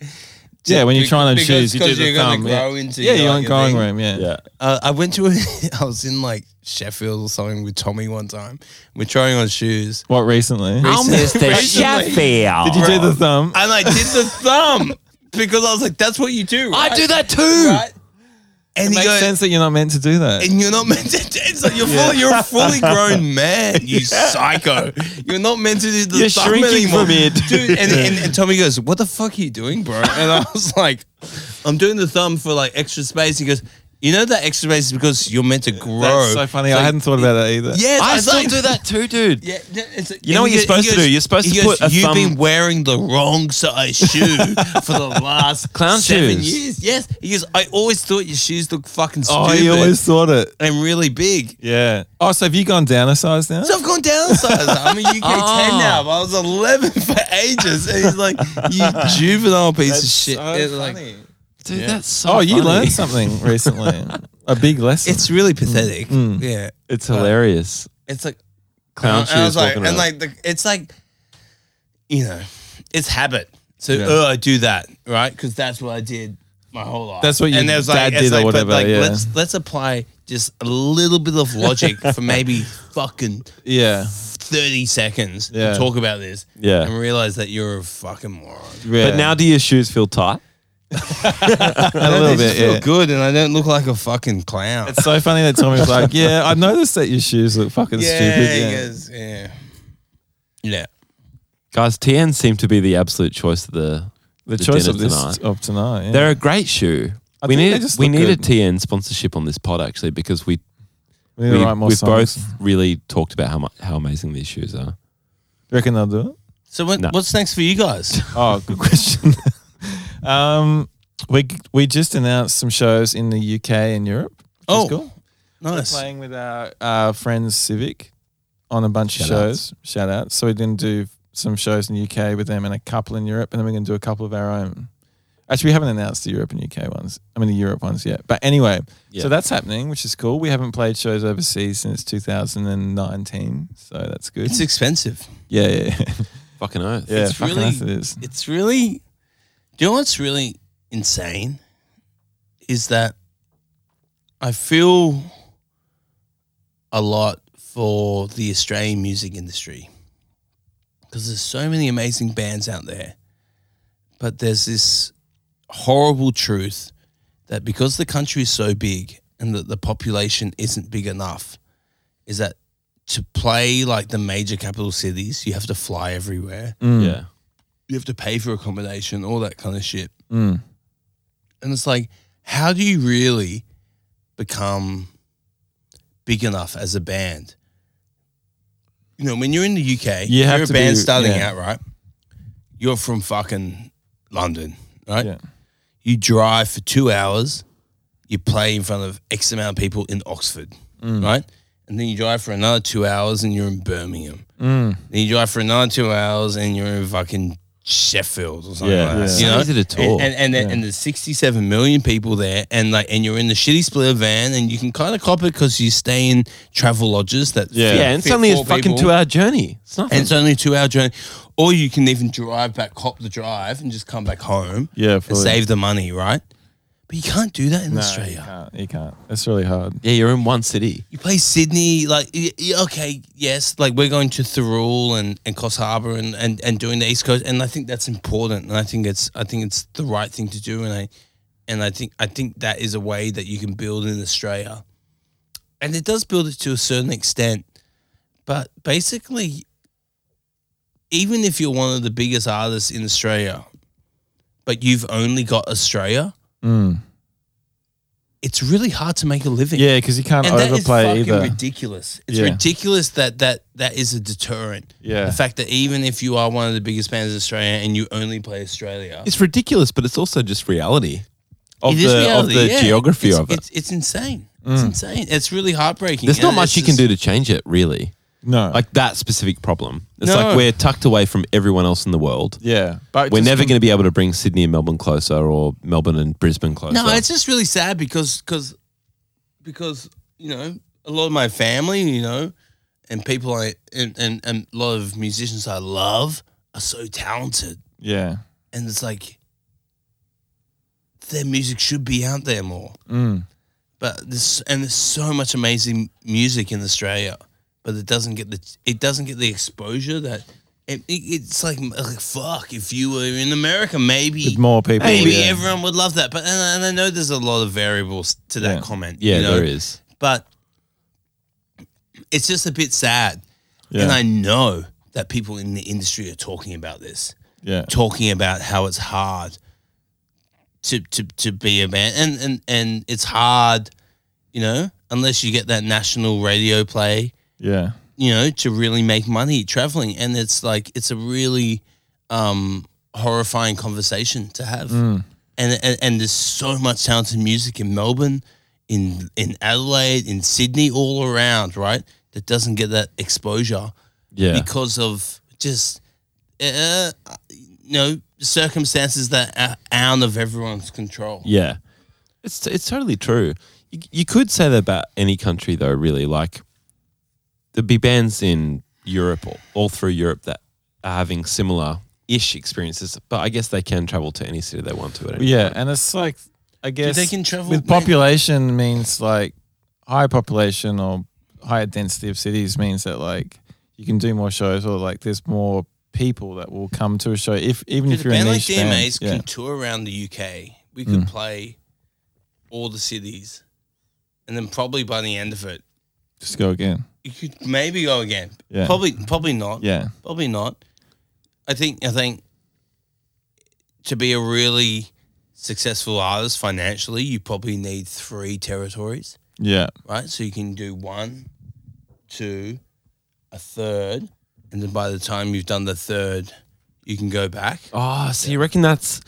[SPEAKER 5] Yeah, when you're
[SPEAKER 6] be-
[SPEAKER 5] trying to
[SPEAKER 6] because-
[SPEAKER 5] choose, you do
[SPEAKER 6] 'cause
[SPEAKER 5] the
[SPEAKER 6] you're gonna
[SPEAKER 5] thumb,
[SPEAKER 6] Grow
[SPEAKER 5] yeah.
[SPEAKER 6] into
[SPEAKER 5] Yeah,
[SPEAKER 6] your-
[SPEAKER 5] you're on
[SPEAKER 6] your
[SPEAKER 5] growing
[SPEAKER 6] thing.
[SPEAKER 5] room. Yeah,
[SPEAKER 4] Yeah.
[SPEAKER 6] Uh, I went to a, I was in like Sheffield or something with Tommy one time. We're trying on shoes.
[SPEAKER 5] What recently?
[SPEAKER 6] Mr.
[SPEAKER 4] Sheffield.
[SPEAKER 5] Did you do the thumb?
[SPEAKER 6] and I did the thumb because I was like, "That's what you do." Right?
[SPEAKER 4] I do that too.
[SPEAKER 6] Right? And he
[SPEAKER 5] Makes
[SPEAKER 6] goes,
[SPEAKER 5] sense that you're not meant to do that.
[SPEAKER 6] and you're not meant to. It's like you're fully, you're a fully grown man, you psycho. You're not meant to do the
[SPEAKER 4] You're
[SPEAKER 6] thumb
[SPEAKER 4] shrinking
[SPEAKER 6] anymore,
[SPEAKER 4] from it.
[SPEAKER 6] dude. And, and, and Tommy goes, "What the fuck are you doing, bro?" And I was like, "I'm doing the thumb for like extra space." He goes, "You know that extra space is because you're meant to grow."
[SPEAKER 5] That's so funny. I hadn't thought about that either.
[SPEAKER 6] Yeah,
[SPEAKER 4] I
[SPEAKER 6] it's
[SPEAKER 4] still
[SPEAKER 6] like-
[SPEAKER 4] do that too, dude.
[SPEAKER 6] Yeah, no, it's,
[SPEAKER 4] You know what
[SPEAKER 6] he
[SPEAKER 4] you're
[SPEAKER 6] go- he
[SPEAKER 4] supposed to do? You're supposed
[SPEAKER 6] he
[SPEAKER 4] to put a
[SPEAKER 6] You've
[SPEAKER 4] thumb-
[SPEAKER 6] been wearing the wrong size shoe for the last
[SPEAKER 4] Clown
[SPEAKER 6] seven
[SPEAKER 4] shoes.
[SPEAKER 6] years. Yes, he goes. I always thought your shoes looked fucking stupid
[SPEAKER 5] Oh, you always thought it.
[SPEAKER 6] and really big.
[SPEAKER 5] Yeah. Oh, so have you gone down a size now?
[SPEAKER 6] So I've gone down a size. I'm a UK
[SPEAKER 5] Oh.
[SPEAKER 6] ten now. But I was eleven for ages, and he's like, "You juvenile piece of shit." It's like-
[SPEAKER 4] Dude, that's so
[SPEAKER 5] oh, you
[SPEAKER 4] funny.
[SPEAKER 5] learned something recently. a big lesson.
[SPEAKER 6] it's really pathetic.
[SPEAKER 5] Mm.
[SPEAKER 6] Yeah,
[SPEAKER 4] It's hilarious.
[SPEAKER 6] it's like
[SPEAKER 4] Clown
[SPEAKER 6] and I was
[SPEAKER 4] shoes
[SPEAKER 6] like,
[SPEAKER 4] walking around.
[SPEAKER 6] and like the, it's like, you know, it's habit. So
[SPEAKER 5] Yeah.
[SPEAKER 6] oh, I do that right because that's what I did my whole life.
[SPEAKER 5] That's what your
[SPEAKER 6] and there's
[SPEAKER 5] dad
[SPEAKER 6] it's
[SPEAKER 5] did
[SPEAKER 6] but,
[SPEAKER 5] or whatever, yeah.
[SPEAKER 6] Let's let's apply just a little bit of logic for maybe fucking
[SPEAKER 5] yeah.
[SPEAKER 6] thirty seconds
[SPEAKER 5] Yeah.
[SPEAKER 6] to talk about this.
[SPEAKER 4] Yeah.
[SPEAKER 6] and realize that you're a fucking moron.
[SPEAKER 5] yeah.
[SPEAKER 4] But now, do your shoes feel tight?
[SPEAKER 5] a little bit.
[SPEAKER 6] feel
[SPEAKER 5] Yeah.
[SPEAKER 6] good, and I don't look like a fucking clown.
[SPEAKER 5] It's so funny that Tommy's like, yeah, I noticed that your shoes look fucking
[SPEAKER 6] yeah,
[SPEAKER 5] stupid.
[SPEAKER 6] he
[SPEAKER 5] Yeah.
[SPEAKER 6] goes, yeah, yeah.
[SPEAKER 4] Guys, TN seem to be the absolute choice of the
[SPEAKER 5] The choice
[SPEAKER 4] dinner
[SPEAKER 5] of this
[SPEAKER 4] tonight.
[SPEAKER 5] of tonight. Yeah.
[SPEAKER 4] They're a great shoe.
[SPEAKER 5] I
[SPEAKER 4] we
[SPEAKER 5] think they
[SPEAKER 4] need
[SPEAKER 5] just
[SPEAKER 4] we
[SPEAKER 5] look
[SPEAKER 4] need a
[SPEAKER 5] good.
[SPEAKER 4] TN sponsorship on this pod actually because we
[SPEAKER 5] we need
[SPEAKER 4] we
[SPEAKER 5] to write more
[SPEAKER 4] we've
[SPEAKER 5] songs.
[SPEAKER 4] both really talked about how mu- how amazing these shoes are.
[SPEAKER 5] You reckon they'll do it?
[SPEAKER 6] So what,
[SPEAKER 4] No.
[SPEAKER 6] what's next for you guys?
[SPEAKER 5] Oh, good question. um, we we just announced some shows in the UK and Europe. which is
[SPEAKER 6] Oh,
[SPEAKER 5] cool.
[SPEAKER 6] nice.
[SPEAKER 5] playing with our, our friends Civic on a bunch
[SPEAKER 4] Shout
[SPEAKER 5] of shows. Shout out. So we're going to do some shows in the UK with them and a couple in Europe, and then we're going to do a couple of our own. Actually, we haven't announced the Europe and UK ones. I mean, the Europe ones yet. But anyway,
[SPEAKER 4] Yeah.
[SPEAKER 5] so that's happening, which is cool. We haven't played shows overseas since 2019, so that's good.
[SPEAKER 6] It's expensive.
[SPEAKER 5] yeah, yeah, yeah.
[SPEAKER 4] Fucking oath.
[SPEAKER 5] yeah
[SPEAKER 6] It's
[SPEAKER 5] fucking
[SPEAKER 6] really-
[SPEAKER 5] oath it is.
[SPEAKER 6] It's really, do you know what's really insane? Is that I feel a lot for the Australian music industry because there's so many amazing bands out there, but there's this horrible truth that because the country is so big and that the population isn't big enough, is that to play like the major capital cities, you have to fly everywhere
[SPEAKER 5] Mm,
[SPEAKER 4] Yeah.
[SPEAKER 6] you have to pay for accommodation, all that kind of shit.
[SPEAKER 5] mm.
[SPEAKER 6] And it's like, how do you really become big enough as a band? You know, when you're in the UK,
[SPEAKER 5] You have
[SPEAKER 6] you're a
[SPEAKER 5] to
[SPEAKER 6] band
[SPEAKER 5] be-
[SPEAKER 6] starting
[SPEAKER 5] yeah.
[SPEAKER 6] out, right? You're from fucking London, right?
[SPEAKER 5] Yeah.
[SPEAKER 6] You drive for two hours, you play in front of X amount of people in Oxford,
[SPEAKER 4] Mm.
[SPEAKER 6] right? And then you drive for another two hours and you're in Birmingham.
[SPEAKER 5] Mm.
[SPEAKER 6] Then you drive for another two hours and you're in fucking Sheffield or something
[SPEAKER 4] Yeah.
[SPEAKER 6] like that.
[SPEAKER 4] It's
[SPEAKER 6] You
[SPEAKER 4] so
[SPEAKER 6] know?
[SPEAKER 4] easy to
[SPEAKER 6] And
[SPEAKER 4] talk.
[SPEAKER 6] and and, there- and there's 67 million people there, and like and you're in the shitty splitter van, and you can kind of cop it because you stay in travel lodges that
[SPEAKER 4] yeah.
[SPEAKER 6] fit-
[SPEAKER 4] and
[SPEAKER 6] fit
[SPEAKER 4] suddenly it's
[SPEAKER 6] four
[SPEAKER 4] fucking
[SPEAKER 6] people,
[SPEAKER 4] two hour journey. It's nothing.
[SPEAKER 6] and it's only a two hour journey, or you can even drive back, cop the drive, and just come back home
[SPEAKER 5] Yeah,
[SPEAKER 6] and
[SPEAKER 5] fully.
[SPEAKER 6] save the money, right? But you can't do that in
[SPEAKER 5] No, you
[SPEAKER 6] Australia.
[SPEAKER 5] can't. You can't. It's really hard.
[SPEAKER 4] yeah, you're in one city.
[SPEAKER 6] You play Sydney, like y- y- okay, yes, like we're going to Thurrool and, and Coss Harbour and, and, and doing the East Coast, and I think that's important, and I think it's I think it's the right thing to do, and I and I think I think that is a way that you can build in Australia, and it does build it to a certain extent, but basically, even if you're one of the biggest artists in Australia, but you've only got Australia, it's really hard to make a living.
[SPEAKER 5] Yeah, because you can't
[SPEAKER 6] And that is
[SPEAKER 5] overplay
[SPEAKER 6] fucking
[SPEAKER 5] either.
[SPEAKER 6] ridiculous. It's
[SPEAKER 5] Yeah.
[SPEAKER 6] ridiculous that, that that is a deterrent.
[SPEAKER 5] Yeah.
[SPEAKER 6] The fact that even if you are one of the biggest bands in Australia and you only play Australia,
[SPEAKER 4] It's ridiculous, but it's also just reality of
[SPEAKER 6] It
[SPEAKER 4] the
[SPEAKER 6] is
[SPEAKER 4] of the
[SPEAKER 6] reality, yeah.
[SPEAKER 4] geography
[SPEAKER 6] It's-
[SPEAKER 4] of it. Mm.
[SPEAKER 6] It's, it's insane. It's insane. It's really heartbreaking.
[SPEAKER 4] There's
[SPEAKER 6] And
[SPEAKER 4] not much
[SPEAKER 6] it's
[SPEAKER 4] you can
[SPEAKER 6] just-
[SPEAKER 4] do to change it, really.
[SPEAKER 5] no.
[SPEAKER 4] Like that specific problem. It's like
[SPEAKER 6] No.
[SPEAKER 4] we're tucked away from everyone else in the world.
[SPEAKER 5] yeah. But
[SPEAKER 4] We're
[SPEAKER 5] just
[SPEAKER 4] never
[SPEAKER 5] com-
[SPEAKER 4] going to be able to bring Sydney and Melbourne closer, or Melbourne and Brisbane closer.
[SPEAKER 6] No, it's just really sad because because because you know a lot of my family, you know, and people I and and, and a lot of musicians I love are so talented,
[SPEAKER 5] Yeah.
[SPEAKER 6] and it's like their music should be out there more.
[SPEAKER 5] Mm.
[SPEAKER 6] But this and there's so much amazing music in Australia, but it doesn't get the it doesn't get the exposure that. It, it, it's like, like fuck. If you were in America, maybe
[SPEAKER 5] With more people.
[SPEAKER 6] Maybe
[SPEAKER 5] yeah.
[SPEAKER 6] everyone would love that, but and, and I know there's a lot of variables to that
[SPEAKER 5] Yeah.
[SPEAKER 6] comment.
[SPEAKER 4] yeah,
[SPEAKER 6] you know,
[SPEAKER 4] there is.
[SPEAKER 6] But it's just a bit sad,
[SPEAKER 5] yeah.
[SPEAKER 6] and I know that people in the industry are talking about this,
[SPEAKER 5] yeah.
[SPEAKER 6] talking about how it's hard to to to be a band, and and and it's hard, you know, unless you get that national radio play
[SPEAKER 5] Yeah.
[SPEAKER 6] you know, to really make money traveling. And it's like, it's a really um, horrifying conversation to have. And, and, and there's so much talented music in Melbourne, in, in Adelaide, in Sydney, all around, right? That doesn't get that exposure
[SPEAKER 4] Yeah,
[SPEAKER 6] because of just, uh, you know, circumstances that are out of everyone's control.
[SPEAKER 4] yeah. It's it's totally true. You, you could say that about any country, though. Really, like there'd be bands in Europe or all through Europe that are having similar ish experiences, but I guess they can travel to any city they want to. At any
[SPEAKER 5] Yeah, and it's like I guess
[SPEAKER 6] they can travel-
[SPEAKER 5] with population means like high population or higher density of cities means that like you can do more shows or like there's more people that will come to a show if even
[SPEAKER 6] Dude,
[SPEAKER 5] if
[SPEAKER 6] a
[SPEAKER 5] you're a
[SPEAKER 6] band like
[SPEAKER 5] niche
[SPEAKER 6] DMAs
[SPEAKER 5] band. Yeah. Mm.
[SPEAKER 6] can tour around the UK. We could play all the cities, and then probably by the end of it,
[SPEAKER 5] Just go again.
[SPEAKER 6] you could maybe go again.
[SPEAKER 5] Yeah.
[SPEAKER 6] Probably, probably not.
[SPEAKER 5] Yeah.
[SPEAKER 6] Probably not. I think. I think to be a really successful artist financially, you probably need three territories,
[SPEAKER 5] Yeah.
[SPEAKER 6] right? So you can do one, two, a third, and then by the time you've done the third, you can go back.
[SPEAKER 4] Oh, so you reckon that's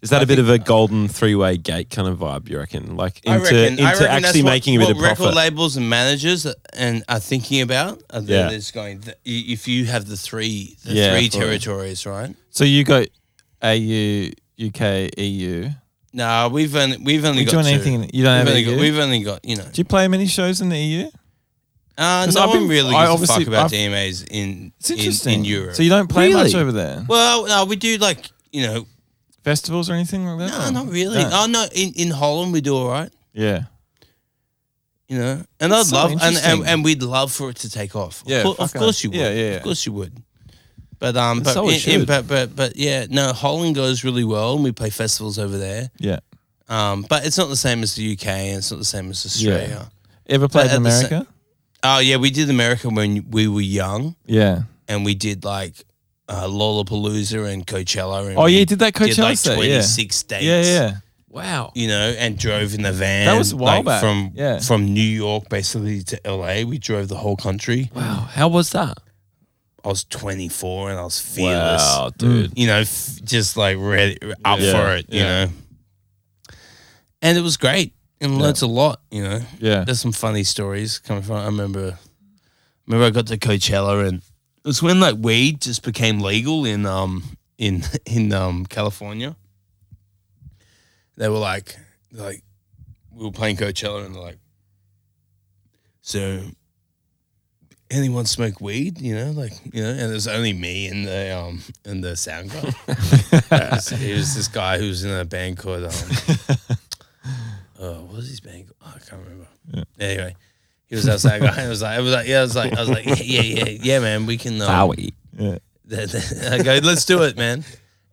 [SPEAKER 4] is that a bit of a golden three way gate kind of vibe? You reckon, like into
[SPEAKER 6] I reckon,
[SPEAKER 4] into
[SPEAKER 6] I reckon that's
[SPEAKER 4] actually
[SPEAKER 6] what-
[SPEAKER 4] making a bit
[SPEAKER 6] what
[SPEAKER 4] of profit?
[SPEAKER 6] Record labels and managers and are thinking about. Are
[SPEAKER 4] Yeah.
[SPEAKER 6] yeah. It's going th- i- if you have the three, the
[SPEAKER 5] Yeah,
[SPEAKER 6] three
[SPEAKER 5] I thought-
[SPEAKER 6] territories, right?
[SPEAKER 5] So you got AU, UK, EU.
[SPEAKER 6] No, we've only we've only
[SPEAKER 5] E You
[SPEAKER 6] got
[SPEAKER 5] doing
[SPEAKER 6] two.
[SPEAKER 5] anything? You don't
[SPEAKER 6] We've
[SPEAKER 5] have
[SPEAKER 6] only,
[SPEAKER 5] EU.
[SPEAKER 6] got, we've only got you know.
[SPEAKER 5] do you play many shows in the E EU?
[SPEAKER 6] Uh,
[SPEAKER 5] 'Cause
[SPEAKER 6] no
[SPEAKER 5] I've
[SPEAKER 6] one
[SPEAKER 5] been-
[SPEAKER 6] really
[SPEAKER 5] I
[SPEAKER 6] gives a fuck
[SPEAKER 5] obviously-
[SPEAKER 6] about
[SPEAKER 5] I've-
[SPEAKER 6] DMAs in
[SPEAKER 5] It's
[SPEAKER 6] in-
[SPEAKER 5] interesting.
[SPEAKER 6] in, Europe.
[SPEAKER 5] So you don't play much
[SPEAKER 4] Really?
[SPEAKER 5] over there?
[SPEAKER 6] well, no, we do like you know,
[SPEAKER 5] Festivals or anything like that?
[SPEAKER 6] no,
[SPEAKER 5] or-
[SPEAKER 6] not really.
[SPEAKER 5] No.
[SPEAKER 6] Oh no, in in Holland we do all right.
[SPEAKER 5] Yeah.
[SPEAKER 6] You know, and I'd
[SPEAKER 5] so
[SPEAKER 6] love, and, and
[SPEAKER 5] interesting.
[SPEAKER 6] and we'd love for it to take off.
[SPEAKER 5] Yeah,
[SPEAKER 6] of, cour- of
[SPEAKER 5] fuck
[SPEAKER 6] course
[SPEAKER 5] off.
[SPEAKER 6] you would.
[SPEAKER 5] Yeah, yeah, yeah.
[SPEAKER 6] Of course you would. But um,
[SPEAKER 4] And
[SPEAKER 6] but,
[SPEAKER 4] so it
[SPEAKER 6] in- in-
[SPEAKER 4] should.
[SPEAKER 6] but but but yeah, no, Holland goes really well, and we play festivals over there.
[SPEAKER 5] Yeah.
[SPEAKER 6] Um, but it's not the same as the UK, and it's not the same as Australia.
[SPEAKER 5] Ever played in
[SPEAKER 6] at the sa-
[SPEAKER 5] America?
[SPEAKER 6] Oh yeah, we did America when we were young,
[SPEAKER 5] Yeah.
[SPEAKER 6] and we did like uh, Lollapalooza and Coachella. And
[SPEAKER 5] Oh,
[SPEAKER 6] we
[SPEAKER 5] yeah, you did that
[SPEAKER 6] did like
[SPEAKER 5] Coachella set, yeah.
[SPEAKER 6] twenty six dates.
[SPEAKER 5] Yeah, yeah.
[SPEAKER 4] wow,
[SPEAKER 6] you know, and drove in the van.
[SPEAKER 5] That was a while
[SPEAKER 6] like,
[SPEAKER 5] back.
[SPEAKER 6] From
[SPEAKER 5] Yeah.
[SPEAKER 6] from New York basically to LA. We drove the whole country.
[SPEAKER 4] wow, how was that?
[SPEAKER 6] I was 24 and I was fearless.
[SPEAKER 4] Wow, dude.
[SPEAKER 6] You know, f- just like ready up for it. You know, and it was great and learnt a lot. You know,
[SPEAKER 5] Yeah.
[SPEAKER 6] there's some funny stories coming from. I remember, remember I got to Coachella and it was when like weed just became legal in um in in um California. They were like like we were playing Coachella and they're like so anyone smoke weed you know like you know and it was only me and the um and the sound guy it, was, it was this guy who was in a band called um oh what was his band called? Oh, I can't remember anyway he was outside guy and it was like I was like yeah I was like I was like yeah yeah yeah man we can um,
[SPEAKER 4] Bowie.
[SPEAKER 6] they- they- I go, let's do it, man.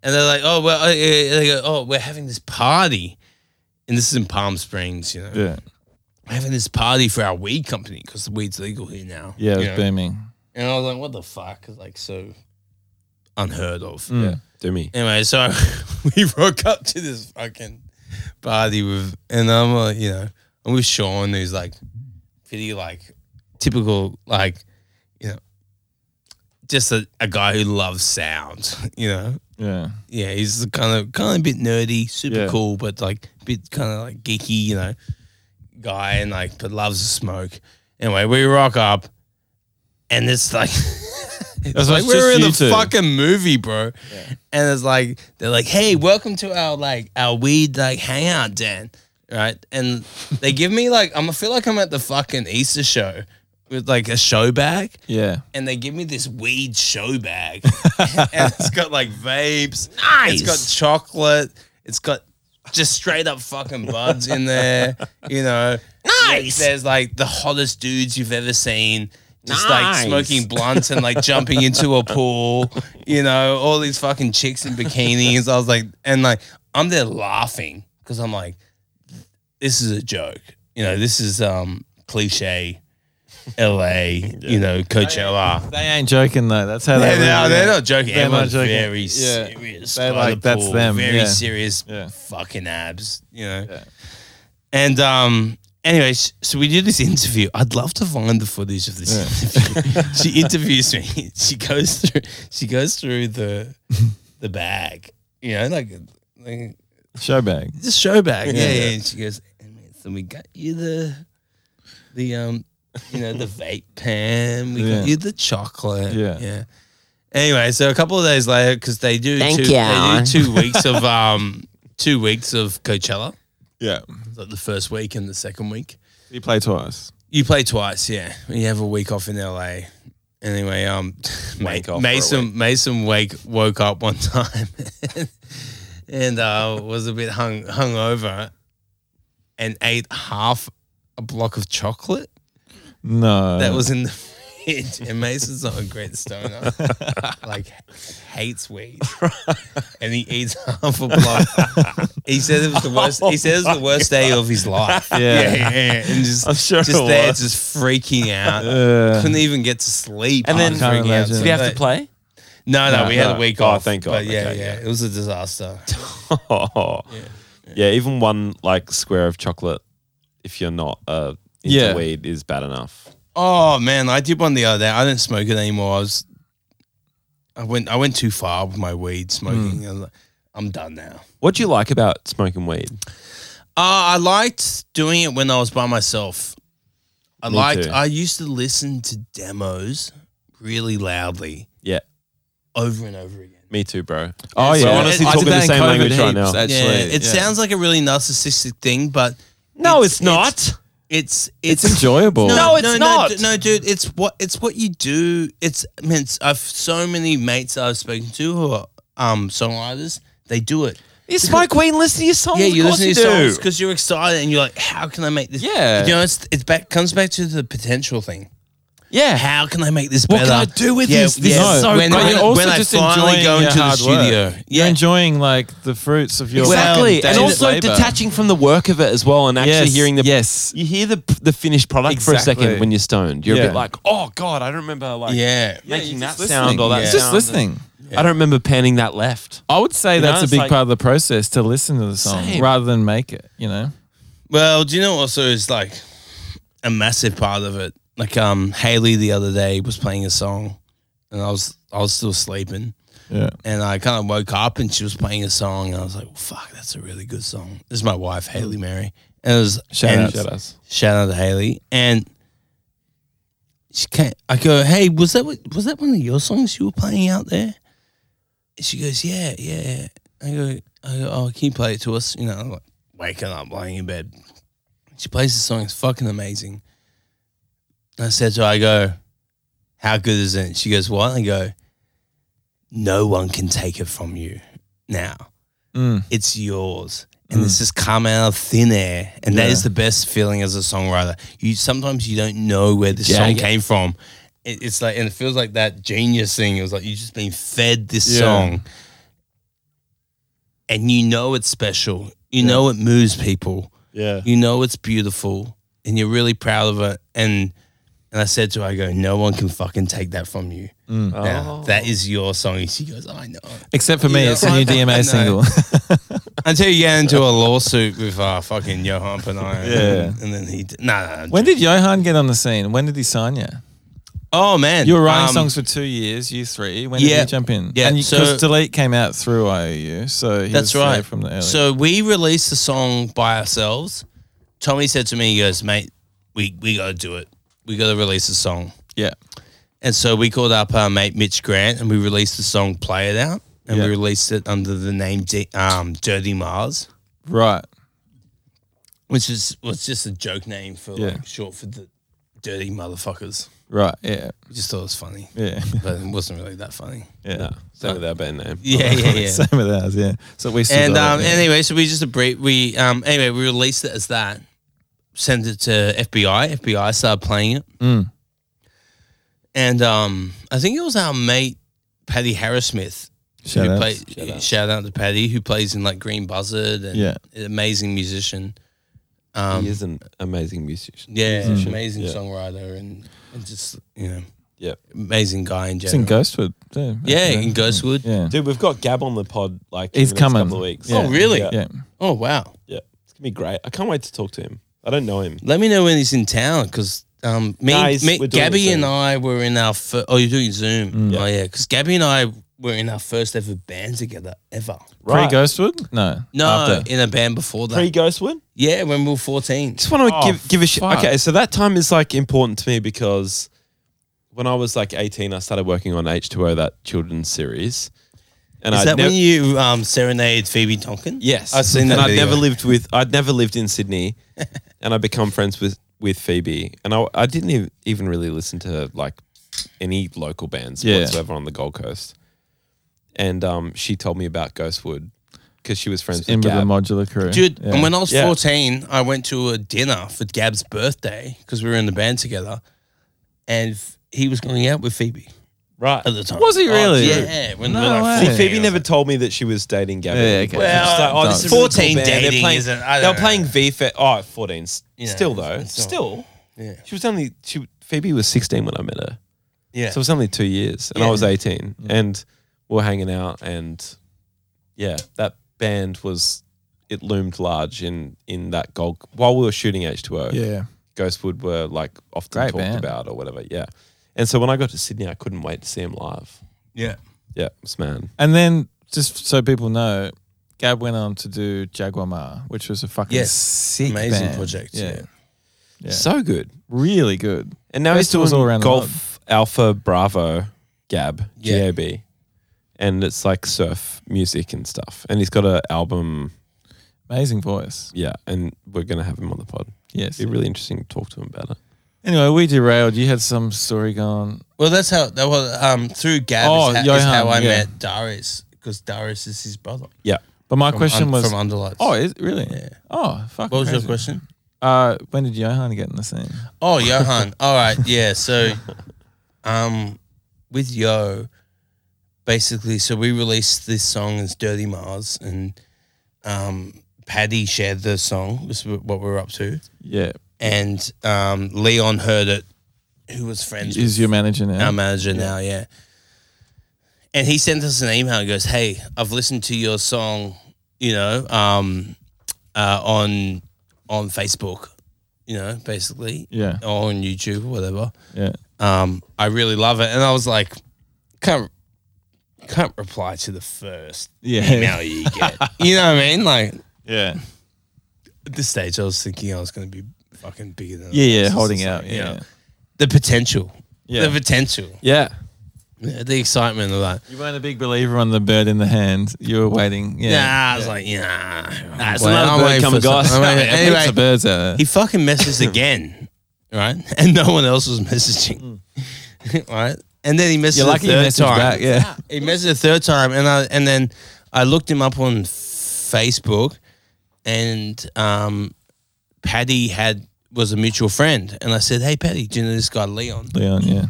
[SPEAKER 6] And they're like, oh, well, uh, uh," they go, oh, we're having this party. And this is in Palm Springs, you know.
[SPEAKER 5] Yeah.
[SPEAKER 6] we're having this party for our weed company because the weed's legal here now.
[SPEAKER 5] Yeah, it was
[SPEAKER 6] You know?
[SPEAKER 5] booming.
[SPEAKER 6] And I was like, what the fuck? It's like so unheard of.
[SPEAKER 5] Mm.
[SPEAKER 4] Do me.
[SPEAKER 6] Anyway, so we broke up to this fucking party with, and I'm like, you know, I'm with Sean, who's like pretty like typical, like, you know, just a, a guy who loves sound, you know.
[SPEAKER 5] Yeah.
[SPEAKER 6] Yeah, he's the kind of kind of a bit nerdy, super
[SPEAKER 5] Yeah.
[SPEAKER 6] cool, but like a bit kind of like geeky, you know, guy, and like but loves to smoke. Anyway, we rock up, and it's like it's
[SPEAKER 5] why
[SPEAKER 6] like
[SPEAKER 5] it's
[SPEAKER 6] we're
[SPEAKER 5] just
[SPEAKER 6] in
[SPEAKER 5] you
[SPEAKER 6] a
[SPEAKER 5] two.
[SPEAKER 6] fucking movie, bro. And it's like they're like, "Hey, welcome to our like our weed like hangout, Dan." Right, and they give me like I'm I feel like I'm at the fucking Easter show with like a show bag
[SPEAKER 5] Yeah.
[SPEAKER 6] and they give me this weed show bag, and it's got like vapes. Nice. It's got chocolate. It's got just straight up fucking buds in there. You know, nice. There's like the hottest dudes you've ever seen. Just like smoking blunts and like jumping into a pool, you know, all these fucking chicks in bikinis. I was like, and like, I'm there laughing because I'm like, this is a joke. You know, this is um cliche LA, you know, Coachella.
[SPEAKER 5] They ain't joking though. That's how
[SPEAKER 6] They,
[SPEAKER 5] they.
[SPEAKER 6] no,
[SPEAKER 5] really-
[SPEAKER 6] they're not joking.
[SPEAKER 5] They're not
[SPEAKER 6] Everyone's
[SPEAKER 5] joking.
[SPEAKER 6] very
[SPEAKER 5] Yeah.
[SPEAKER 6] serious.
[SPEAKER 5] They
[SPEAKER 6] by
[SPEAKER 5] like-
[SPEAKER 6] the
[SPEAKER 5] that's
[SPEAKER 6] pool,
[SPEAKER 5] them,
[SPEAKER 6] Very
[SPEAKER 5] yeah.
[SPEAKER 6] serious
[SPEAKER 5] Yeah.
[SPEAKER 6] fucking abs, you know.
[SPEAKER 5] Yeah.
[SPEAKER 6] And um anyways, so we did this interview. I'd love to find the footage of this interview. she interviews me. She goes through she goes through the the bag. You know, like like
[SPEAKER 5] Show bag.
[SPEAKER 6] just show back. Yeah, yeah.
[SPEAKER 5] yeah.
[SPEAKER 6] And she goes, and we- so we got you the the um you know the vape pen. We
[SPEAKER 5] Yeah.
[SPEAKER 6] got you the chocolate.
[SPEAKER 5] Yeah.
[SPEAKER 6] yeah. Anyway, so a couple of days later, because they do
[SPEAKER 7] Thank
[SPEAKER 6] two,
[SPEAKER 7] you.
[SPEAKER 6] they do two weeks of um two weeks of Coachella,
[SPEAKER 5] Yeah.
[SPEAKER 6] like the first week and the second week.
[SPEAKER 5] You play twice.
[SPEAKER 6] You play twice, yeah. You have a week off in LA. Anyway, um, Ma-
[SPEAKER 2] Wake off for a
[SPEAKER 6] Mason Mason wake woke up one time and uh, was a bit hung hung over and ate half a block of chocolate
[SPEAKER 5] No.
[SPEAKER 6] that was in the fridge. And Mason's not a great stoner, like hates weed, and he eats half a block. he said it was the worst. He said it was the worst day of his life.
[SPEAKER 5] Yeah.
[SPEAKER 6] yeah, yeah. and just
[SPEAKER 5] I'm sure
[SPEAKER 6] just
[SPEAKER 5] it
[SPEAKER 6] there,
[SPEAKER 5] was.
[SPEAKER 6] just freaking out. Couldn't even get to sleep.
[SPEAKER 7] And then-
[SPEAKER 6] after freaking
[SPEAKER 5] Can't imagine.
[SPEAKER 7] Did you have to play?
[SPEAKER 6] No, no,
[SPEAKER 5] No,
[SPEAKER 6] we had
[SPEAKER 5] no.
[SPEAKER 6] a week
[SPEAKER 4] Oh,
[SPEAKER 6] off.
[SPEAKER 4] thank God.
[SPEAKER 6] But yeah,
[SPEAKER 4] Okay,
[SPEAKER 6] yeah, it was a disaster.
[SPEAKER 4] yeah. even one like square of chocolate, if you're not uh, into
[SPEAKER 5] Yeah.
[SPEAKER 4] weed, is bad enough.
[SPEAKER 6] Oh man, I did one the other day. I didn't smoke it anymore. I was, I went, I went too far with my weed smoking. I was like, I'm done now.
[SPEAKER 4] What do you like about smoking weed?
[SPEAKER 6] Uh, I liked doing it when I was by myself. I
[SPEAKER 4] Me
[SPEAKER 6] liked.
[SPEAKER 4] too.
[SPEAKER 6] I used to listen to demos really loudly
[SPEAKER 4] Yeah,
[SPEAKER 6] over and over again.
[SPEAKER 4] me too, bro.
[SPEAKER 5] Oh yeah.
[SPEAKER 4] We're honestly
[SPEAKER 5] I did
[SPEAKER 4] talking
[SPEAKER 5] that
[SPEAKER 4] the
[SPEAKER 5] in
[SPEAKER 4] same
[SPEAKER 5] COVID
[SPEAKER 4] language right now.
[SPEAKER 5] heaps, Actually,
[SPEAKER 6] yeah, it sounds like a really narcissistic thing, but
[SPEAKER 4] No, it's, not.
[SPEAKER 6] it's
[SPEAKER 5] It's
[SPEAKER 6] it's,
[SPEAKER 5] enjoyable.
[SPEAKER 6] No, it's
[SPEAKER 4] no,
[SPEAKER 6] not.
[SPEAKER 4] no,
[SPEAKER 6] No, dude, it's what it's what you do. It's I mean, it's, I've so many mates that I've spoken to who are um songwriters. They do it.
[SPEAKER 4] you smoke weed and listen to your songs.
[SPEAKER 6] Yeah, you
[SPEAKER 4] Oh, of course
[SPEAKER 6] listen to
[SPEAKER 4] you
[SPEAKER 6] your
[SPEAKER 4] do.
[SPEAKER 6] songs because you're excited and you're like, how can I make this?
[SPEAKER 5] Yeah.
[SPEAKER 6] you know, it's it back comes back to the potential thing.
[SPEAKER 5] yeah.
[SPEAKER 6] How can I make this
[SPEAKER 4] What
[SPEAKER 6] better?
[SPEAKER 4] can I do with this? This
[SPEAKER 5] is so
[SPEAKER 6] when,
[SPEAKER 5] great.
[SPEAKER 6] When,
[SPEAKER 5] You're also
[SPEAKER 6] when I
[SPEAKER 5] just
[SPEAKER 6] finally
[SPEAKER 5] enjoying
[SPEAKER 6] go
[SPEAKER 5] your
[SPEAKER 6] into the
[SPEAKER 5] hard work.
[SPEAKER 6] studio, yeah,
[SPEAKER 5] You're enjoying like the fruits of your
[SPEAKER 4] Exactly,
[SPEAKER 5] Well,
[SPEAKER 4] and
[SPEAKER 5] daily
[SPEAKER 4] also
[SPEAKER 5] labor.
[SPEAKER 4] detaching from the work of it as well, and actually
[SPEAKER 5] Yes,
[SPEAKER 4] hearing the
[SPEAKER 5] yes.
[SPEAKER 4] you hear the the finished product for a
[SPEAKER 5] Exactly.
[SPEAKER 4] second when you're stoned. You're a
[SPEAKER 5] Yeah.
[SPEAKER 4] bit like, oh god, I don't remember like
[SPEAKER 6] yeah.
[SPEAKER 4] making that
[SPEAKER 5] listening.
[SPEAKER 4] sound or that
[SPEAKER 5] It's
[SPEAKER 4] sound.
[SPEAKER 5] just listening.
[SPEAKER 4] I don't remember panning that left.
[SPEAKER 5] I would say
[SPEAKER 4] You know,
[SPEAKER 5] that's
[SPEAKER 4] it's
[SPEAKER 5] a big
[SPEAKER 4] like-
[SPEAKER 5] part of the process to listen to the song
[SPEAKER 4] Same.
[SPEAKER 5] rather than make it. You know.
[SPEAKER 6] Well, do you know also is like a massive part of it. Like um Haley the other day was playing a song and I was I was still sleeping
[SPEAKER 5] Yeah.
[SPEAKER 6] and I kind of woke up and she was playing a song and I was like, well, fuck, that's a really good song. This is my wife, Haley Mary. And it was
[SPEAKER 5] Shout
[SPEAKER 6] and-
[SPEAKER 5] out. Shout outs.
[SPEAKER 6] Shout out to Haley. And she came, I go, hey, was that what, was that one of your songs you were playing out there? And she goes, yeah, yeah. I go, I go, oh, can you play it to us? You know, I'm like waking up, lying in bed. She plays the song. It's fucking amazing. And I said to her, I go, how good is it? And she goes, what? I go, no one can take it from you now
[SPEAKER 5] Mm.
[SPEAKER 6] it's yours. And this has come out of thin air. And that is the best feeling as a songwriter. You sometimes you don't know where this song came from. It, it's like and it feels like that genius thing. It was like you've just been fed this
[SPEAKER 5] Yeah.
[SPEAKER 6] song. And you know it's special. You know it moves people.
[SPEAKER 5] Yeah.
[SPEAKER 6] You know it's beautiful. and you're really proud of it. And and I said to her, I go, no one can fucking take that from you. Now, That is your song. And she goes, I know.
[SPEAKER 5] Except for me,
[SPEAKER 6] Yeah,
[SPEAKER 5] it's a new
[SPEAKER 6] I- I know.
[SPEAKER 5] DMA single.
[SPEAKER 6] Until you get into a lawsuit with uh, fucking Johan Panayo.
[SPEAKER 5] Yeah.
[SPEAKER 6] And, then he, d- nah, nah, nah.
[SPEAKER 5] when did Johan get on the scene? When did he sign you?
[SPEAKER 6] oh man.
[SPEAKER 5] You were writing
[SPEAKER 6] Um,
[SPEAKER 5] songs for two years, you three. When did
[SPEAKER 6] yeah.
[SPEAKER 5] you jump in?
[SPEAKER 6] Yeah,
[SPEAKER 5] and because
[SPEAKER 6] so-
[SPEAKER 5] Delete came out through IOU, so he
[SPEAKER 6] That's
[SPEAKER 5] was there
[SPEAKER 6] right.
[SPEAKER 5] from the early.
[SPEAKER 6] So we released the song by ourselves. Tommy said to me, he goes, mate, we, we got to do it. We got to release the song.
[SPEAKER 5] yeah,
[SPEAKER 6] And so we called up our mate Mitch Grant and we released the song Play It Out. And
[SPEAKER 5] Yeah.
[SPEAKER 6] we released it under the name D- um, Dirty Mars,
[SPEAKER 5] right.
[SPEAKER 6] which is was just a joke name for
[SPEAKER 5] Yeah.
[SPEAKER 6] like short for the dirty motherfuckers.
[SPEAKER 5] Right. Yeah.
[SPEAKER 6] We just thought it was funny,
[SPEAKER 5] Yeah.
[SPEAKER 6] but it wasn't really that funny.
[SPEAKER 5] Yeah.
[SPEAKER 4] No, same with our band name.
[SPEAKER 6] Yeah, yeah, yeah.
[SPEAKER 5] Same with ours. Yeah. So we still
[SPEAKER 6] and
[SPEAKER 5] got
[SPEAKER 6] um,
[SPEAKER 5] it, yeah.
[SPEAKER 6] anyway, so we just a brief, we um, anyway we released it as that, sent it to FBI. FBI started playing it,
[SPEAKER 5] Mm.
[SPEAKER 6] and um, I think it was our mate Paddy Harrismith
[SPEAKER 5] Shout
[SPEAKER 6] who
[SPEAKER 5] outs.
[SPEAKER 6] play- shout, out. to Paddy who plays in like Green Buzzard and
[SPEAKER 5] Yeah.
[SPEAKER 6] an amazing musician. Um,
[SPEAKER 4] he is an amazing musician.
[SPEAKER 6] yeah, amazing songwriter and, and just you know,
[SPEAKER 4] Yeah.
[SPEAKER 6] amazing guy in
[SPEAKER 5] It's in
[SPEAKER 6] general.
[SPEAKER 5] Ghostwood. Too,
[SPEAKER 6] yeah,
[SPEAKER 5] actually.
[SPEAKER 6] in Ghostwood.
[SPEAKER 5] Yeah.
[SPEAKER 4] Dude, we've got Gab on the pod like
[SPEAKER 5] He's
[SPEAKER 4] in the next
[SPEAKER 5] coming.
[SPEAKER 4] couple of weeks.
[SPEAKER 5] Yeah.
[SPEAKER 6] Oh, really?
[SPEAKER 4] Yeah.
[SPEAKER 5] Yeah.
[SPEAKER 6] Oh, wow.
[SPEAKER 4] Yeah. It's gonna be great. I can't wait to talk to him. I don't know him.
[SPEAKER 6] Let me know when he's in town because um, me,
[SPEAKER 4] Nah, he's-
[SPEAKER 6] me-
[SPEAKER 4] we're doing
[SPEAKER 6] Gabby
[SPEAKER 4] Zoom. Mm.
[SPEAKER 6] and I were in our. Fir- oh, you're doing Zoom.
[SPEAKER 4] Yeah.
[SPEAKER 6] Oh yeah, because Gabby and I were in our first ever band together ever.
[SPEAKER 5] Pre
[SPEAKER 4] Right.
[SPEAKER 5] Ghostwood? No.
[SPEAKER 6] No,
[SPEAKER 5] After.
[SPEAKER 6] in a band before that.
[SPEAKER 4] Pre Ghostwood?
[SPEAKER 6] yeah, when we were 14.
[SPEAKER 4] just want to
[SPEAKER 5] Oh,
[SPEAKER 4] give give a shit.
[SPEAKER 5] fuck.
[SPEAKER 4] Okay, so that time is like important to me because when I was like eighteen, I started working on H two O that children's series, and
[SPEAKER 6] Is
[SPEAKER 4] I'd
[SPEAKER 6] that
[SPEAKER 4] nev-
[SPEAKER 6] when you um, serenaded Phoebe Tonkin?
[SPEAKER 4] yes,
[SPEAKER 6] I've seen
[SPEAKER 4] and
[SPEAKER 6] that
[SPEAKER 4] I'd
[SPEAKER 6] video.
[SPEAKER 4] never lived with I'd never lived in Sydney, and I become friends with with Phoebe, and I I didn't ev- even really listen to like any local bands
[SPEAKER 5] Yeah.
[SPEAKER 4] whatsoever on the Gold Coast, and um, she told me about Ghostwood because she was friends
[SPEAKER 5] In
[SPEAKER 4] with
[SPEAKER 5] with the
[SPEAKER 4] Gab.
[SPEAKER 5] modular crew.
[SPEAKER 6] Dude,
[SPEAKER 5] Yeah.
[SPEAKER 6] and when I was
[SPEAKER 4] Yeah.
[SPEAKER 6] 14, I went to a dinner for Gab's birthday because we were in the band together, and f- he was going out with Phoebe
[SPEAKER 4] right?
[SPEAKER 6] at the time. Oh,
[SPEAKER 5] Was he really?
[SPEAKER 6] yeah. When we
[SPEAKER 5] No
[SPEAKER 6] were like
[SPEAKER 5] way.
[SPEAKER 4] See,
[SPEAKER 6] 14,
[SPEAKER 4] Phoebe
[SPEAKER 6] I was
[SPEAKER 4] never
[SPEAKER 6] like-
[SPEAKER 4] told me that she was dating Gabby.
[SPEAKER 5] Yeah, okay.
[SPEAKER 4] Well,
[SPEAKER 6] Well,
[SPEAKER 4] She's like, oh, this is a really cool
[SPEAKER 6] 14
[SPEAKER 4] band. They're
[SPEAKER 6] dating
[SPEAKER 4] playing,
[SPEAKER 6] isn't- I
[SPEAKER 4] they were
[SPEAKER 6] don't
[SPEAKER 4] playing
[SPEAKER 6] know.
[SPEAKER 4] VFest. Oh, 14. s-
[SPEAKER 6] Yeah,
[SPEAKER 4] still, though.
[SPEAKER 6] it's not-
[SPEAKER 4] Still.
[SPEAKER 6] Yeah.
[SPEAKER 4] She was only, she, Phoebe was 16 when I met her.
[SPEAKER 6] Yeah.
[SPEAKER 4] So it was only two years. And I
[SPEAKER 6] Yeah.
[SPEAKER 4] was 18.
[SPEAKER 5] Mm.
[SPEAKER 4] And we were hanging out. And yeah, that band was, it loomed large in in that gold. While we were shooting H2O,
[SPEAKER 5] Yeah.
[SPEAKER 4] Ghostwood were like often
[SPEAKER 5] Great
[SPEAKER 4] talked
[SPEAKER 5] band.
[SPEAKER 4] about or whatever. Yeah. And so when I got to Sydney, I couldn't wait to see him live.
[SPEAKER 6] yeah.
[SPEAKER 4] Yeah, it was man.
[SPEAKER 5] And then, just so people know, Gab went on to do Jaguar Ma, which was a fucking
[SPEAKER 6] Yes.
[SPEAKER 5] sick
[SPEAKER 6] Amazing
[SPEAKER 5] band.
[SPEAKER 6] project, yeah.
[SPEAKER 5] Yeah.
[SPEAKER 4] So good.
[SPEAKER 5] Really good.
[SPEAKER 4] And now he's
[SPEAKER 5] Festivals
[SPEAKER 4] doing
[SPEAKER 5] all around the
[SPEAKER 4] golf alpha bravo gab
[SPEAKER 6] Yeah.
[SPEAKER 4] gab, and it's like surf music and stuff. And he's got an album,
[SPEAKER 5] Amazing voice.
[SPEAKER 4] yeah. And we're gonna have him on the pod.
[SPEAKER 5] Yes.
[SPEAKER 4] It'd be really interesting to talk to him about it.
[SPEAKER 5] Anyway, we derailed. You had some story going.
[SPEAKER 6] Well, that's how that was um, through Gab
[SPEAKER 5] Oh,
[SPEAKER 6] is, how,
[SPEAKER 5] Johan,
[SPEAKER 6] is how I
[SPEAKER 5] yeah.
[SPEAKER 6] met Darius because Darius is his brother.
[SPEAKER 4] Yeah,
[SPEAKER 5] But my
[SPEAKER 6] From
[SPEAKER 5] question
[SPEAKER 6] Un-
[SPEAKER 5] was.
[SPEAKER 6] from Underlights.
[SPEAKER 5] oh, is, really?
[SPEAKER 6] Yeah.
[SPEAKER 5] Oh, fuck.
[SPEAKER 6] what was your
[SPEAKER 5] crazy.
[SPEAKER 6] question?
[SPEAKER 5] Uh, when did Johan get in the scene?
[SPEAKER 6] Oh, Johan. All right, yeah. So, um, with Yo, basically, so we released this song as Dirty Mars, and um, Paddy shared the song. Was what we're up to,
[SPEAKER 5] Yeah.
[SPEAKER 6] and um, Leon heard it, who was friends. with
[SPEAKER 5] Is your manager now?
[SPEAKER 6] our manager now, yeah. And he sent us an email and goes, Hey, I've listened to your song, you know, um, uh, on on Facebook, you know, basically.
[SPEAKER 5] Yeah.
[SPEAKER 6] Or on YouTube or whatever.
[SPEAKER 5] Yeah.
[SPEAKER 6] Um, I really love it. And I was like, can't can't reply to the first
[SPEAKER 5] Yeah.
[SPEAKER 6] email you get. you know what I mean? Like
[SPEAKER 5] Yeah.
[SPEAKER 6] at this stage I was thinking I was gonna be fucking bigger than I
[SPEAKER 5] Yeah.
[SPEAKER 6] was.
[SPEAKER 5] Yeah.
[SPEAKER 6] It's
[SPEAKER 5] Holding
[SPEAKER 6] just
[SPEAKER 5] out.
[SPEAKER 6] like, you know,
[SPEAKER 5] Yeah.
[SPEAKER 6] The potential.
[SPEAKER 5] Yeah.
[SPEAKER 6] The potential.
[SPEAKER 4] yeah.
[SPEAKER 6] The excitement of that.
[SPEAKER 5] You weren't a big believer on the bird in the hand. You were waiting. Yeah.
[SPEAKER 6] Nah, I was like, yeah. Nah, it's
[SPEAKER 5] Well,
[SPEAKER 6] another
[SPEAKER 5] I'm
[SPEAKER 6] bird
[SPEAKER 5] waiting
[SPEAKER 6] come
[SPEAKER 5] for
[SPEAKER 6] guys.
[SPEAKER 5] some-
[SPEAKER 6] I'm waiting-
[SPEAKER 5] Yeah, pizza
[SPEAKER 6] anyway,
[SPEAKER 5] birds out there.
[SPEAKER 6] he fucking messaged again, right? And no one else was messaging, right? And then he messaged
[SPEAKER 5] Hmm. You're lucky
[SPEAKER 6] a
[SPEAKER 5] you
[SPEAKER 6] third
[SPEAKER 5] messaged
[SPEAKER 6] time.
[SPEAKER 5] back, yeah.
[SPEAKER 6] he messaged a third time, and I and then I looked him up on Facebook, and um, Paddy had was a mutual friend, and I said, "Hey, Paddy, do you know this guy Leon?"
[SPEAKER 5] Leon. Yeah.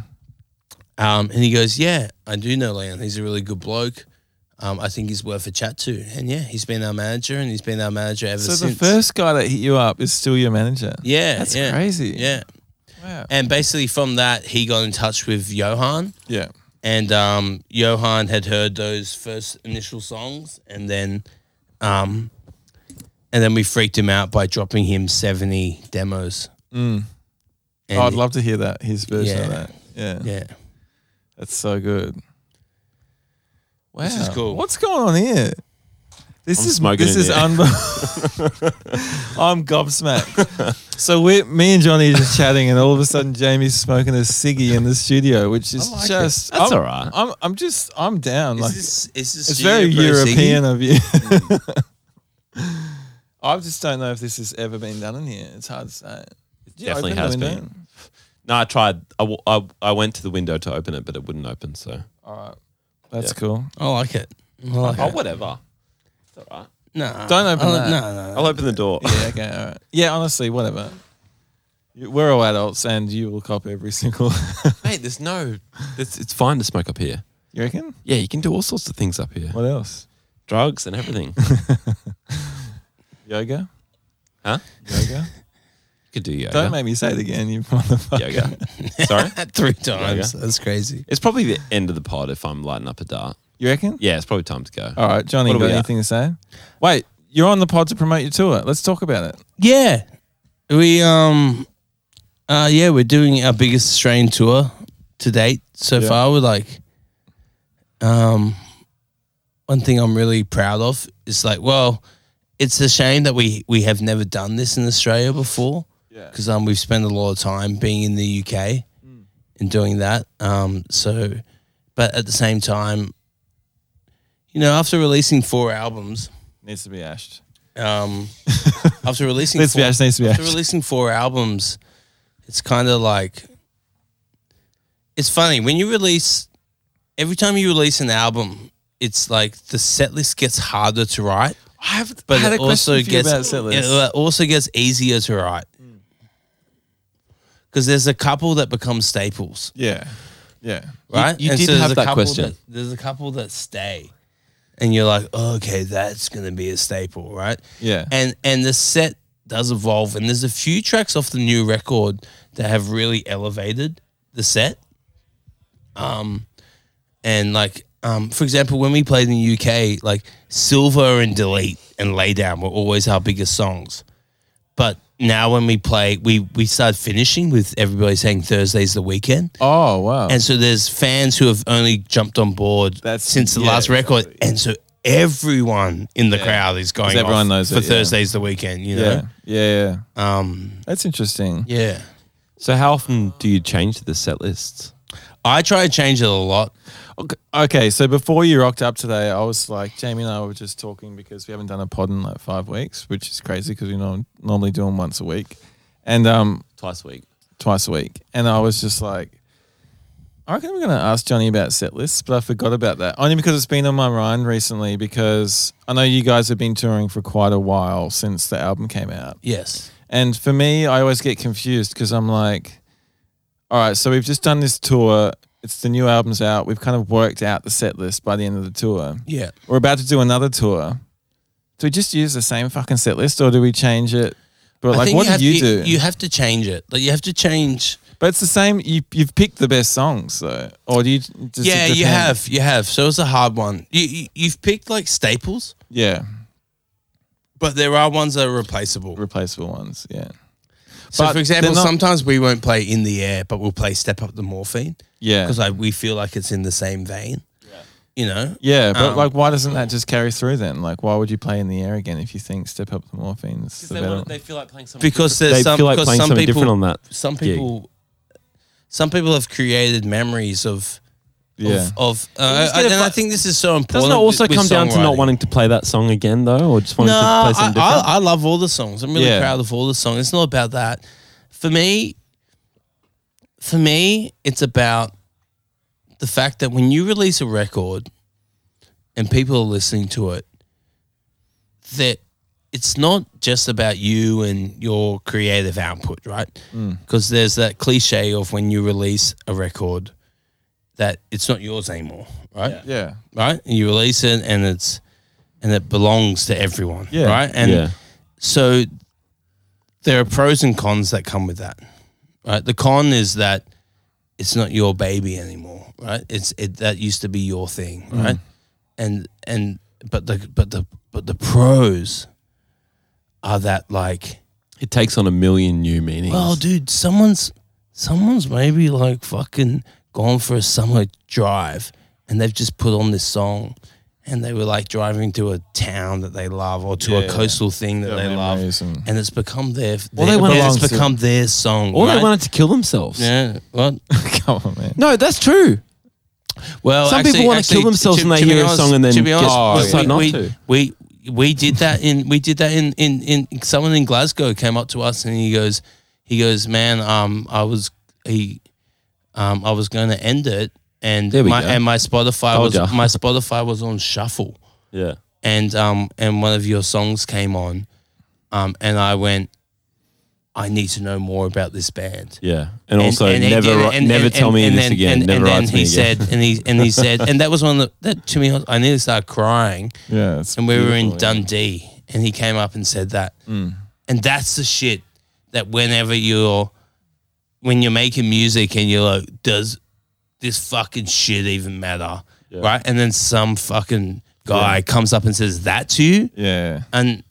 [SPEAKER 6] Um, and he goes, "Yeah, I do know Leon. He's a really good bloke. um, I think he's worth a chat to. And yeah, he's been our manager, and he's been our manager ever
[SPEAKER 5] So
[SPEAKER 6] since.
[SPEAKER 5] the first guy that hit you up is still your manager.
[SPEAKER 6] yeah,
[SPEAKER 5] That's
[SPEAKER 6] yeah,
[SPEAKER 5] crazy.
[SPEAKER 6] Yeah,
[SPEAKER 5] Wow.
[SPEAKER 6] and basically from that, he got in touch with Johan,
[SPEAKER 5] Yeah.
[SPEAKER 6] and um, Johan had heard those first initial songs, and then, um, and then we freaked him out by dropping him seventy demos. And
[SPEAKER 5] Oh, Mm. I'd love to hear that his version of
[SPEAKER 6] Yeah.
[SPEAKER 5] that. Yeah.
[SPEAKER 6] Yeah,
[SPEAKER 5] That's so good. Wow.
[SPEAKER 6] This is cool.
[SPEAKER 5] What's going on here? This
[SPEAKER 4] I'm
[SPEAKER 5] is
[SPEAKER 4] smoking
[SPEAKER 5] this
[SPEAKER 4] in
[SPEAKER 5] is
[SPEAKER 4] here.
[SPEAKER 5] unbelievable. I'm gobsmacked. so we, me and Johnny are just chatting, and all of a sudden Jamie's smoking a ciggy in the studio, which is just
[SPEAKER 4] That's
[SPEAKER 5] I'm,
[SPEAKER 4] all right.
[SPEAKER 5] I'm I'm just I'm down.
[SPEAKER 6] is
[SPEAKER 5] like
[SPEAKER 6] this is this
[SPEAKER 5] it's
[SPEAKER 6] studio
[SPEAKER 5] very
[SPEAKER 6] pro Siggy?
[SPEAKER 5] European of you.
[SPEAKER 4] Hmm.
[SPEAKER 5] I just don't know if this has ever been done in here. It's hard to say. Did you
[SPEAKER 4] Definitely
[SPEAKER 5] open the
[SPEAKER 4] has
[SPEAKER 5] window?
[SPEAKER 4] been. No, I tried. I, w- I, I went to the window to open it, but it wouldn't open. So,
[SPEAKER 5] All right, that's
[SPEAKER 4] Yeah.
[SPEAKER 5] cool.
[SPEAKER 6] I like it. I like
[SPEAKER 4] oh,
[SPEAKER 6] it.
[SPEAKER 4] whatever. It's all right.
[SPEAKER 6] No,
[SPEAKER 5] Don't open
[SPEAKER 6] I-
[SPEAKER 5] that.
[SPEAKER 6] No, no, no.
[SPEAKER 4] I'll open the door.
[SPEAKER 5] Yeah, okay, all right. Yeah, honestly, whatever. You- We're all adults, and you will cop every single.
[SPEAKER 4] Mate, there's no. It's, it's fine to smoke up here.
[SPEAKER 5] you reckon?
[SPEAKER 4] Yeah, you can do all sorts of things up here
[SPEAKER 5] What else?
[SPEAKER 4] drugs and everything.
[SPEAKER 5] Yoga.
[SPEAKER 4] Huh?
[SPEAKER 5] Yoga.
[SPEAKER 4] You could do yoga.
[SPEAKER 5] Don't make me say it again, you motherfucker.
[SPEAKER 4] yoga. Sorry?
[SPEAKER 6] Three times.
[SPEAKER 4] Yeah.
[SPEAKER 6] That's crazy.
[SPEAKER 4] It's probably the end of the pod if I'm lighting up a dart.
[SPEAKER 5] You reckon?
[SPEAKER 4] Yeah, it's probably time to go.
[SPEAKER 5] All right, Johnny,
[SPEAKER 4] What are
[SPEAKER 5] got
[SPEAKER 4] we at?
[SPEAKER 5] anything to say? Wait, you're on the pod to promote your tour. Let's talk about it.
[SPEAKER 6] Yeah. We um uh yeah, we're doing our biggest Australian tour to date so
[SPEAKER 5] Yeah.
[SPEAKER 6] far. We're like um one thing I'm really proud of is like, well, it's a shame that we we have never done this in Australia before.
[SPEAKER 5] Yeah. Mm.
[SPEAKER 6] Because um we've spent a lot of time being in the UK and doing that. Um so but at the same time, you know, after releasing four albums,
[SPEAKER 5] Needs to be ashed.
[SPEAKER 6] um after releasing
[SPEAKER 5] Needs to be
[SPEAKER 6] four,
[SPEAKER 5] ashed. Needs to be
[SPEAKER 6] after
[SPEAKER 5] ashed.
[SPEAKER 6] releasing four albums, it's kind of like it's funny when you release every time you release an album, it's like the set list gets harder to write,
[SPEAKER 5] I have,
[SPEAKER 6] but it also
[SPEAKER 5] for you about
[SPEAKER 6] gets
[SPEAKER 5] set Mm.
[SPEAKER 6] it
[SPEAKER 5] lists.
[SPEAKER 6] uh, also gets easier to write because there's a couple that become staples,
[SPEAKER 5] yeah. Yeah.
[SPEAKER 6] right?
[SPEAKER 4] you
[SPEAKER 6] And
[SPEAKER 4] did
[SPEAKER 6] there's
[SPEAKER 4] have
[SPEAKER 6] a
[SPEAKER 4] that
[SPEAKER 6] couple
[SPEAKER 4] question.
[SPEAKER 6] that- there's a couple that stay. And you're like, oh, okay, that's gonna be a staple, right?
[SPEAKER 5] Yeah.
[SPEAKER 6] and and the set does evolve and there's a few tracks off the new record that have really elevated the set um and like um for example when we played in the UK like Silver and Delete and Lay Down were always our biggest songs but now when we play we we start finishing with everybody saying Thursday's the weekend
[SPEAKER 5] oh, wow.
[SPEAKER 6] and so there's fans who have only jumped on board
[SPEAKER 5] That's-
[SPEAKER 6] since the
[SPEAKER 5] yeah,
[SPEAKER 6] last record, and so everyone in the crowd is going.
[SPEAKER 5] everyone
[SPEAKER 6] off
[SPEAKER 5] knows
[SPEAKER 6] for
[SPEAKER 5] it, yeah.
[SPEAKER 6] Thursday's the weekend, you
[SPEAKER 5] yeah.
[SPEAKER 6] know.
[SPEAKER 5] Yeah. Yeah.
[SPEAKER 6] Yeah. Um,
[SPEAKER 5] That's interesting.
[SPEAKER 6] yeah.
[SPEAKER 4] So, how often do you change the set lists?
[SPEAKER 6] I try to change it a lot.
[SPEAKER 5] Okay, okay, so before you rocked up today, I was like, Jamie and I were just talking because we haven't done a pod in like five weeks, which is crazy because we norm- normally do them once a week and um,
[SPEAKER 4] Twice a week.
[SPEAKER 5] twice a week. And I was just like, I reckon we're going to ask Johnny about set lists, but I forgot about that only because it's been on my mind recently. Because I know you guys have been touring for quite a while since the album came out.
[SPEAKER 6] Yes.
[SPEAKER 5] And for me, I always get confused because I'm like, all right, so we've just done this tour. It's the new album's out. We've kind of worked out the set list by the end of the tour.
[SPEAKER 6] Yeah.
[SPEAKER 5] We're about to do another tour. Do we just use the same fucking set list or do we change it? But like, what
[SPEAKER 6] you have,
[SPEAKER 5] do you do?
[SPEAKER 6] You have to change it. Like you have to change.
[SPEAKER 5] but it's the same. You, you've picked the best songs though. Or do you just.
[SPEAKER 6] yeah,
[SPEAKER 5] it
[SPEAKER 6] you
[SPEAKER 5] depend?
[SPEAKER 6] have. You have. So it's a hard one. You, you you've picked like staples,
[SPEAKER 5] Yeah.
[SPEAKER 6] but there are ones that are replaceable.
[SPEAKER 5] Replaceable ones. Yeah.
[SPEAKER 6] so
[SPEAKER 5] but
[SPEAKER 6] for example,
[SPEAKER 5] they're not-
[SPEAKER 6] sometimes we won't play in the air, but we'll play Step Up the Morphine
[SPEAKER 5] Yeah.
[SPEAKER 6] because like we feel like it's in the same vein. You know,
[SPEAKER 5] Yeah, but
[SPEAKER 6] Um,
[SPEAKER 5] like, why doesn't that just carry through then? Like, why would you play in the air again if you think step up the morphines?
[SPEAKER 4] They, want, they feel like playing something.
[SPEAKER 6] because there's
[SPEAKER 4] they
[SPEAKER 6] some
[SPEAKER 4] feel like
[SPEAKER 6] because
[SPEAKER 4] playing
[SPEAKER 6] some
[SPEAKER 4] something
[SPEAKER 6] people,
[SPEAKER 4] different on that.
[SPEAKER 6] some
[SPEAKER 4] gig.
[SPEAKER 6] people some people have created memories of
[SPEAKER 5] Yeah.
[SPEAKER 6] of, of
[SPEAKER 4] You
[SPEAKER 6] uh,
[SPEAKER 4] just get
[SPEAKER 6] and
[SPEAKER 4] a
[SPEAKER 6] I
[SPEAKER 4] fu-
[SPEAKER 6] think this is so important.
[SPEAKER 4] Doesn't it also
[SPEAKER 6] with- with
[SPEAKER 4] come down to not
[SPEAKER 6] songwriting.
[SPEAKER 4] wanting to play that song again, though, or just wanting
[SPEAKER 6] No,
[SPEAKER 4] to play
[SPEAKER 6] I,
[SPEAKER 4] something
[SPEAKER 6] I,
[SPEAKER 4] different?
[SPEAKER 6] I love all the songs. I'm really
[SPEAKER 5] Yeah.
[SPEAKER 6] proud of all the songs. It's not about that. For me, for me, it's about the fact that when you release a record and people are listening to it, that it's not just about you and your creative
[SPEAKER 5] Mm.
[SPEAKER 6] output, right? Because there's that cliche of when you release a record, that it's not yours anymore, right?
[SPEAKER 5] Yeah.
[SPEAKER 6] Right? And you release it and it's and it belongs to everyone.
[SPEAKER 5] Yeah.
[SPEAKER 6] Right? And
[SPEAKER 4] yeah.
[SPEAKER 6] so there are pros and cons that come with that. Right? The con is that it's not your baby anymore, right? It's it that used to be your thing, right? And and but the but the but the pros are that like
[SPEAKER 4] It takes on a million new meanings.
[SPEAKER 6] well, dude, someone's someone's maybe like fucking gone for a summer drive, and they've just put on this song, and they were like driving to a town that they love or to
[SPEAKER 2] Yeah.
[SPEAKER 6] a coastal thing that they love,
[SPEAKER 5] Amazing.
[SPEAKER 6] and it's become their.
[SPEAKER 4] Or
[SPEAKER 6] their-
[SPEAKER 4] they wanted-
[SPEAKER 6] and
[SPEAKER 5] belongs
[SPEAKER 6] it's
[SPEAKER 5] to-
[SPEAKER 6] become their song.
[SPEAKER 4] or they
[SPEAKER 6] right?
[SPEAKER 4] wanted to kill themselves.
[SPEAKER 6] Yeah. What?
[SPEAKER 5] Come on, man.
[SPEAKER 4] No, that's true.
[SPEAKER 6] Well,
[SPEAKER 4] Some
[SPEAKER 6] actually-
[SPEAKER 4] people wanna
[SPEAKER 6] actually,
[SPEAKER 4] kill themselves
[SPEAKER 6] to-
[SPEAKER 4] when they
[SPEAKER 6] to be
[SPEAKER 4] hear a
[SPEAKER 6] honest-
[SPEAKER 4] song and then
[SPEAKER 6] to be
[SPEAKER 4] get
[SPEAKER 6] honest,
[SPEAKER 4] decide not
[SPEAKER 6] we,
[SPEAKER 4] to.
[SPEAKER 6] we, we we did that in we did that in, in in someone in Glasgow came up to us and he goes he goes man um I was he um I was going to end it and
[SPEAKER 4] There we
[SPEAKER 6] my
[SPEAKER 4] go.
[SPEAKER 6] and my Spotify
[SPEAKER 4] Told
[SPEAKER 6] was
[SPEAKER 4] ya.
[SPEAKER 6] my Spotify was on shuffle
[SPEAKER 4] Yeah.
[SPEAKER 6] and um and one of your songs came on um and I went I need to know more about this band
[SPEAKER 4] Yeah. And, also
[SPEAKER 6] he
[SPEAKER 4] never
[SPEAKER 6] did it,
[SPEAKER 4] ri- never tell me
[SPEAKER 6] and
[SPEAKER 4] this
[SPEAKER 6] then-
[SPEAKER 4] again.
[SPEAKER 6] And,
[SPEAKER 4] never
[SPEAKER 6] and
[SPEAKER 4] write
[SPEAKER 6] then
[SPEAKER 4] to
[SPEAKER 6] he
[SPEAKER 4] me again.
[SPEAKER 6] said, and he and he said, and that was one of the, that to me, I nearly started crying.
[SPEAKER 5] Yeah. It's
[SPEAKER 6] And we were in
[SPEAKER 5] beautiful, yeah.
[SPEAKER 6] Dundee, and he came up and said that,
[SPEAKER 4] Mm.
[SPEAKER 6] and that's the shit that whenever you're when you're making music and you're like, does this fucking shit even matter, right? And then some fucking guy comes up and says that to you,
[SPEAKER 5] Yeah.
[SPEAKER 6] and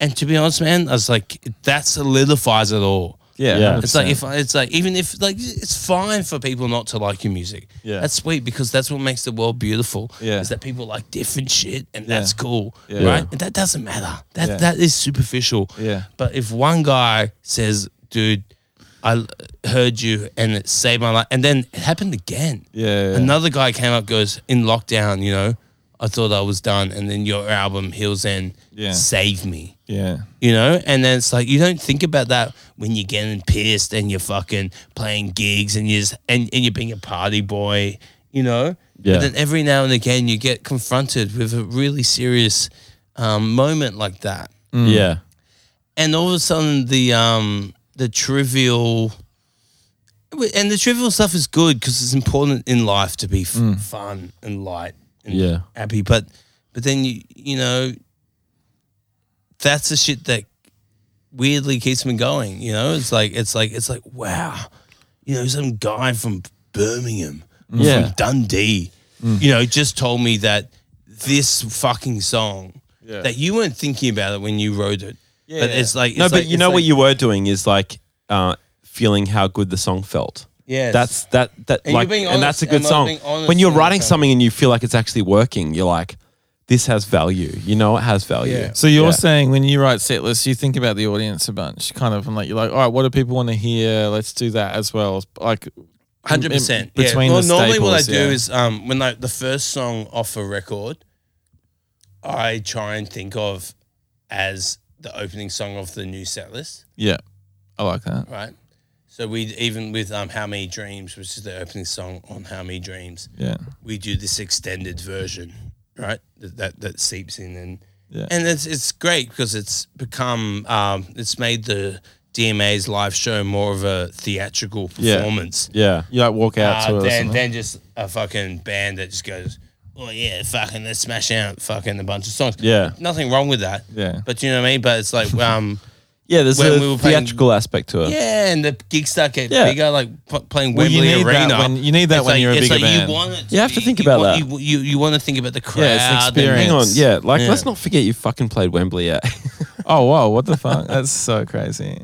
[SPEAKER 6] and to be honest, man, I was like, that solidifies it all.
[SPEAKER 5] Yeah.
[SPEAKER 4] Yeah.
[SPEAKER 6] It's like if it's like even if like it's fine for people not to like your music.
[SPEAKER 5] Yeah.
[SPEAKER 6] that's sweet because that's what makes the world beautiful.
[SPEAKER 5] Yeah.
[SPEAKER 6] is that people like different shit and that's cool,
[SPEAKER 5] Yeah.
[SPEAKER 6] right? And that doesn't matter. That
[SPEAKER 5] Yeah.
[SPEAKER 6] that is superficial.
[SPEAKER 5] Yeah.
[SPEAKER 6] but if one guy says, "Dude, I l- heard you and it saved my life," and then it happened again.
[SPEAKER 5] Yeah, yeah.
[SPEAKER 6] another guy came up goes in lockdown. You know, I thought I was done, and then your album Hills End
[SPEAKER 5] Yeah.
[SPEAKER 6] saved me
[SPEAKER 5] Yeah.
[SPEAKER 6] you know and then it's like you don't think about that when you're getting pissed and you're fucking playing gigs and you're just, and, and you're being a party boy you know
[SPEAKER 4] Yeah.
[SPEAKER 6] but then every now and again you get confronted with a really serious um, moment like that
[SPEAKER 4] yeah.
[SPEAKER 6] and all of a sudden the um the trivial and the trivial stuff is good because it's important in life to be f- fun and light and
[SPEAKER 4] Yeah.
[SPEAKER 6] happy but but then you you know that's the shit that weirdly keeps me going you know it's like it's like it's like wow you know some guy from birmingham or
[SPEAKER 4] Yeah. Mm.
[SPEAKER 6] from dundee you know just told me that this fucking song that you weren't thinking about it when you wrote it but it's like
[SPEAKER 4] No,
[SPEAKER 6] it's
[SPEAKER 4] but
[SPEAKER 6] like-
[SPEAKER 4] you
[SPEAKER 6] it's
[SPEAKER 4] know
[SPEAKER 6] like-
[SPEAKER 4] what you were doing is like uh, feeling how good the song felt.
[SPEAKER 6] Yes.
[SPEAKER 4] That's that that
[SPEAKER 6] And you're
[SPEAKER 4] like
[SPEAKER 6] being
[SPEAKER 4] and that's
[SPEAKER 6] honest-
[SPEAKER 4] a good
[SPEAKER 6] and I'm
[SPEAKER 4] song.
[SPEAKER 6] being honest
[SPEAKER 4] When you're
[SPEAKER 6] with
[SPEAKER 4] writing
[SPEAKER 6] myself.
[SPEAKER 4] something and you feel like it's actually working, you're like, this has value. You know it has value.
[SPEAKER 6] Yeah.
[SPEAKER 5] So you're
[SPEAKER 4] Yeah.
[SPEAKER 5] saying when you write set lists, you think about the audience a bunch, kind of, and like you're like, all right, what do people want to hear? Let's do that as well. Like,
[SPEAKER 6] Hundred
[SPEAKER 5] in-
[SPEAKER 6] percent.
[SPEAKER 5] between
[SPEAKER 6] Well,
[SPEAKER 5] the
[SPEAKER 6] normally what I
[SPEAKER 5] staples,
[SPEAKER 6] do
[SPEAKER 5] yeah.
[SPEAKER 6] is um, when like the first song off a record, I try and think of as the opening song of the new set list,
[SPEAKER 5] yeah, I like that.
[SPEAKER 6] right? So we even with um, How Many Dreams, which is the opening song on How Many Dreams,
[SPEAKER 5] Yeah,
[SPEAKER 6] we do this extended version, right? That that, that seeps in and
[SPEAKER 5] Yeah.
[SPEAKER 6] and it's it's great because it's become um, it's made the DMA's live show more of a theatrical
[SPEAKER 5] Yeah.
[SPEAKER 6] performance
[SPEAKER 4] Yeah.
[SPEAKER 5] you like walk out
[SPEAKER 6] uh,
[SPEAKER 5] to it. or
[SPEAKER 6] then,
[SPEAKER 5] something.
[SPEAKER 6] then just a fucking band that just goes, oh yeah, fucking let's smash out fucking a bunch of songs.
[SPEAKER 4] Yeah.
[SPEAKER 6] nothing wrong with that.
[SPEAKER 5] Yeah.
[SPEAKER 6] but you know what I mean. But it's like, um,
[SPEAKER 4] Yeah, there's
[SPEAKER 6] When
[SPEAKER 4] a
[SPEAKER 6] we were playing-
[SPEAKER 4] theatrical aspect to it.
[SPEAKER 6] yeah, and the gigs start getting
[SPEAKER 4] Yeah.
[SPEAKER 6] bigger, uh, like p- playing
[SPEAKER 5] Well, you
[SPEAKER 6] Wembley
[SPEAKER 5] need that
[SPEAKER 6] Arena.
[SPEAKER 5] when- you need that
[SPEAKER 6] It's
[SPEAKER 5] when
[SPEAKER 6] like-
[SPEAKER 5] you're a
[SPEAKER 6] it's
[SPEAKER 5] bigger
[SPEAKER 6] like
[SPEAKER 5] band.
[SPEAKER 6] You, want it to
[SPEAKER 4] You have to
[SPEAKER 6] be-
[SPEAKER 4] think
[SPEAKER 6] you
[SPEAKER 4] about
[SPEAKER 6] want-
[SPEAKER 4] that.
[SPEAKER 6] You, you you want to think about the crowd.
[SPEAKER 5] Yeah, it's an
[SPEAKER 6] and-
[SPEAKER 5] experience.
[SPEAKER 4] Hang on, yeah. Like,
[SPEAKER 6] Yeah.
[SPEAKER 4] let's not forget you fucking played Wembley at.
[SPEAKER 5] oh wow, what the fuck? That's so crazy.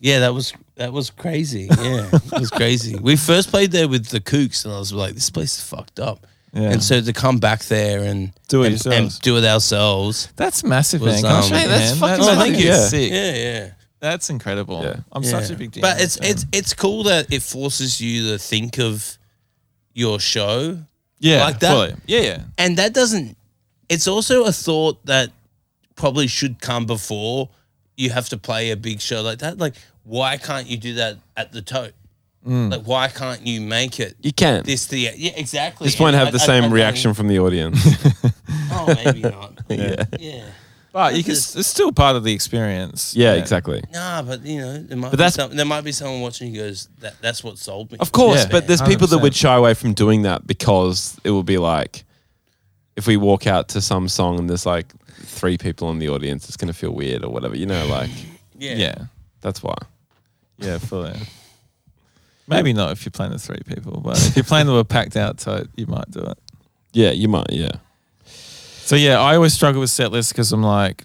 [SPEAKER 6] yeah, that was that was crazy. Yeah, it was crazy. We first played there with the Kooks, and I was like, this place is fucked up.
[SPEAKER 5] Yeah.
[SPEAKER 6] And so to come back there and
[SPEAKER 5] Do it
[SPEAKER 6] and,
[SPEAKER 5] yourselves.
[SPEAKER 6] and do it ourselves.
[SPEAKER 5] That's massive,
[SPEAKER 6] Was,
[SPEAKER 5] man. Can I
[SPEAKER 6] um,
[SPEAKER 5] shake
[SPEAKER 6] Hey,
[SPEAKER 5] your
[SPEAKER 4] that's
[SPEAKER 5] hand?
[SPEAKER 4] fucking
[SPEAKER 5] oh,
[SPEAKER 4] amazing.
[SPEAKER 5] thank you.
[SPEAKER 4] Yeah.
[SPEAKER 5] Sick.
[SPEAKER 6] Yeah, yeah.
[SPEAKER 5] That's incredible.
[SPEAKER 4] Yeah.
[SPEAKER 5] I'm
[SPEAKER 6] yeah.
[SPEAKER 5] such a big deal.
[SPEAKER 6] But it's it's it's cool that it forces you to think of your show,
[SPEAKER 5] yeah,
[SPEAKER 6] like that.
[SPEAKER 5] fully. Yeah, yeah,
[SPEAKER 6] and that doesn't. It's also a thought that probably should come before you have to play a big show like that. Like, why can't you do that at the tote?
[SPEAKER 4] Mm.
[SPEAKER 6] Like, why can't you make it?
[SPEAKER 4] you can. This,
[SPEAKER 6] This the yeah exactly.
[SPEAKER 4] this won't
[SPEAKER 6] And
[SPEAKER 4] have the
[SPEAKER 6] I- I- I
[SPEAKER 4] same
[SPEAKER 6] don't-
[SPEAKER 4] reaction from the audience.
[SPEAKER 6] Oh, maybe not. yeah. yeah.
[SPEAKER 5] But you can,
[SPEAKER 6] Just-
[SPEAKER 5] it's still part of the experience.
[SPEAKER 4] Yeah, exactly.
[SPEAKER 6] Nah, but you know, there might,
[SPEAKER 4] But
[SPEAKER 6] be
[SPEAKER 4] that's-
[SPEAKER 6] some, there might be someone watching who goes, that, that's what sold me.
[SPEAKER 4] Of course,
[SPEAKER 5] Yeah.
[SPEAKER 4] but there's people that
[SPEAKER 5] 100%.
[SPEAKER 4] would shy away from doing that because it would be like if we walk out to some song and there's like three people in the audience, it's gonna feel weird or whatever. You know, like
[SPEAKER 6] Yeah.
[SPEAKER 5] Yeah. Yeah,
[SPEAKER 4] that's why.
[SPEAKER 5] fully. Maybe not if you're playing with three people, but if you're playing with a packed out tote, you might do it.
[SPEAKER 4] Yeah, you might. Yeah,
[SPEAKER 5] So yeah, I always struggle with set lists because I'm like,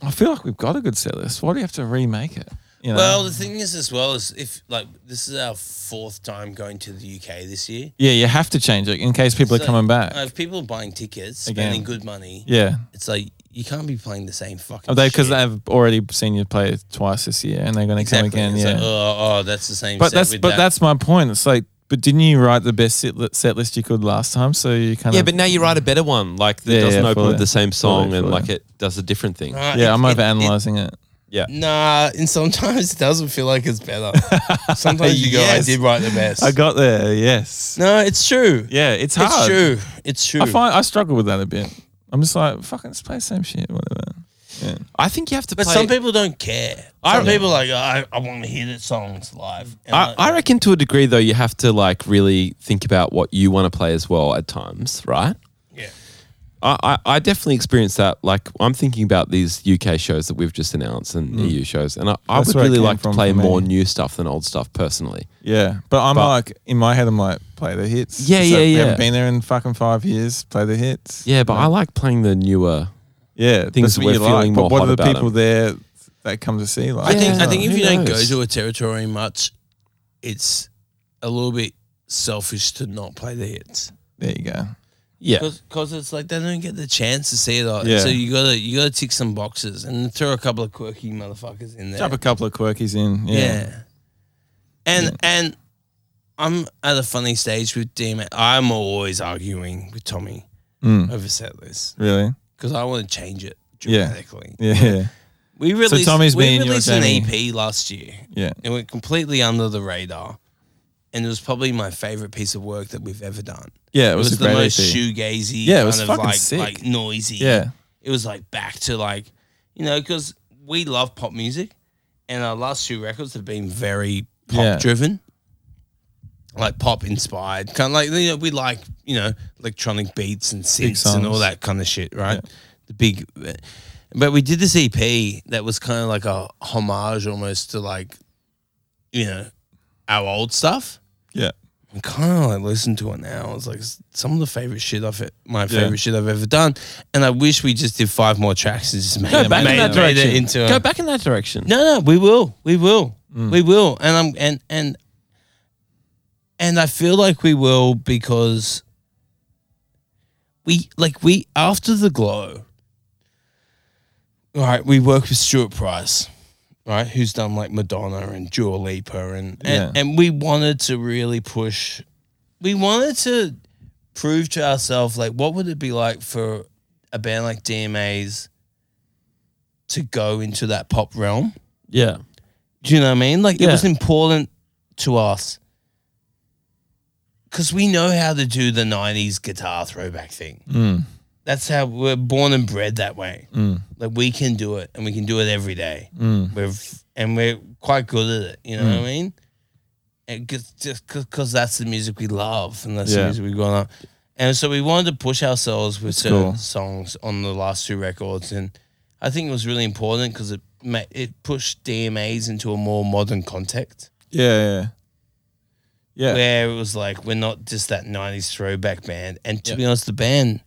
[SPEAKER 5] I feel like we've got a good set list. Why do you have to remake it? You know?
[SPEAKER 4] Um,
[SPEAKER 6] Well, the thing is, as well, is if like this is our fourth time going to the UK this year.
[SPEAKER 5] yeah, you have to change it in case people
[SPEAKER 6] So,
[SPEAKER 5] are coming back.
[SPEAKER 6] uh, if people are buying tickets,
[SPEAKER 5] Again.
[SPEAKER 6] spending good money,
[SPEAKER 5] yeah,
[SPEAKER 6] it's like you can't be playing the same fucking.
[SPEAKER 5] Oh, they because
[SPEAKER 6] shit.
[SPEAKER 5] they've already seen you play twice this year, and they're going to
[SPEAKER 6] exactly.
[SPEAKER 5] come again.
[SPEAKER 6] It's
[SPEAKER 5] Yeah,
[SPEAKER 6] like, oh, oh, that's the same.
[SPEAKER 5] but
[SPEAKER 6] set
[SPEAKER 5] that's
[SPEAKER 6] with
[SPEAKER 5] but
[SPEAKER 6] that.
[SPEAKER 5] that's my point. It's like, but didn't you write the best set, li- set list you could last time? So you kind
[SPEAKER 4] yeah.
[SPEAKER 5] of
[SPEAKER 4] But now you write a better one, like that
[SPEAKER 5] Yeah,
[SPEAKER 4] doesn't
[SPEAKER 5] yeah,
[SPEAKER 4] open
[SPEAKER 5] fully.
[SPEAKER 4] with the same song
[SPEAKER 5] Fully,
[SPEAKER 4] and
[SPEAKER 5] fully.
[SPEAKER 4] like it does a different thing.
[SPEAKER 6] Nah, it-
[SPEAKER 5] yeah, I'm
[SPEAKER 6] it- it-
[SPEAKER 5] overanalyzing it.
[SPEAKER 6] Nah, and sometimes it doesn't feel like it's better. Sometimes you go,
[SPEAKER 5] Yes.
[SPEAKER 6] I did write the best.
[SPEAKER 5] I got there. Yes.
[SPEAKER 6] no, it's true.
[SPEAKER 5] Yeah, it's hard.
[SPEAKER 6] It's true. It's true.
[SPEAKER 5] I find I struggle with that a bit. I'm just like, fucking, just play the same shit, whatever.
[SPEAKER 4] I think you have to
[SPEAKER 6] but
[SPEAKER 4] play.
[SPEAKER 6] some people don't care.
[SPEAKER 4] I-
[SPEAKER 6] Some people are like, "Oh, I, I want to hear that song. It's live. And
[SPEAKER 4] I, I reckon to a degree though, you have to like really think about what you want to play as well at times, right?
[SPEAKER 6] Yeah.
[SPEAKER 4] I, I, I definitely experienced that. Like I'm thinking about these UK shows that we've just announced and EU shows, and I, I
[SPEAKER 5] That's
[SPEAKER 4] would
[SPEAKER 5] where it
[SPEAKER 4] really
[SPEAKER 5] came
[SPEAKER 4] like to
[SPEAKER 5] from
[SPEAKER 4] play
[SPEAKER 5] for me.
[SPEAKER 4] more new stuff than old stuff personally.
[SPEAKER 5] Yeah, but I'm
[SPEAKER 4] But-
[SPEAKER 5] like in my head, I'm like, play the hits.
[SPEAKER 4] Yeah,
[SPEAKER 5] So
[SPEAKER 4] yeah,
[SPEAKER 5] if you
[SPEAKER 4] yeah.
[SPEAKER 5] Haven't been there in fucking five years. Play the hits.
[SPEAKER 4] Yeah, but I like playing the newer.
[SPEAKER 5] yeah,
[SPEAKER 4] things
[SPEAKER 5] that's what
[SPEAKER 4] we're
[SPEAKER 5] you like.
[SPEAKER 4] feeling
[SPEAKER 5] But
[SPEAKER 4] more
[SPEAKER 5] what
[SPEAKER 4] hot
[SPEAKER 5] are the
[SPEAKER 4] about
[SPEAKER 5] people there that come to see? Like,
[SPEAKER 6] I think I
[SPEAKER 4] Yeah.
[SPEAKER 6] think if
[SPEAKER 4] Who
[SPEAKER 6] you don't go
[SPEAKER 4] knows?
[SPEAKER 6] to a territory much, it's a little bit selfish to not play the hits
[SPEAKER 5] there you go.
[SPEAKER 4] Yeah,
[SPEAKER 6] because it's like they don't get the chance to see it. All.
[SPEAKER 5] Yeah.
[SPEAKER 6] So you gotta you gotta tick some boxes and throw a couple of quirky motherfuckers in there.
[SPEAKER 5] Drop a couple of quirkies in.
[SPEAKER 6] yeah.
[SPEAKER 5] Yeah.
[SPEAKER 6] And and I'm at a funny stage with DMX. I'm always arguing with Tommy
[SPEAKER 5] Mm.
[SPEAKER 6] over set lists
[SPEAKER 5] Really?
[SPEAKER 6] because I want to change it
[SPEAKER 5] Yeah.
[SPEAKER 6] dramatically.
[SPEAKER 5] Yeah.
[SPEAKER 6] We released
[SPEAKER 5] Tommy's
[SPEAKER 6] we
[SPEAKER 5] been your
[SPEAKER 6] released an
[SPEAKER 5] Jamie.
[SPEAKER 6] EP last year.
[SPEAKER 5] Yeah.
[SPEAKER 6] It went completely under the radar. And it was probably my favorite piece of work that we've ever done.
[SPEAKER 5] Yeah. It
[SPEAKER 6] It
[SPEAKER 5] was,
[SPEAKER 6] was, the
[SPEAKER 5] a great
[SPEAKER 6] most
[SPEAKER 5] EP.
[SPEAKER 6] shoegazy,
[SPEAKER 5] Yeah, it
[SPEAKER 6] kind
[SPEAKER 5] was
[SPEAKER 6] of
[SPEAKER 5] fucking
[SPEAKER 6] like,
[SPEAKER 5] sick.
[SPEAKER 6] like noisy.
[SPEAKER 5] Yeah.
[SPEAKER 6] It was like back to like, you know, because we love pop music and our last two records have been very pop
[SPEAKER 5] Yeah.
[SPEAKER 6] driven, like pop inspired. Kind of like, you know, we like, you know, electronic beats and synths and all
[SPEAKER 5] songs.
[SPEAKER 6] that kind of shit, right? The big. But we did this EP that was kind of like a homage almost to like, you know, our old stuff.
[SPEAKER 5] Yeah.
[SPEAKER 6] I kind of like listen to it now. It's like s- some of the favorite shit I've e- my favorite shit I've ever done, and I wish we just did five more tracks and just made,
[SPEAKER 4] Go
[SPEAKER 6] it-
[SPEAKER 4] back in
[SPEAKER 6] made-
[SPEAKER 4] that
[SPEAKER 6] made it
[SPEAKER 4] direction.
[SPEAKER 6] into.
[SPEAKER 4] go
[SPEAKER 6] a-
[SPEAKER 4] back in that direction.
[SPEAKER 6] uh, No, no, we will, we will, we will, and I'm and and and I feel like we will because we like we after the glow. Right, we work with Stuart Price, right? Who's done like Madonna and Dua Lipa, and and,
[SPEAKER 5] Yeah.
[SPEAKER 6] and we wanted to really push. We wanted to prove to ourselves like what would it be like for a band like DMA's to go into that pop realm.
[SPEAKER 4] Yeah,
[SPEAKER 6] Do you know what I mean? Like it
[SPEAKER 4] Yeah.
[SPEAKER 6] was important to us because we know how to do the '90s guitar throwback thing.
[SPEAKER 5] Mm.
[SPEAKER 6] That's how we're born and bred that way.
[SPEAKER 5] Mm.
[SPEAKER 6] Like we can do it, and we can do it every day.
[SPEAKER 5] Mm.
[SPEAKER 6] We're f- and we're quite good at it. You know what I mean? And 'cause- just because that's the music we love, and that's the
[SPEAKER 5] Yeah.
[SPEAKER 6] music we've grown up. And so we wanted to push ourselves with certain
[SPEAKER 5] cool.
[SPEAKER 6] songs on the last two records, and I think it was really important because it ma- it pushed DMAs into a more modern context
[SPEAKER 5] Yeah. Yeah. Yeah.
[SPEAKER 6] where it was like we're not just that '90s throwback band. And to be honest, the band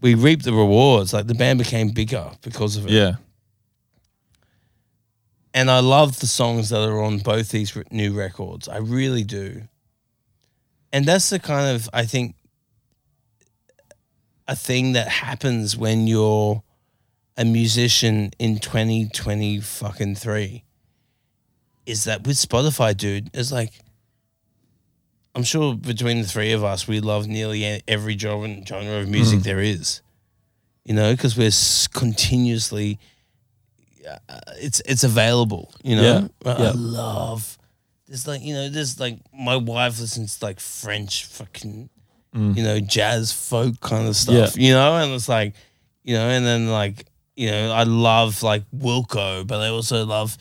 [SPEAKER 6] we reaped the rewards. Like the band became bigger because of it.
[SPEAKER 5] Yeah.
[SPEAKER 6] And I love the songs that are on both these re- new records. I really do. And that's the kind of I think a thing that happens when you're a musician in 2020 fucking 3 is that with Spotify dude it's like I'm sure between the three of us we love nearly e- every genre genre of music there is you know because we're s- continuously uh, it's it's available you know I- I love there's like you know there's like my wife listens to like
[SPEAKER 5] Mm.
[SPEAKER 6] French fucking you know jazz folk kind of stuff you know and it's like you know, and then like, you know, I love like Wilco, but I also love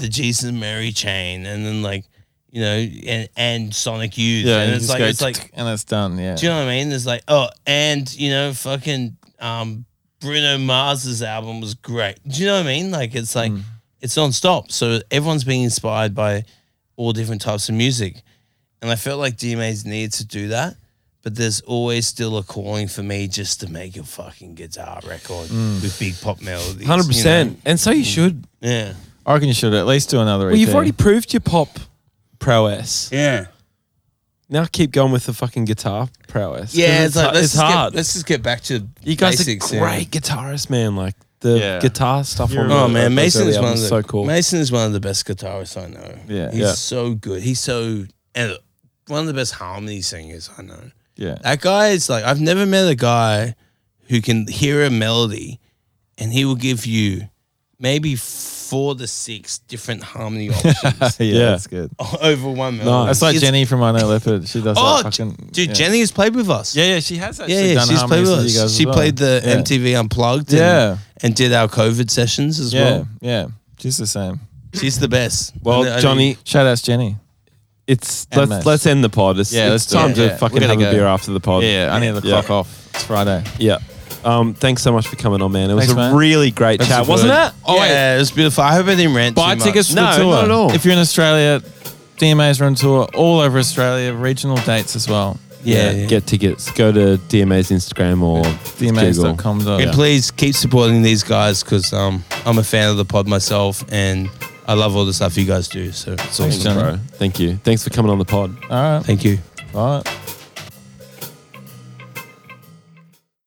[SPEAKER 6] the Jesus and Mary chain, and then like, you know, and and Sonic Youth,
[SPEAKER 5] Yeah,
[SPEAKER 6] and
[SPEAKER 5] you
[SPEAKER 6] it's
[SPEAKER 5] just
[SPEAKER 6] like
[SPEAKER 5] go
[SPEAKER 6] it's like,
[SPEAKER 5] and it's done. Yeah,
[SPEAKER 6] do you know what I mean? There's like, oh, and you know, fucking um, Bruno Mars's album was great. Do you know what I mean? Like, it's like
[SPEAKER 4] Mm.
[SPEAKER 6] it's nonstop. So everyone's being inspired by all different types of music, and I felt like DMA's needed to do that. But there's always still a calling for me just to make a fucking guitar record with big pop melodies.
[SPEAKER 4] Mm. Hundred percent. And so
[SPEAKER 6] Mm.
[SPEAKER 4] you should.
[SPEAKER 6] you know? Yeah.
[SPEAKER 5] I reckon you should at least do another. E
[SPEAKER 4] Well, you've
[SPEAKER 5] EP.
[SPEAKER 4] already proved your pop prowess.
[SPEAKER 6] Yeah.
[SPEAKER 4] Now keep going with the fucking guitar prowess. 'Cause
[SPEAKER 6] Yeah, it's, like
[SPEAKER 4] hu-
[SPEAKER 6] let's,
[SPEAKER 4] it's
[SPEAKER 6] just
[SPEAKER 4] hard.
[SPEAKER 6] Get, let's just get back to
[SPEAKER 4] you guys
[SPEAKER 6] basics,
[SPEAKER 4] are
[SPEAKER 6] yeah.
[SPEAKER 4] great guitarists, man. Like the
[SPEAKER 5] Yeah.
[SPEAKER 4] guitar stuff.
[SPEAKER 5] You're
[SPEAKER 4] on
[SPEAKER 5] right.
[SPEAKER 6] Oh
[SPEAKER 4] the- those
[SPEAKER 6] man, Mason
[SPEAKER 4] early
[SPEAKER 6] is one of
[SPEAKER 4] albums
[SPEAKER 6] the
[SPEAKER 4] are so cool.
[SPEAKER 6] Mason is one of the best guitarists I know.
[SPEAKER 5] Yeah.
[SPEAKER 6] he's
[SPEAKER 5] Yeah.
[SPEAKER 6] so good. He's so and one of the best harmony singers I know.
[SPEAKER 5] Yeah,
[SPEAKER 6] That guy is like I've never met a guy who can hear a melody and he will give you maybe four to six different harmony options
[SPEAKER 5] yeah, that's good.
[SPEAKER 6] over one melody.
[SPEAKER 5] That's like
[SPEAKER 6] It's-
[SPEAKER 5] Jenny from I Know Leopard. She does
[SPEAKER 6] Oh,
[SPEAKER 5] that fucking.
[SPEAKER 6] dude,
[SPEAKER 5] yeah.
[SPEAKER 6] Jenny has played with us.
[SPEAKER 5] Yeah, yeah, she has actually
[SPEAKER 6] Yeah, yeah,
[SPEAKER 5] done
[SPEAKER 6] she's played
[SPEAKER 5] harmonies
[SPEAKER 6] with
[SPEAKER 5] you
[SPEAKER 6] us.
[SPEAKER 5] guys as
[SPEAKER 6] She
[SPEAKER 5] well.
[SPEAKER 6] played the
[SPEAKER 5] yeah.
[SPEAKER 6] MTV Unplugged and,
[SPEAKER 5] Yeah.
[SPEAKER 6] and did our COVID sessions as
[SPEAKER 5] Yeah,
[SPEAKER 6] well.
[SPEAKER 5] yeah, she's the same.
[SPEAKER 6] She's the best. uh, I
[SPEAKER 4] Well,
[SPEAKER 6] know-
[SPEAKER 4] Johnny,
[SPEAKER 5] Shout outs Jenny.
[SPEAKER 4] it's
[SPEAKER 5] And
[SPEAKER 4] let's
[SPEAKER 5] Mace.
[SPEAKER 4] let's end the pod. It's,
[SPEAKER 5] Yeah,
[SPEAKER 4] it's
[SPEAKER 5] let's do
[SPEAKER 4] time
[SPEAKER 5] it.
[SPEAKER 4] to
[SPEAKER 5] Yeah.
[SPEAKER 4] fucking
[SPEAKER 5] We're gonna
[SPEAKER 4] have a
[SPEAKER 5] go.
[SPEAKER 4] beer after the pod.
[SPEAKER 5] Yeah, I need to
[SPEAKER 4] Yeah.
[SPEAKER 5] clock off. It's Friday.
[SPEAKER 4] Yeah. Um, thanks so much for coming on, man. It was
[SPEAKER 5] Thanks,
[SPEAKER 4] a
[SPEAKER 5] man.
[SPEAKER 4] really great
[SPEAKER 5] Thanks
[SPEAKER 4] chat,
[SPEAKER 5] for
[SPEAKER 4] wasn't
[SPEAKER 5] good.
[SPEAKER 4] it?
[SPEAKER 6] Oh, yeah, it was beautiful. I hope I didn't rant.
[SPEAKER 5] Buy
[SPEAKER 6] too
[SPEAKER 5] tickets for
[SPEAKER 4] No,
[SPEAKER 6] Much.
[SPEAKER 5] the tour.
[SPEAKER 4] not at all.
[SPEAKER 5] If you're in Australia, DMAs are on tour all over Australia, regional dates as well.
[SPEAKER 6] Yeah, yeah.
[SPEAKER 4] Get tickets. Go to DMA's Instagram or Google.
[SPEAKER 5] DMAs.com.
[SPEAKER 6] and please keep supporting these guys because um, I'm a fan of the pod myself, and I love all the stuff you guys do. So
[SPEAKER 5] Thanks, Johnny.
[SPEAKER 4] Thank you. Thanks for coming on the pod.
[SPEAKER 5] All right.
[SPEAKER 6] thank you.
[SPEAKER 5] All right.